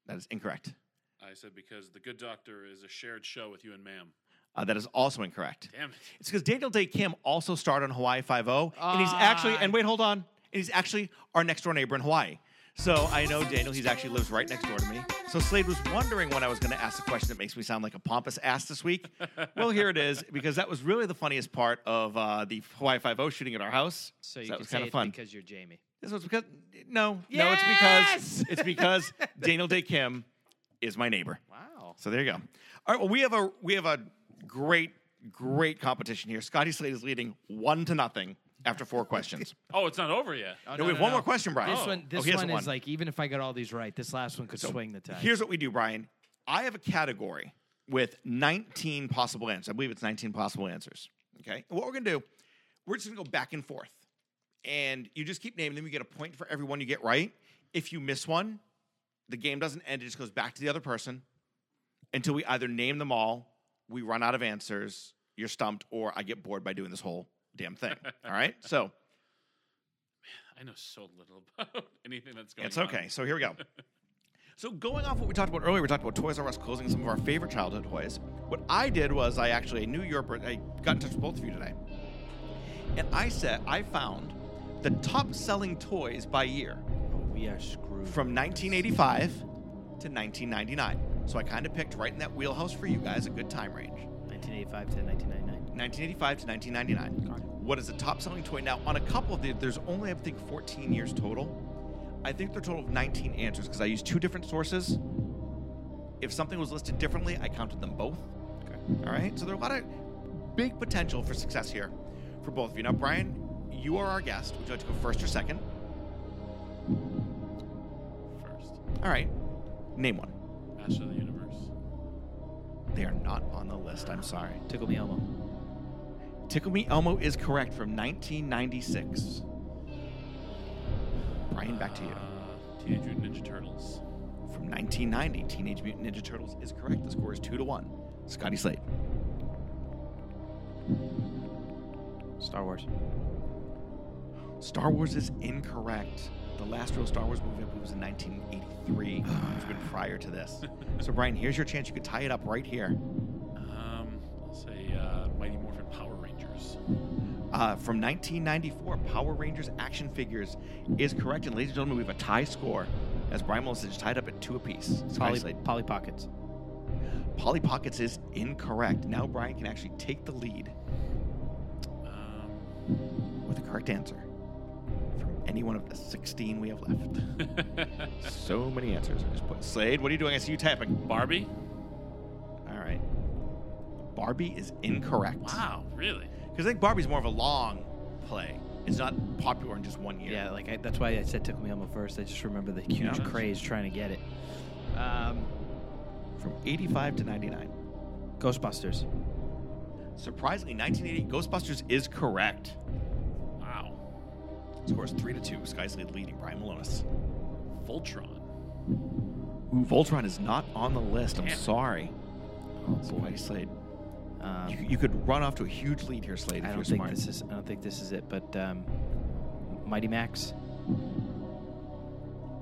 [SPEAKER 3] That is incorrect.
[SPEAKER 4] I said because The Good Doctor is a shared show with you and ma'am.
[SPEAKER 3] Uh, that is also incorrect.
[SPEAKER 4] Damn it.
[SPEAKER 3] It's because Daniel Day Kim also starred on Hawaii Five O, and
[SPEAKER 2] Ah.
[SPEAKER 3] he's actually and wait, hold on, and he's actually our next door neighbor in Hawaii. So I know Daniel; he's actually lives right next door to me. So Slade was wondering when I was going to ask the question that makes me sound like a pompous ass this week. well, here it is because that was really the funniest part of uh, the Hawaii Five O shooting at our house.
[SPEAKER 2] So you
[SPEAKER 3] that
[SPEAKER 2] can
[SPEAKER 3] was
[SPEAKER 2] say
[SPEAKER 3] kind of
[SPEAKER 2] it's
[SPEAKER 3] fun.
[SPEAKER 2] because you're Jamie.
[SPEAKER 3] This was because no, no, it's
[SPEAKER 2] Yes!
[SPEAKER 3] because it's because Daniel Day Kim is my neighbor.
[SPEAKER 2] Wow.
[SPEAKER 3] So there you go. All right, well, we have a we have a great great competition here. Scotty Slade is leading one to nothing after four questions.
[SPEAKER 4] Oh, it's not over yet.
[SPEAKER 2] Oh,
[SPEAKER 3] no, we have one more question, Brian.
[SPEAKER 2] This
[SPEAKER 3] Oh.
[SPEAKER 2] one,
[SPEAKER 3] Oh,
[SPEAKER 2] this
[SPEAKER 3] he hasn't
[SPEAKER 2] one
[SPEAKER 3] won.
[SPEAKER 2] is like even if I got all these right, this last one could
[SPEAKER 3] So
[SPEAKER 2] swing the tie.
[SPEAKER 3] Here's what we do, Brian. I have a category with 19 possible answers. I believe it's 19 possible answers. Okay. And what we're gonna do, we're just gonna go back and forth, and you just keep naming them. You get a point for every one you get right. If you miss one, the game doesn't end. It just goes back to the other person until we either name them all, we run out of answers, you're stumped, or I get bored by doing this whole damn thing. all right. So
[SPEAKER 4] I know so little about anything that's going
[SPEAKER 3] It's
[SPEAKER 4] on.
[SPEAKER 3] okay. So here we go. so going off what we talked about earlier, we talked about Toys R Us closing some of our favorite childhood toys. What I did was I actually knew your birth. I got in touch with both of you today, and I said I found the top-selling toys by year
[SPEAKER 2] Oh, we are screwed.
[SPEAKER 3] from 1985 to 1999. So I kind of picked right in that wheelhouse for you guys, a good time range.
[SPEAKER 2] 1985 to 1999.
[SPEAKER 3] 1985 to 1999. What is the top selling toy now? On a couple of the, there's only I think 14 years total. I think they're total of 19 answers because I used two different sources. If something was listed differently, I counted them both. Okay. All right. So there are a lot of big potential for success here for both of you. Now, Brian, you are our guest. Would you like to go first or second?
[SPEAKER 4] First,
[SPEAKER 3] All right. Name one.
[SPEAKER 4] Master of the Universe.
[SPEAKER 3] They are not on the list. I'm sorry.
[SPEAKER 2] Tickle Me Elmo.
[SPEAKER 3] Tickle Me Elmo is correct from 1996. Brian, back to you.
[SPEAKER 4] Uh, Teenage Mutant Ninja Turtles.
[SPEAKER 3] From 1990, Teenage Mutant Ninja Turtles is correct. The score is two to one. Scotty Slade.
[SPEAKER 2] Star Wars.
[SPEAKER 3] Star Wars is incorrect. The last real Star Wars movie I believe, was in 1983, which would been prior to this. So, Brian, here's your chance. You could tie it up right here.
[SPEAKER 4] Um, I'll say uh, Mighty Morphin Power Rangers.
[SPEAKER 3] Uh, from 1994, Power Rangers action figures is correct. And, ladies and gentlemen, we have a tie score as Brian Wilson is tied up at two apiece. Scotty
[SPEAKER 2] Polly,
[SPEAKER 3] Slade.
[SPEAKER 2] Polly Pockets.
[SPEAKER 3] Polly Pockets is incorrect. Now Brian can actually take the lead
[SPEAKER 4] Um,
[SPEAKER 3] with the correct answer from any one of the 16 we have left. so many answers at this point. Slade, what are you doing? I see you tapping.
[SPEAKER 4] Barbie.
[SPEAKER 3] All right. Barbie is incorrect.
[SPEAKER 4] Wow, really?
[SPEAKER 3] Because I think Barbie's more of a long play. It's not popular in just one year.
[SPEAKER 2] Yeah, like I, that's why I said Tickle Me Elmo first. I just remember the huge
[SPEAKER 3] Yeah.
[SPEAKER 2] craze trying to get it. Um,
[SPEAKER 3] From 85 to 99.
[SPEAKER 2] Ghostbusters.
[SPEAKER 3] Surprisingly, 1980, Ghostbusters is correct.
[SPEAKER 4] Wow.
[SPEAKER 3] Scores 3 to 2. Sky's lead leading Brian Malonis.
[SPEAKER 4] Voltron.
[SPEAKER 3] Ooh, Voltron is not on the list. I'm
[SPEAKER 4] Damn.
[SPEAKER 3] sorry. Sky Slade.
[SPEAKER 2] Um,
[SPEAKER 3] You, you could run off to a huge lead here, Slade, if
[SPEAKER 2] I
[SPEAKER 3] you're
[SPEAKER 2] don't think
[SPEAKER 3] smart.
[SPEAKER 2] this is. I don't think this is it. But um, Mighty Max.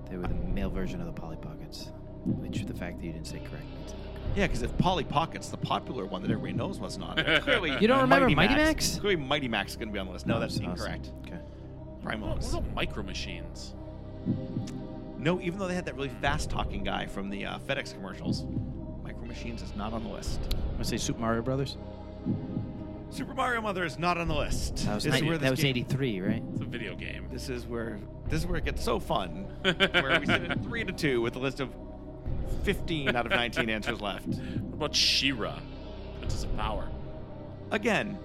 [SPEAKER 2] They were the male version of the Polly Pockets, which the fact that you didn't say correct means.
[SPEAKER 3] Yeah, because if Polly Pocket's the popular one that everybody knows wasn't on there, clearly
[SPEAKER 2] You don't remember Mighty Max?
[SPEAKER 3] Clearly, Mighty Max is going to be on the list. No,
[SPEAKER 2] Oh,
[SPEAKER 3] that's
[SPEAKER 2] awesome.
[SPEAKER 3] incorrect.
[SPEAKER 2] Okay.
[SPEAKER 3] Prime
[SPEAKER 4] What
[SPEAKER 3] Lotus.
[SPEAKER 4] about Micro Machines?
[SPEAKER 3] No, even though they had that really fast-talking guy from the uh, FedEx commercials, Micro Machines is not on the list.
[SPEAKER 2] I'm gonna say Super Mario Brothers.
[SPEAKER 3] Super Mario Mother is not on the list.
[SPEAKER 2] That was,
[SPEAKER 3] This is
[SPEAKER 2] ni-
[SPEAKER 3] where
[SPEAKER 2] that
[SPEAKER 3] this
[SPEAKER 2] was
[SPEAKER 3] game-
[SPEAKER 2] '83, right?
[SPEAKER 4] It's a video game.
[SPEAKER 3] This is where this is where it gets so fun. where we sit at three to two with a list of 15 out of 19 answers left.
[SPEAKER 4] What about She-Ra? Princess of Power.
[SPEAKER 3] Again,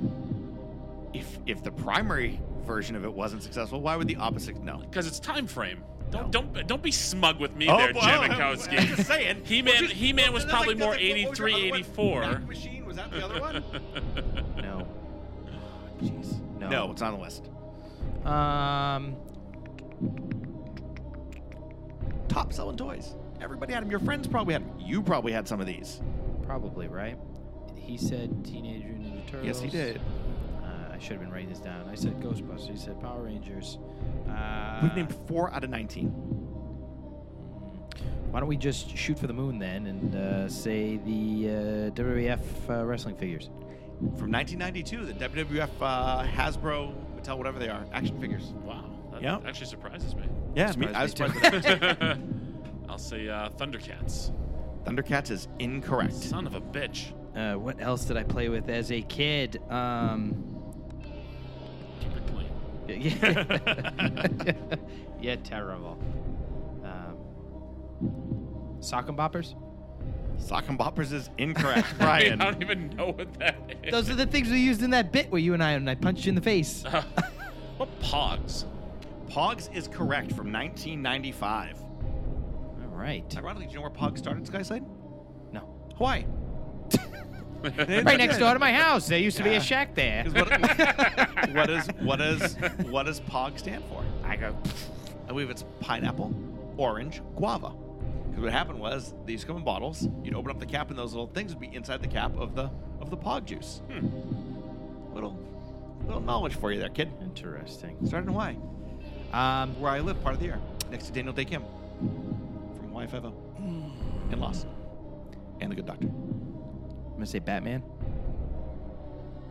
[SPEAKER 3] if if the primary version of it wasn't successful, why would the opposite? No.
[SPEAKER 4] Because it's time frame. Don't don't don't be smug with me
[SPEAKER 3] Oh,
[SPEAKER 4] there,
[SPEAKER 3] boy,
[SPEAKER 4] Jim
[SPEAKER 3] oh,
[SPEAKER 4] Mikowski.
[SPEAKER 3] I'm just saying.
[SPEAKER 4] He man
[SPEAKER 3] Well, just-
[SPEAKER 4] He Man was
[SPEAKER 3] that's like-
[SPEAKER 4] probably more
[SPEAKER 3] that's like- what was your
[SPEAKER 4] 83,
[SPEAKER 3] other one?
[SPEAKER 4] 84.
[SPEAKER 3] Mac Machine was that the other one?
[SPEAKER 2] No.
[SPEAKER 3] Jeez.
[SPEAKER 2] No.
[SPEAKER 3] No, it's on the list.
[SPEAKER 2] Um,
[SPEAKER 3] Top selling toys. Everybody had them. Your friends probably had 'em. You probably had some of these.
[SPEAKER 2] probably right. He said Teenage Mutant Ninja Turtles.
[SPEAKER 3] Yes, he did.
[SPEAKER 2] Uh, I should have been writing this down. I said Ghostbusters. He said Power Rangers. Uh,
[SPEAKER 3] We've named four out of 19.
[SPEAKER 2] Why don't we just shoot for the moon then and uh, say the uh, WWF uh, wrestling figures?
[SPEAKER 3] From 1992, the WWF, uh, Hasbro, Mattel, whatever they are, action figures.
[SPEAKER 4] Wow, that
[SPEAKER 3] Yeah.
[SPEAKER 4] actually surprises me.
[SPEAKER 3] Yeah, me- I was
[SPEAKER 2] Surprised
[SPEAKER 3] surprised. with that.
[SPEAKER 4] I'll say uh, Thundercats.
[SPEAKER 3] Thundercats is incorrect.
[SPEAKER 4] Son of a bitch.
[SPEAKER 2] Uh, what else did I play with as a kid? Um,
[SPEAKER 4] Keep it clean.
[SPEAKER 2] yeah, yeah, terrible. Um, sock and boppers.
[SPEAKER 3] Sock and Boppers is incorrect.
[SPEAKER 4] I
[SPEAKER 3] Brian.
[SPEAKER 4] don't even know what that is.
[SPEAKER 2] Those are the things we used in that bit where you and I and I punched you in the face.
[SPEAKER 4] Uh, what pogs?
[SPEAKER 3] Pogs is correct from 1995.
[SPEAKER 2] All right.
[SPEAKER 3] Ironically, do you know where Pogs started, Skyslide?
[SPEAKER 2] No.
[SPEAKER 3] Hawaii.
[SPEAKER 2] Right next door to my house. There used to be
[SPEAKER 3] Yeah.
[SPEAKER 2] a shack there.
[SPEAKER 3] 'Cause What, what is what is what does Pog stand for?
[SPEAKER 2] I go.
[SPEAKER 3] I believe it's pineapple, orange, guava. Because what happened was these come in bottles. You'd open up the cap, and those little things would be inside the cap of the of the Pog juice. Little little knowledge for you there, kid.
[SPEAKER 2] Interesting.
[SPEAKER 3] Started in Hawaii,
[SPEAKER 2] Um,
[SPEAKER 3] where I live part of the year, next to Daniel Day Kim from Hawaii Five O and Lost and the Good Doctor.
[SPEAKER 2] I'm gonna say Batman.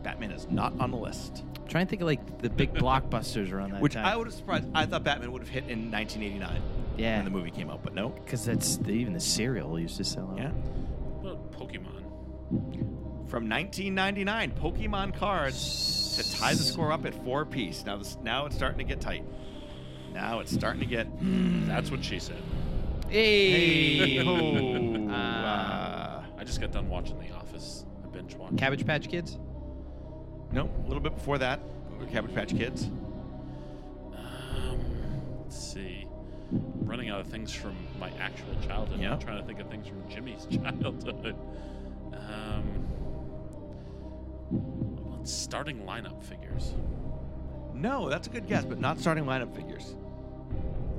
[SPEAKER 3] Batman is not on the list,
[SPEAKER 2] I'm trying to think of like the big blockbusters around that
[SPEAKER 3] which
[SPEAKER 2] time.
[SPEAKER 3] I would have surprised. I thought Batman would have hit in 1989
[SPEAKER 2] Yeah.
[SPEAKER 3] when the movie came out, but no.
[SPEAKER 2] Because that's the, even the cereal used to sell out.
[SPEAKER 3] Yeah.
[SPEAKER 4] What about Pokemon?
[SPEAKER 3] From 1999, Pokemon cards to tie the score up at four apiece. Now, this, now it's starting to get tight. Now it's starting to get.
[SPEAKER 4] That's what she said.
[SPEAKER 2] Hey.
[SPEAKER 3] Oh,
[SPEAKER 2] Uh,
[SPEAKER 3] uh,
[SPEAKER 4] I just got done watching The Office. I binge watched.
[SPEAKER 2] Cabbage Patch Kids.
[SPEAKER 3] no, a little bit before that, we were Cabbage Patch Kids.
[SPEAKER 4] Um, let's see. I'm running out of things from my actual childhood.
[SPEAKER 3] Yeah.
[SPEAKER 4] I'm trying to think of things from Jimmy's childhood. Um, what about starting lineup figures.
[SPEAKER 3] No, that's a good guess, but not starting lineup figures.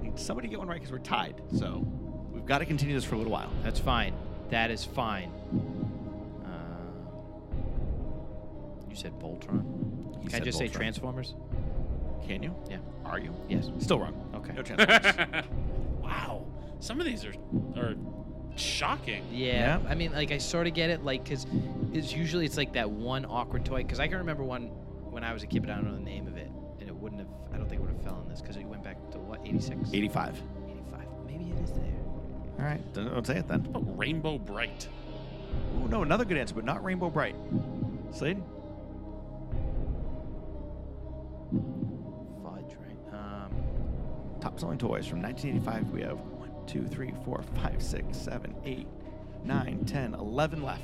[SPEAKER 3] Need somebody to get one right because we're tied. So We've got to continue this for a little while.
[SPEAKER 2] That's fine. That is fine. Uh, you said Voltron.
[SPEAKER 3] He
[SPEAKER 2] Can
[SPEAKER 3] said
[SPEAKER 2] I just say
[SPEAKER 3] Voltron.
[SPEAKER 2] Transformers?
[SPEAKER 3] Can you?
[SPEAKER 2] Yeah.
[SPEAKER 3] Are you?
[SPEAKER 2] Yes.
[SPEAKER 3] Still wrong.
[SPEAKER 2] Okay.
[SPEAKER 3] No Transformers.
[SPEAKER 4] wow, some of these are are shocking.
[SPEAKER 2] Yeah, I mean, like I sort of get it, like because it's usually it's like that one awkward toy. Because I can remember one when I was a kid, but I don't know the name of it, and it wouldn't have. I don't think it would have fell in this because it went back to what eighty six.
[SPEAKER 3] 85.
[SPEAKER 2] Eighty-five. Maybe it is there.
[SPEAKER 3] All right. Don't, don't say it then.
[SPEAKER 4] But Rainbow Bright.
[SPEAKER 3] Oh, no, another good answer, but not Rainbow Bright. Slade?
[SPEAKER 2] Fudge, right? Um,
[SPEAKER 3] Top selling toys from 1985. We have 1, 2, 3, 4, 5, 6, 7, 8, 9, 10, 11 left.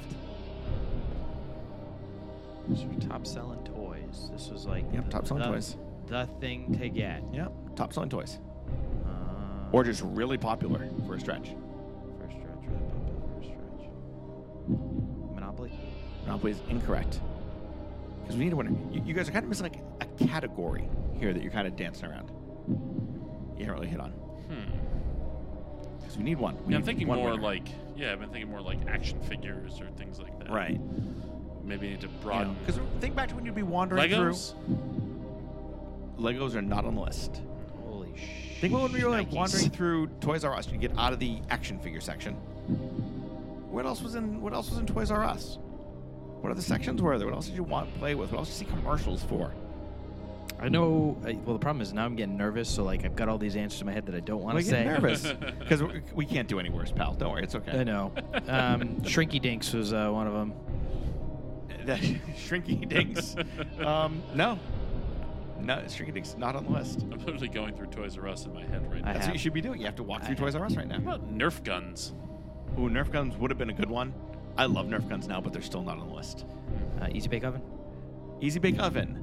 [SPEAKER 2] these were top selling toys. This was like
[SPEAKER 3] Yep,
[SPEAKER 2] the-
[SPEAKER 3] top selling
[SPEAKER 2] the-
[SPEAKER 3] toys.
[SPEAKER 2] The thing to get.
[SPEAKER 3] Yep, top selling toys.
[SPEAKER 2] Uh,
[SPEAKER 3] Or just really popular for a stretch.
[SPEAKER 2] first stretch, really popular first stretch. Monopoly.
[SPEAKER 3] Monopoly is incorrect. Because we need to wonder. You, you guys are kind of missing like a category here that you're kind of dancing around. You haven't really hit on.
[SPEAKER 4] Hmm.
[SPEAKER 3] Because we need one. We
[SPEAKER 4] Yeah, I'm
[SPEAKER 3] need
[SPEAKER 4] thinking
[SPEAKER 3] one
[SPEAKER 4] more
[SPEAKER 3] winner.
[SPEAKER 4] like yeah, I've been thinking more like action figures or things like that.
[SPEAKER 3] Right.
[SPEAKER 4] Maybe need to broaden.
[SPEAKER 3] Because think back to when you'd be wandering
[SPEAKER 4] Legos.
[SPEAKER 3] through. Legos are not on the list.
[SPEAKER 2] Holy shit.
[SPEAKER 3] Think about when we were like
[SPEAKER 2] Nikes.
[SPEAKER 3] wandering through Toys R Us. You get out of the action figure section. What else was in What else was in Toys R Us? What other sections were there? What else did you want to play with? What else did you see commercials for?
[SPEAKER 2] I know. I, well, the problem is now I'm getting nervous. So like I've got all these answers in my head that I don't want
[SPEAKER 3] We're
[SPEAKER 2] to say.
[SPEAKER 3] getting nervous because we can't do any worse, pal. Don't worry, it's okay.
[SPEAKER 2] I know. Um, Shrinky Dinks was uh, one of them.
[SPEAKER 3] That Shrinky Dinks. um, no, no, Shrinky Dinks not on the list.
[SPEAKER 4] I'm literally going through Toys R Us in my head
[SPEAKER 2] I
[SPEAKER 4] right now.
[SPEAKER 3] That's
[SPEAKER 2] have.
[SPEAKER 3] what you should be doing. You have to walk
[SPEAKER 2] I
[SPEAKER 3] through Toys R Us right now.
[SPEAKER 4] What about Nerf guns?
[SPEAKER 3] Ooh, Nerf guns would have been a good one. I love Nerf guns now, but they're still not on the list.
[SPEAKER 2] Uh, Easy Bake Oven.
[SPEAKER 3] Easy Bake Oven,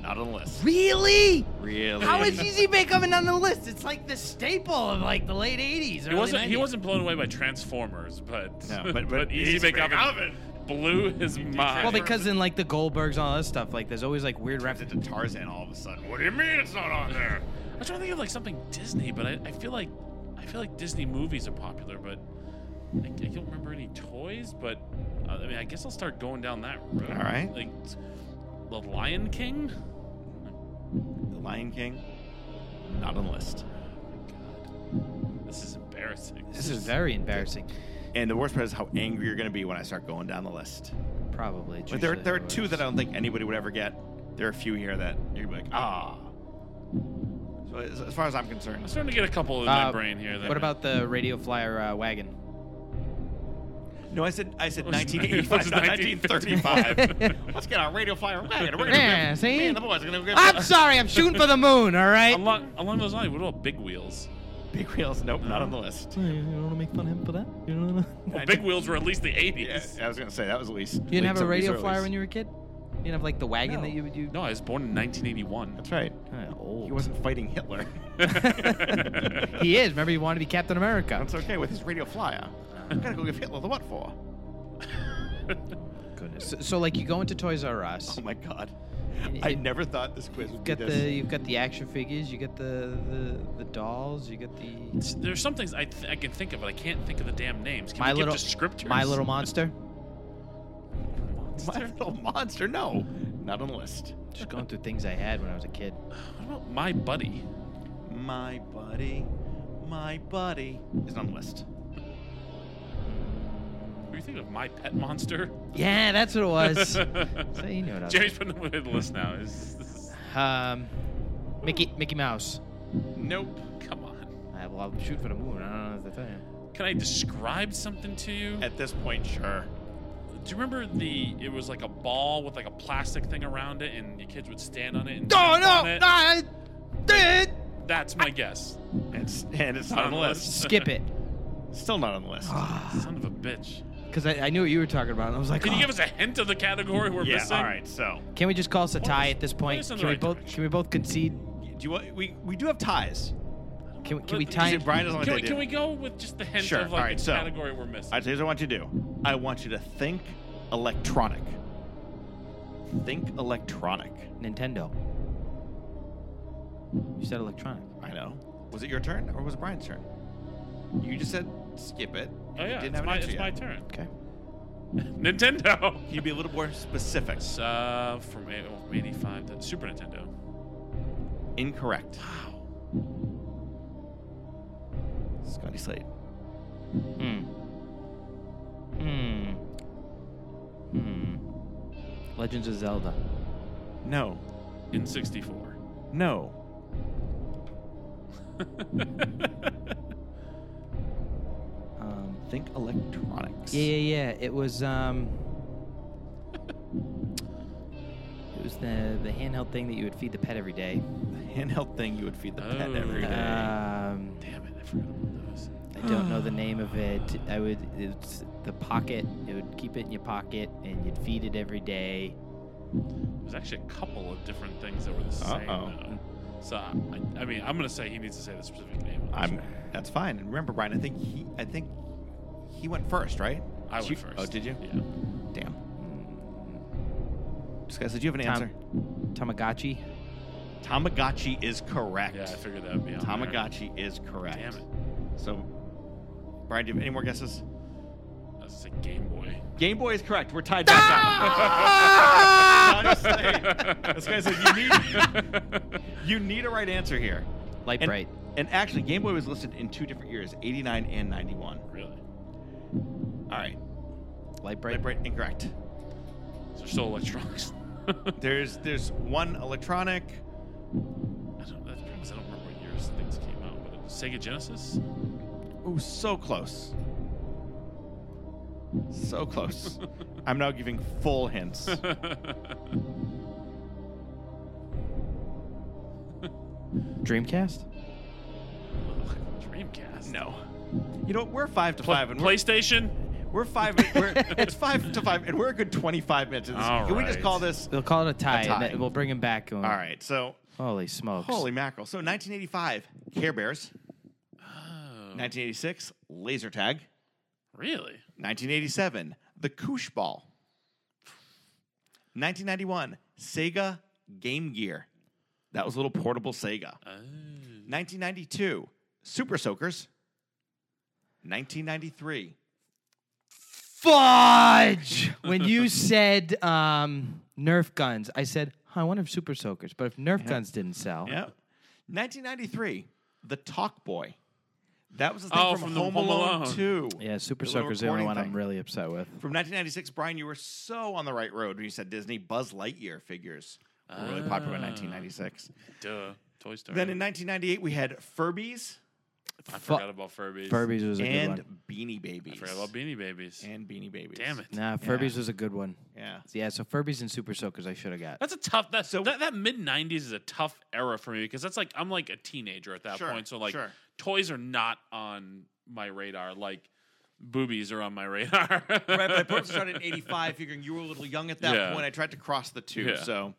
[SPEAKER 3] not on the list.
[SPEAKER 2] Really?
[SPEAKER 3] Really?
[SPEAKER 2] How is Easy Bake Oven on the list? It's like the staple of like the late '80s.
[SPEAKER 4] He wasn't. He wasn't blown away by Transformers, but
[SPEAKER 3] No, but- but
[SPEAKER 4] Easy
[SPEAKER 3] Easy
[SPEAKER 4] Bake
[SPEAKER 3] Bake
[SPEAKER 4] Oven, blew his mind.
[SPEAKER 2] Well, because in like the Goldbergs and all that stuff, like there's always like weird rap.
[SPEAKER 3] to Tarzan all of a sudden.
[SPEAKER 4] What do you mean it's not on there? I was trying to think of like something Disney, but I, I feel like I feel like Disney movies are popular, but I, I don't remember any toys. But uh, I mean, I guess I'll start going down that road.
[SPEAKER 3] All right.
[SPEAKER 4] Like the Lion King.
[SPEAKER 3] The Lion King, not on the list.
[SPEAKER 4] This is embarrassing.
[SPEAKER 2] This is very embarrassing.
[SPEAKER 3] And the worst part is how angry you're going to be when I start going down the list.
[SPEAKER 2] Probably. uh, it's
[SPEAKER 3] But there,
[SPEAKER 2] usually
[SPEAKER 3] there are
[SPEAKER 2] the
[SPEAKER 3] two
[SPEAKER 2] worst.
[SPEAKER 3] that I don't think anybody would ever get. There are a few here that you're gonna be like, ah. So as, as far as I'm
[SPEAKER 4] I'm
[SPEAKER 3] concerned,
[SPEAKER 4] starting to get a couple in my
[SPEAKER 2] Uh,
[SPEAKER 4] brain here. That
[SPEAKER 2] What about the Radio Flyer uh, wagon?
[SPEAKER 3] no, I said I said
[SPEAKER 2] Oh,
[SPEAKER 4] It was-
[SPEAKER 3] 1985,
[SPEAKER 4] it was
[SPEAKER 3] not 1935. Let's get our radio flyer wagon. We're gonna
[SPEAKER 2] Yeah,
[SPEAKER 3] give-
[SPEAKER 2] see?
[SPEAKER 3] Me and the boys are gonna go
[SPEAKER 2] I'm sorry. I'm shooting for the moon. All right.
[SPEAKER 4] along along those lines? What about Big Wheels?
[SPEAKER 3] big wheels. Nope, not on the list.
[SPEAKER 2] You don't want to make fun of him for that. You don't want to.
[SPEAKER 4] Well, Big Wheels were at least the 80s.
[SPEAKER 3] Yeah, I was gonna say that was at least.
[SPEAKER 2] You didn't have a radio flyer when you were a kid. You didn't have like the wagon
[SPEAKER 3] No.
[SPEAKER 2] that you would use.
[SPEAKER 4] No, I was born in 1981.
[SPEAKER 3] That's right.
[SPEAKER 2] Kinda old.
[SPEAKER 3] He wasn't fighting Hitler.
[SPEAKER 2] he is. Remember, he wanted to be Captain America.
[SPEAKER 3] That's okay with his radio flyer. I'm gonna go give Hitler the what for?
[SPEAKER 2] Goodness. So, so, like, you go into Toys R Us.
[SPEAKER 3] Oh my god.
[SPEAKER 2] And-
[SPEAKER 3] I
[SPEAKER 2] and
[SPEAKER 3] never thought this quiz would
[SPEAKER 2] you've
[SPEAKER 3] be
[SPEAKER 2] got the
[SPEAKER 3] this.
[SPEAKER 2] you've got the action figures. You got the the, the dolls. You got the
[SPEAKER 4] S- There's some things I, th- I can think of, but I can't think of the damn names. Can
[SPEAKER 2] My
[SPEAKER 4] we
[SPEAKER 2] Little-
[SPEAKER 4] get descriptors?
[SPEAKER 2] My Little Monster.
[SPEAKER 3] My little monster, no. Not on the list.
[SPEAKER 2] Just going through things I had when I was a kid.
[SPEAKER 4] What about My Buddy?
[SPEAKER 3] My buddy, my buddy is not on the list.
[SPEAKER 4] Were you thinking of My Pet Monster?
[SPEAKER 2] Yeah, that's what it was. so you know what I was.
[SPEAKER 4] Jerry's putting them on the list now. This- this is-
[SPEAKER 2] Um, Mickey Mickey Mouse.
[SPEAKER 3] Nope.
[SPEAKER 4] come on.
[SPEAKER 2] I, well, I'll shoot for the moon. I don't know what to tell you.
[SPEAKER 4] Can I describe something to you?
[SPEAKER 3] At this point, sure.
[SPEAKER 4] Do you remember the? It was like a ball with like a plastic thing around it, and your kids would stand on it. And
[SPEAKER 2] Oh
[SPEAKER 4] jump on
[SPEAKER 2] no!
[SPEAKER 4] it?
[SPEAKER 2] I did.
[SPEAKER 4] That's my guess.
[SPEAKER 3] It's, and it's not on the list.
[SPEAKER 2] Skip it.
[SPEAKER 3] Still not on the list.
[SPEAKER 4] Son of a bitch.
[SPEAKER 2] Because I, I knew what you were talking about, and I was like,
[SPEAKER 4] Can you
[SPEAKER 2] "Oh,
[SPEAKER 4] give us a hint of the category we're
[SPEAKER 3] yeah,
[SPEAKER 4] missing?
[SPEAKER 3] all right, so.
[SPEAKER 2] Can we just call us a tie at this
[SPEAKER 4] point
[SPEAKER 2] point?
[SPEAKER 4] us in
[SPEAKER 2] Can
[SPEAKER 4] the
[SPEAKER 2] we
[SPEAKER 4] right
[SPEAKER 2] both
[SPEAKER 4] direction.
[SPEAKER 2] can we both concede?
[SPEAKER 3] Do you want, we, we do have ties.
[SPEAKER 2] Can we, can we
[SPEAKER 4] Let-
[SPEAKER 2] tie?
[SPEAKER 4] is
[SPEAKER 3] See, Brian doesn't like
[SPEAKER 4] Can
[SPEAKER 3] that
[SPEAKER 4] we, can
[SPEAKER 3] idea.
[SPEAKER 4] we go with just the hint
[SPEAKER 3] Sure,
[SPEAKER 4] of like
[SPEAKER 3] alright,
[SPEAKER 4] the
[SPEAKER 3] so-
[SPEAKER 4] category we're missing?
[SPEAKER 3] I here's what I want you to do. I want you to think electronic. Think electronic.
[SPEAKER 2] Nintendo. You said electronic.
[SPEAKER 3] I know. Was it your turn or was it Brian's turn? You just said skip it.
[SPEAKER 4] Oh
[SPEAKER 3] We
[SPEAKER 4] yeah,
[SPEAKER 3] didn't
[SPEAKER 4] it's
[SPEAKER 3] have an
[SPEAKER 4] my,
[SPEAKER 3] answer
[SPEAKER 4] it's
[SPEAKER 3] yet.
[SPEAKER 4] my turn.
[SPEAKER 2] Okay.
[SPEAKER 4] Nintendo.
[SPEAKER 3] Can you be a little more specific?
[SPEAKER 4] Uh, from eight- oh, from 85 to Super Nintendo.
[SPEAKER 3] Incorrect. Scotty Slade.
[SPEAKER 2] Hmm. Hmm. Hmm. Legends of Zelda.
[SPEAKER 3] No.
[SPEAKER 4] In 64.
[SPEAKER 3] No. um, think electronics.
[SPEAKER 2] Yeah, yeah, yeah. It was um. it was the the handheld thing that you would feed the pet every day.
[SPEAKER 3] Handheld thing you would feed the pet every
[SPEAKER 4] Oh.
[SPEAKER 3] day.
[SPEAKER 2] Um,
[SPEAKER 4] Damn it, I forgot about those.
[SPEAKER 2] I don't know the name of it. I would. It's the pocket. It would keep it in your pocket, and you'd feed it every day.
[SPEAKER 4] There's actually a couple of different things that were the same.
[SPEAKER 3] Uh-oh.
[SPEAKER 4] though. So I, I mean, I'm gonna say he needs to say the specific name. of this.
[SPEAKER 3] I'm. That's fine. And remember, Brian. I think he. I think he went first, right?
[SPEAKER 4] I
[SPEAKER 3] Did
[SPEAKER 4] went
[SPEAKER 3] you-
[SPEAKER 4] first.
[SPEAKER 3] Oh, did you?
[SPEAKER 4] Yeah. Mm.
[SPEAKER 3] Damn. This guy said, "Do you have an
[SPEAKER 2] Tam-
[SPEAKER 3] answer?"
[SPEAKER 2] Tamagotchi.
[SPEAKER 3] Tamagotchi is correct.
[SPEAKER 4] Yeah, I figured that would be on there.
[SPEAKER 3] Tamagotchi is correct.
[SPEAKER 4] Damn it.
[SPEAKER 3] So, Brian, do you have any more guesses?
[SPEAKER 4] I was a Game Boy.
[SPEAKER 3] Game Boy is correct. We're tied back
[SPEAKER 4] Ah!
[SPEAKER 3] up. Honestly, this guy said you need you need a right answer here.
[SPEAKER 2] Light
[SPEAKER 3] and,
[SPEAKER 2] bright.
[SPEAKER 3] And actually, Game Boy was listed in two different years, 89 and 91.
[SPEAKER 4] Really?
[SPEAKER 3] All right.
[SPEAKER 2] Light bright.
[SPEAKER 3] Light bright incorrect.
[SPEAKER 4] So there's still electronics. I don't,
[SPEAKER 3] There's there's one electronic.
[SPEAKER 4] that's the problem is I don't remember what years things came out, but it was Sega Genesis.
[SPEAKER 3] Ooh, so close. So close. I'm now giving full hints.
[SPEAKER 2] Dreamcast.
[SPEAKER 4] Dreamcast.
[SPEAKER 3] No. You know, we're five to
[SPEAKER 4] Pla-
[SPEAKER 3] five, and we're,
[SPEAKER 4] PlayStation.
[SPEAKER 3] we're five. We're, it's five to five, and we're a good 25 minutes. into this.
[SPEAKER 4] All
[SPEAKER 3] Can we just
[SPEAKER 4] right.
[SPEAKER 3] call this?
[SPEAKER 2] They'll call it a tie. and
[SPEAKER 3] tie.
[SPEAKER 2] that- we'll bring him back.
[SPEAKER 3] All right. So,
[SPEAKER 2] Holy smokes.
[SPEAKER 3] holy mackerel. So, 1985, Care Bears.
[SPEAKER 4] Oh,
[SPEAKER 3] 1986, Laser Tag.
[SPEAKER 4] really?
[SPEAKER 3] 1987, The Koosh Ball. 1991, Sega Game Gear. That was a little portable Sega.
[SPEAKER 4] Oh.
[SPEAKER 3] 1992, Super Soakers. 1993,
[SPEAKER 2] Fudge! when you said um, Nerf guns, I said, huh, I wonder if Super Soakers, but if Nerf guns didn't sell.
[SPEAKER 3] Yeah. 1993, The Talk Boy. That was the thing
[SPEAKER 4] Oh,
[SPEAKER 3] from,
[SPEAKER 4] from the
[SPEAKER 3] Home,
[SPEAKER 4] Home
[SPEAKER 3] Alone,
[SPEAKER 4] Alone.
[SPEAKER 3] 2.
[SPEAKER 2] Yeah, Super
[SPEAKER 3] The little
[SPEAKER 2] Soakers the only
[SPEAKER 3] recording
[SPEAKER 2] one
[SPEAKER 3] thing.
[SPEAKER 2] I'm really upset with.
[SPEAKER 3] From 1996, Brian, you were so on the right road when you said Disney Buzz Lightyear figures were really popular in
[SPEAKER 4] Ah.
[SPEAKER 3] 1996.
[SPEAKER 4] Duh. Toy Story.
[SPEAKER 3] Then in 1998, we had Furbies
[SPEAKER 4] I forgot about Furbies.
[SPEAKER 2] Furbies was a
[SPEAKER 3] and
[SPEAKER 2] good one.
[SPEAKER 3] Beanie
[SPEAKER 4] I
[SPEAKER 3] Babies.
[SPEAKER 4] forgot about Beanie Babies.
[SPEAKER 3] And Beanie Babies.
[SPEAKER 4] Damn it.
[SPEAKER 2] Nah, Furbies was a good one.
[SPEAKER 3] Yeah.
[SPEAKER 2] Yeah, so Furbies and Super Soakers I should have got.
[SPEAKER 4] That's a tough. That that, that mid '90s is a tough era for me because that's like I'm like a teenager at that
[SPEAKER 3] Sure,
[SPEAKER 4] point. So like
[SPEAKER 3] sure.
[SPEAKER 4] toys are not on my radar. Like boobies are on my radar.
[SPEAKER 3] right, but I purposely started in 85, figuring you were a little young at that
[SPEAKER 4] Yeah.
[SPEAKER 3] point. I tried to cross the two.
[SPEAKER 4] Yeah.
[SPEAKER 3] So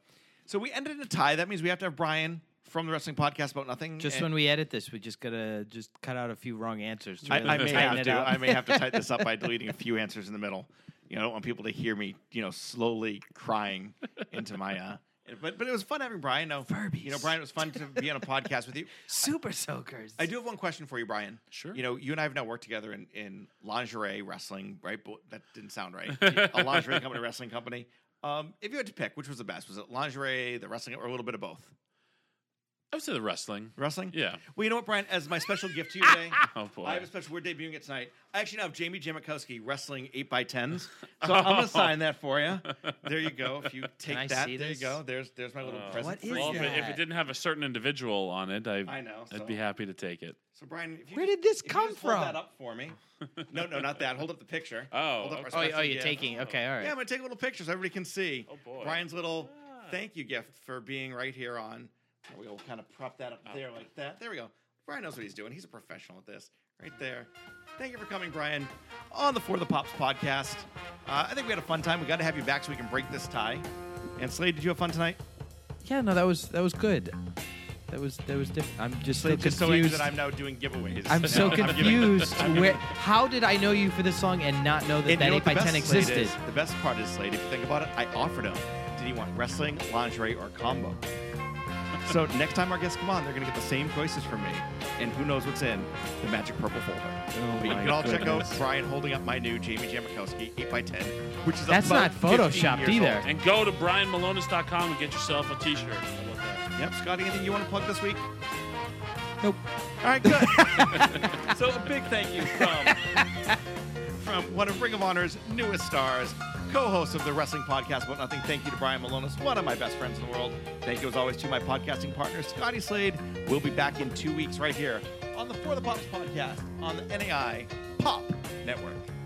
[SPEAKER 3] so we ended in a tie. That means we have to have Brian from the Wrestling Podcast About Nothing.
[SPEAKER 2] Just
[SPEAKER 3] and-
[SPEAKER 2] when we edit this, we just gotta just cut out a few wrong answers. To
[SPEAKER 3] I,
[SPEAKER 2] really
[SPEAKER 3] I may
[SPEAKER 2] tighten
[SPEAKER 3] have
[SPEAKER 2] it
[SPEAKER 3] to.
[SPEAKER 2] up.
[SPEAKER 3] I may have to tighten this up by deleting a few answers in the middle. You know, I don't want people to hear me. You know, slowly crying into my. Uh, but but it was fun having Brian. No, you know,
[SPEAKER 2] Furbies.
[SPEAKER 3] Brian, it was fun to be on a podcast with you.
[SPEAKER 2] Super Soakers.
[SPEAKER 3] I do have one question for you, Brian.
[SPEAKER 4] Sure.
[SPEAKER 3] You know, you and I have now worked together in, in lingerie wrestling, right? But that didn't sound right. a lingerie company, wrestling company. Um, if you had to pick, which was the best? Was it lingerie, the wrestling, or a little bit of both?
[SPEAKER 4] I would say the wrestling.
[SPEAKER 3] Wrestling?
[SPEAKER 4] Yeah.
[SPEAKER 3] Well, you know what, Brian? As my special gift to you today,
[SPEAKER 4] Oh boy.
[SPEAKER 3] I have a special. We're debuting it tonight. I actually now have Jamie Jamakowski wrestling eight by tens, so I'm gonna sign that for you. There you go. If you
[SPEAKER 2] I
[SPEAKER 3] take that,
[SPEAKER 2] see
[SPEAKER 3] there
[SPEAKER 2] this?
[SPEAKER 3] you go. There's there's my little
[SPEAKER 4] Oh.
[SPEAKER 3] present.
[SPEAKER 2] What
[SPEAKER 3] for
[SPEAKER 2] is
[SPEAKER 3] you.
[SPEAKER 4] well, if it, if
[SPEAKER 2] that?
[SPEAKER 4] it didn't have a certain individual on it, I,
[SPEAKER 3] I know,
[SPEAKER 4] I'd
[SPEAKER 3] so-
[SPEAKER 4] be happy to take it.
[SPEAKER 3] So Brian, if you
[SPEAKER 2] Where
[SPEAKER 3] just-
[SPEAKER 2] did this
[SPEAKER 3] if you
[SPEAKER 2] come
[SPEAKER 3] just hold
[SPEAKER 2] from?
[SPEAKER 3] that up for me. No, no, not that. Hold up the picture.
[SPEAKER 4] Oh,
[SPEAKER 3] Hold up
[SPEAKER 4] okay.
[SPEAKER 2] Oh,
[SPEAKER 3] special
[SPEAKER 2] oh, you're
[SPEAKER 3] gift.
[SPEAKER 2] taking. Okay, all right.
[SPEAKER 3] Yeah, I'm gonna take a little picture so everybody can see.
[SPEAKER 4] Oh, boy.
[SPEAKER 3] Brian's little
[SPEAKER 4] Ah.
[SPEAKER 3] thank you gift for being right here on. There we go. We'll kind of prop that up there like that. There we go. Brian knows what he's doing. He's a professional at this. Right there. Thank you for coming, Brian, on the For the Pops podcast. Uh, I think we had a fun time. We got to have you back so we can break this tie. And Slade, did you have fun tonight?
[SPEAKER 2] Yeah, no, that was that was good. That was that was different. I'm just so
[SPEAKER 3] Slade's just so angry
[SPEAKER 2] confused.
[SPEAKER 3] that I'm now doing giveaways.
[SPEAKER 2] I'm
[SPEAKER 3] Now
[SPEAKER 2] so
[SPEAKER 3] giving-
[SPEAKER 2] confused.
[SPEAKER 3] I'm giving-
[SPEAKER 2] Where? How did I know you for this song and not know that
[SPEAKER 3] And you
[SPEAKER 2] that eight
[SPEAKER 3] know what
[SPEAKER 2] by
[SPEAKER 3] the
[SPEAKER 2] ten
[SPEAKER 3] best, Slade,
[SPEAKER 2] existed?
[SPEAKER 3] is? The best part is, Slade, if you think about it, I offered him. Did he want wrestling, lingerie, or combo? so next time our guests come on, they're going to get the same choices from me, and who knows what's in the magic purple folder. but you
[SPEAKER 2] Oh my
[SPEAKER 3] can all check out
[SPEAKER 2] goodness.
[SPEAKER 3] Brian holding up my new Jamie Jamakowski 8x10, which is
[SPEAKER 2] That's not
[SPEAKER 3] about 15
[SPEAKER 2] photoshopped
[SPEAKER 3] years
[SPEAKER 2] either.
[SPEAKER 3] old.
[SPEAKER 4] And go to brianmalonis.com and get yourself a t-shirt. How about that?
[SPEAKER 3] Yep, Scott, anything you want to plug this week?
[SPEAKER 2] Nope.
[SPEAKER 3] All right, good. so a big thank you from from one of Ring of Honor's newest stars, co-host of the Wrestling Podcast But Nothing. Thank you to Brian Malonis, one of my best friends in the world. Thank you as always to my podcasting partner, Scotty Slade. We'll be back in two weeks right here on the For the Pops podcast on the NAI Pop Network.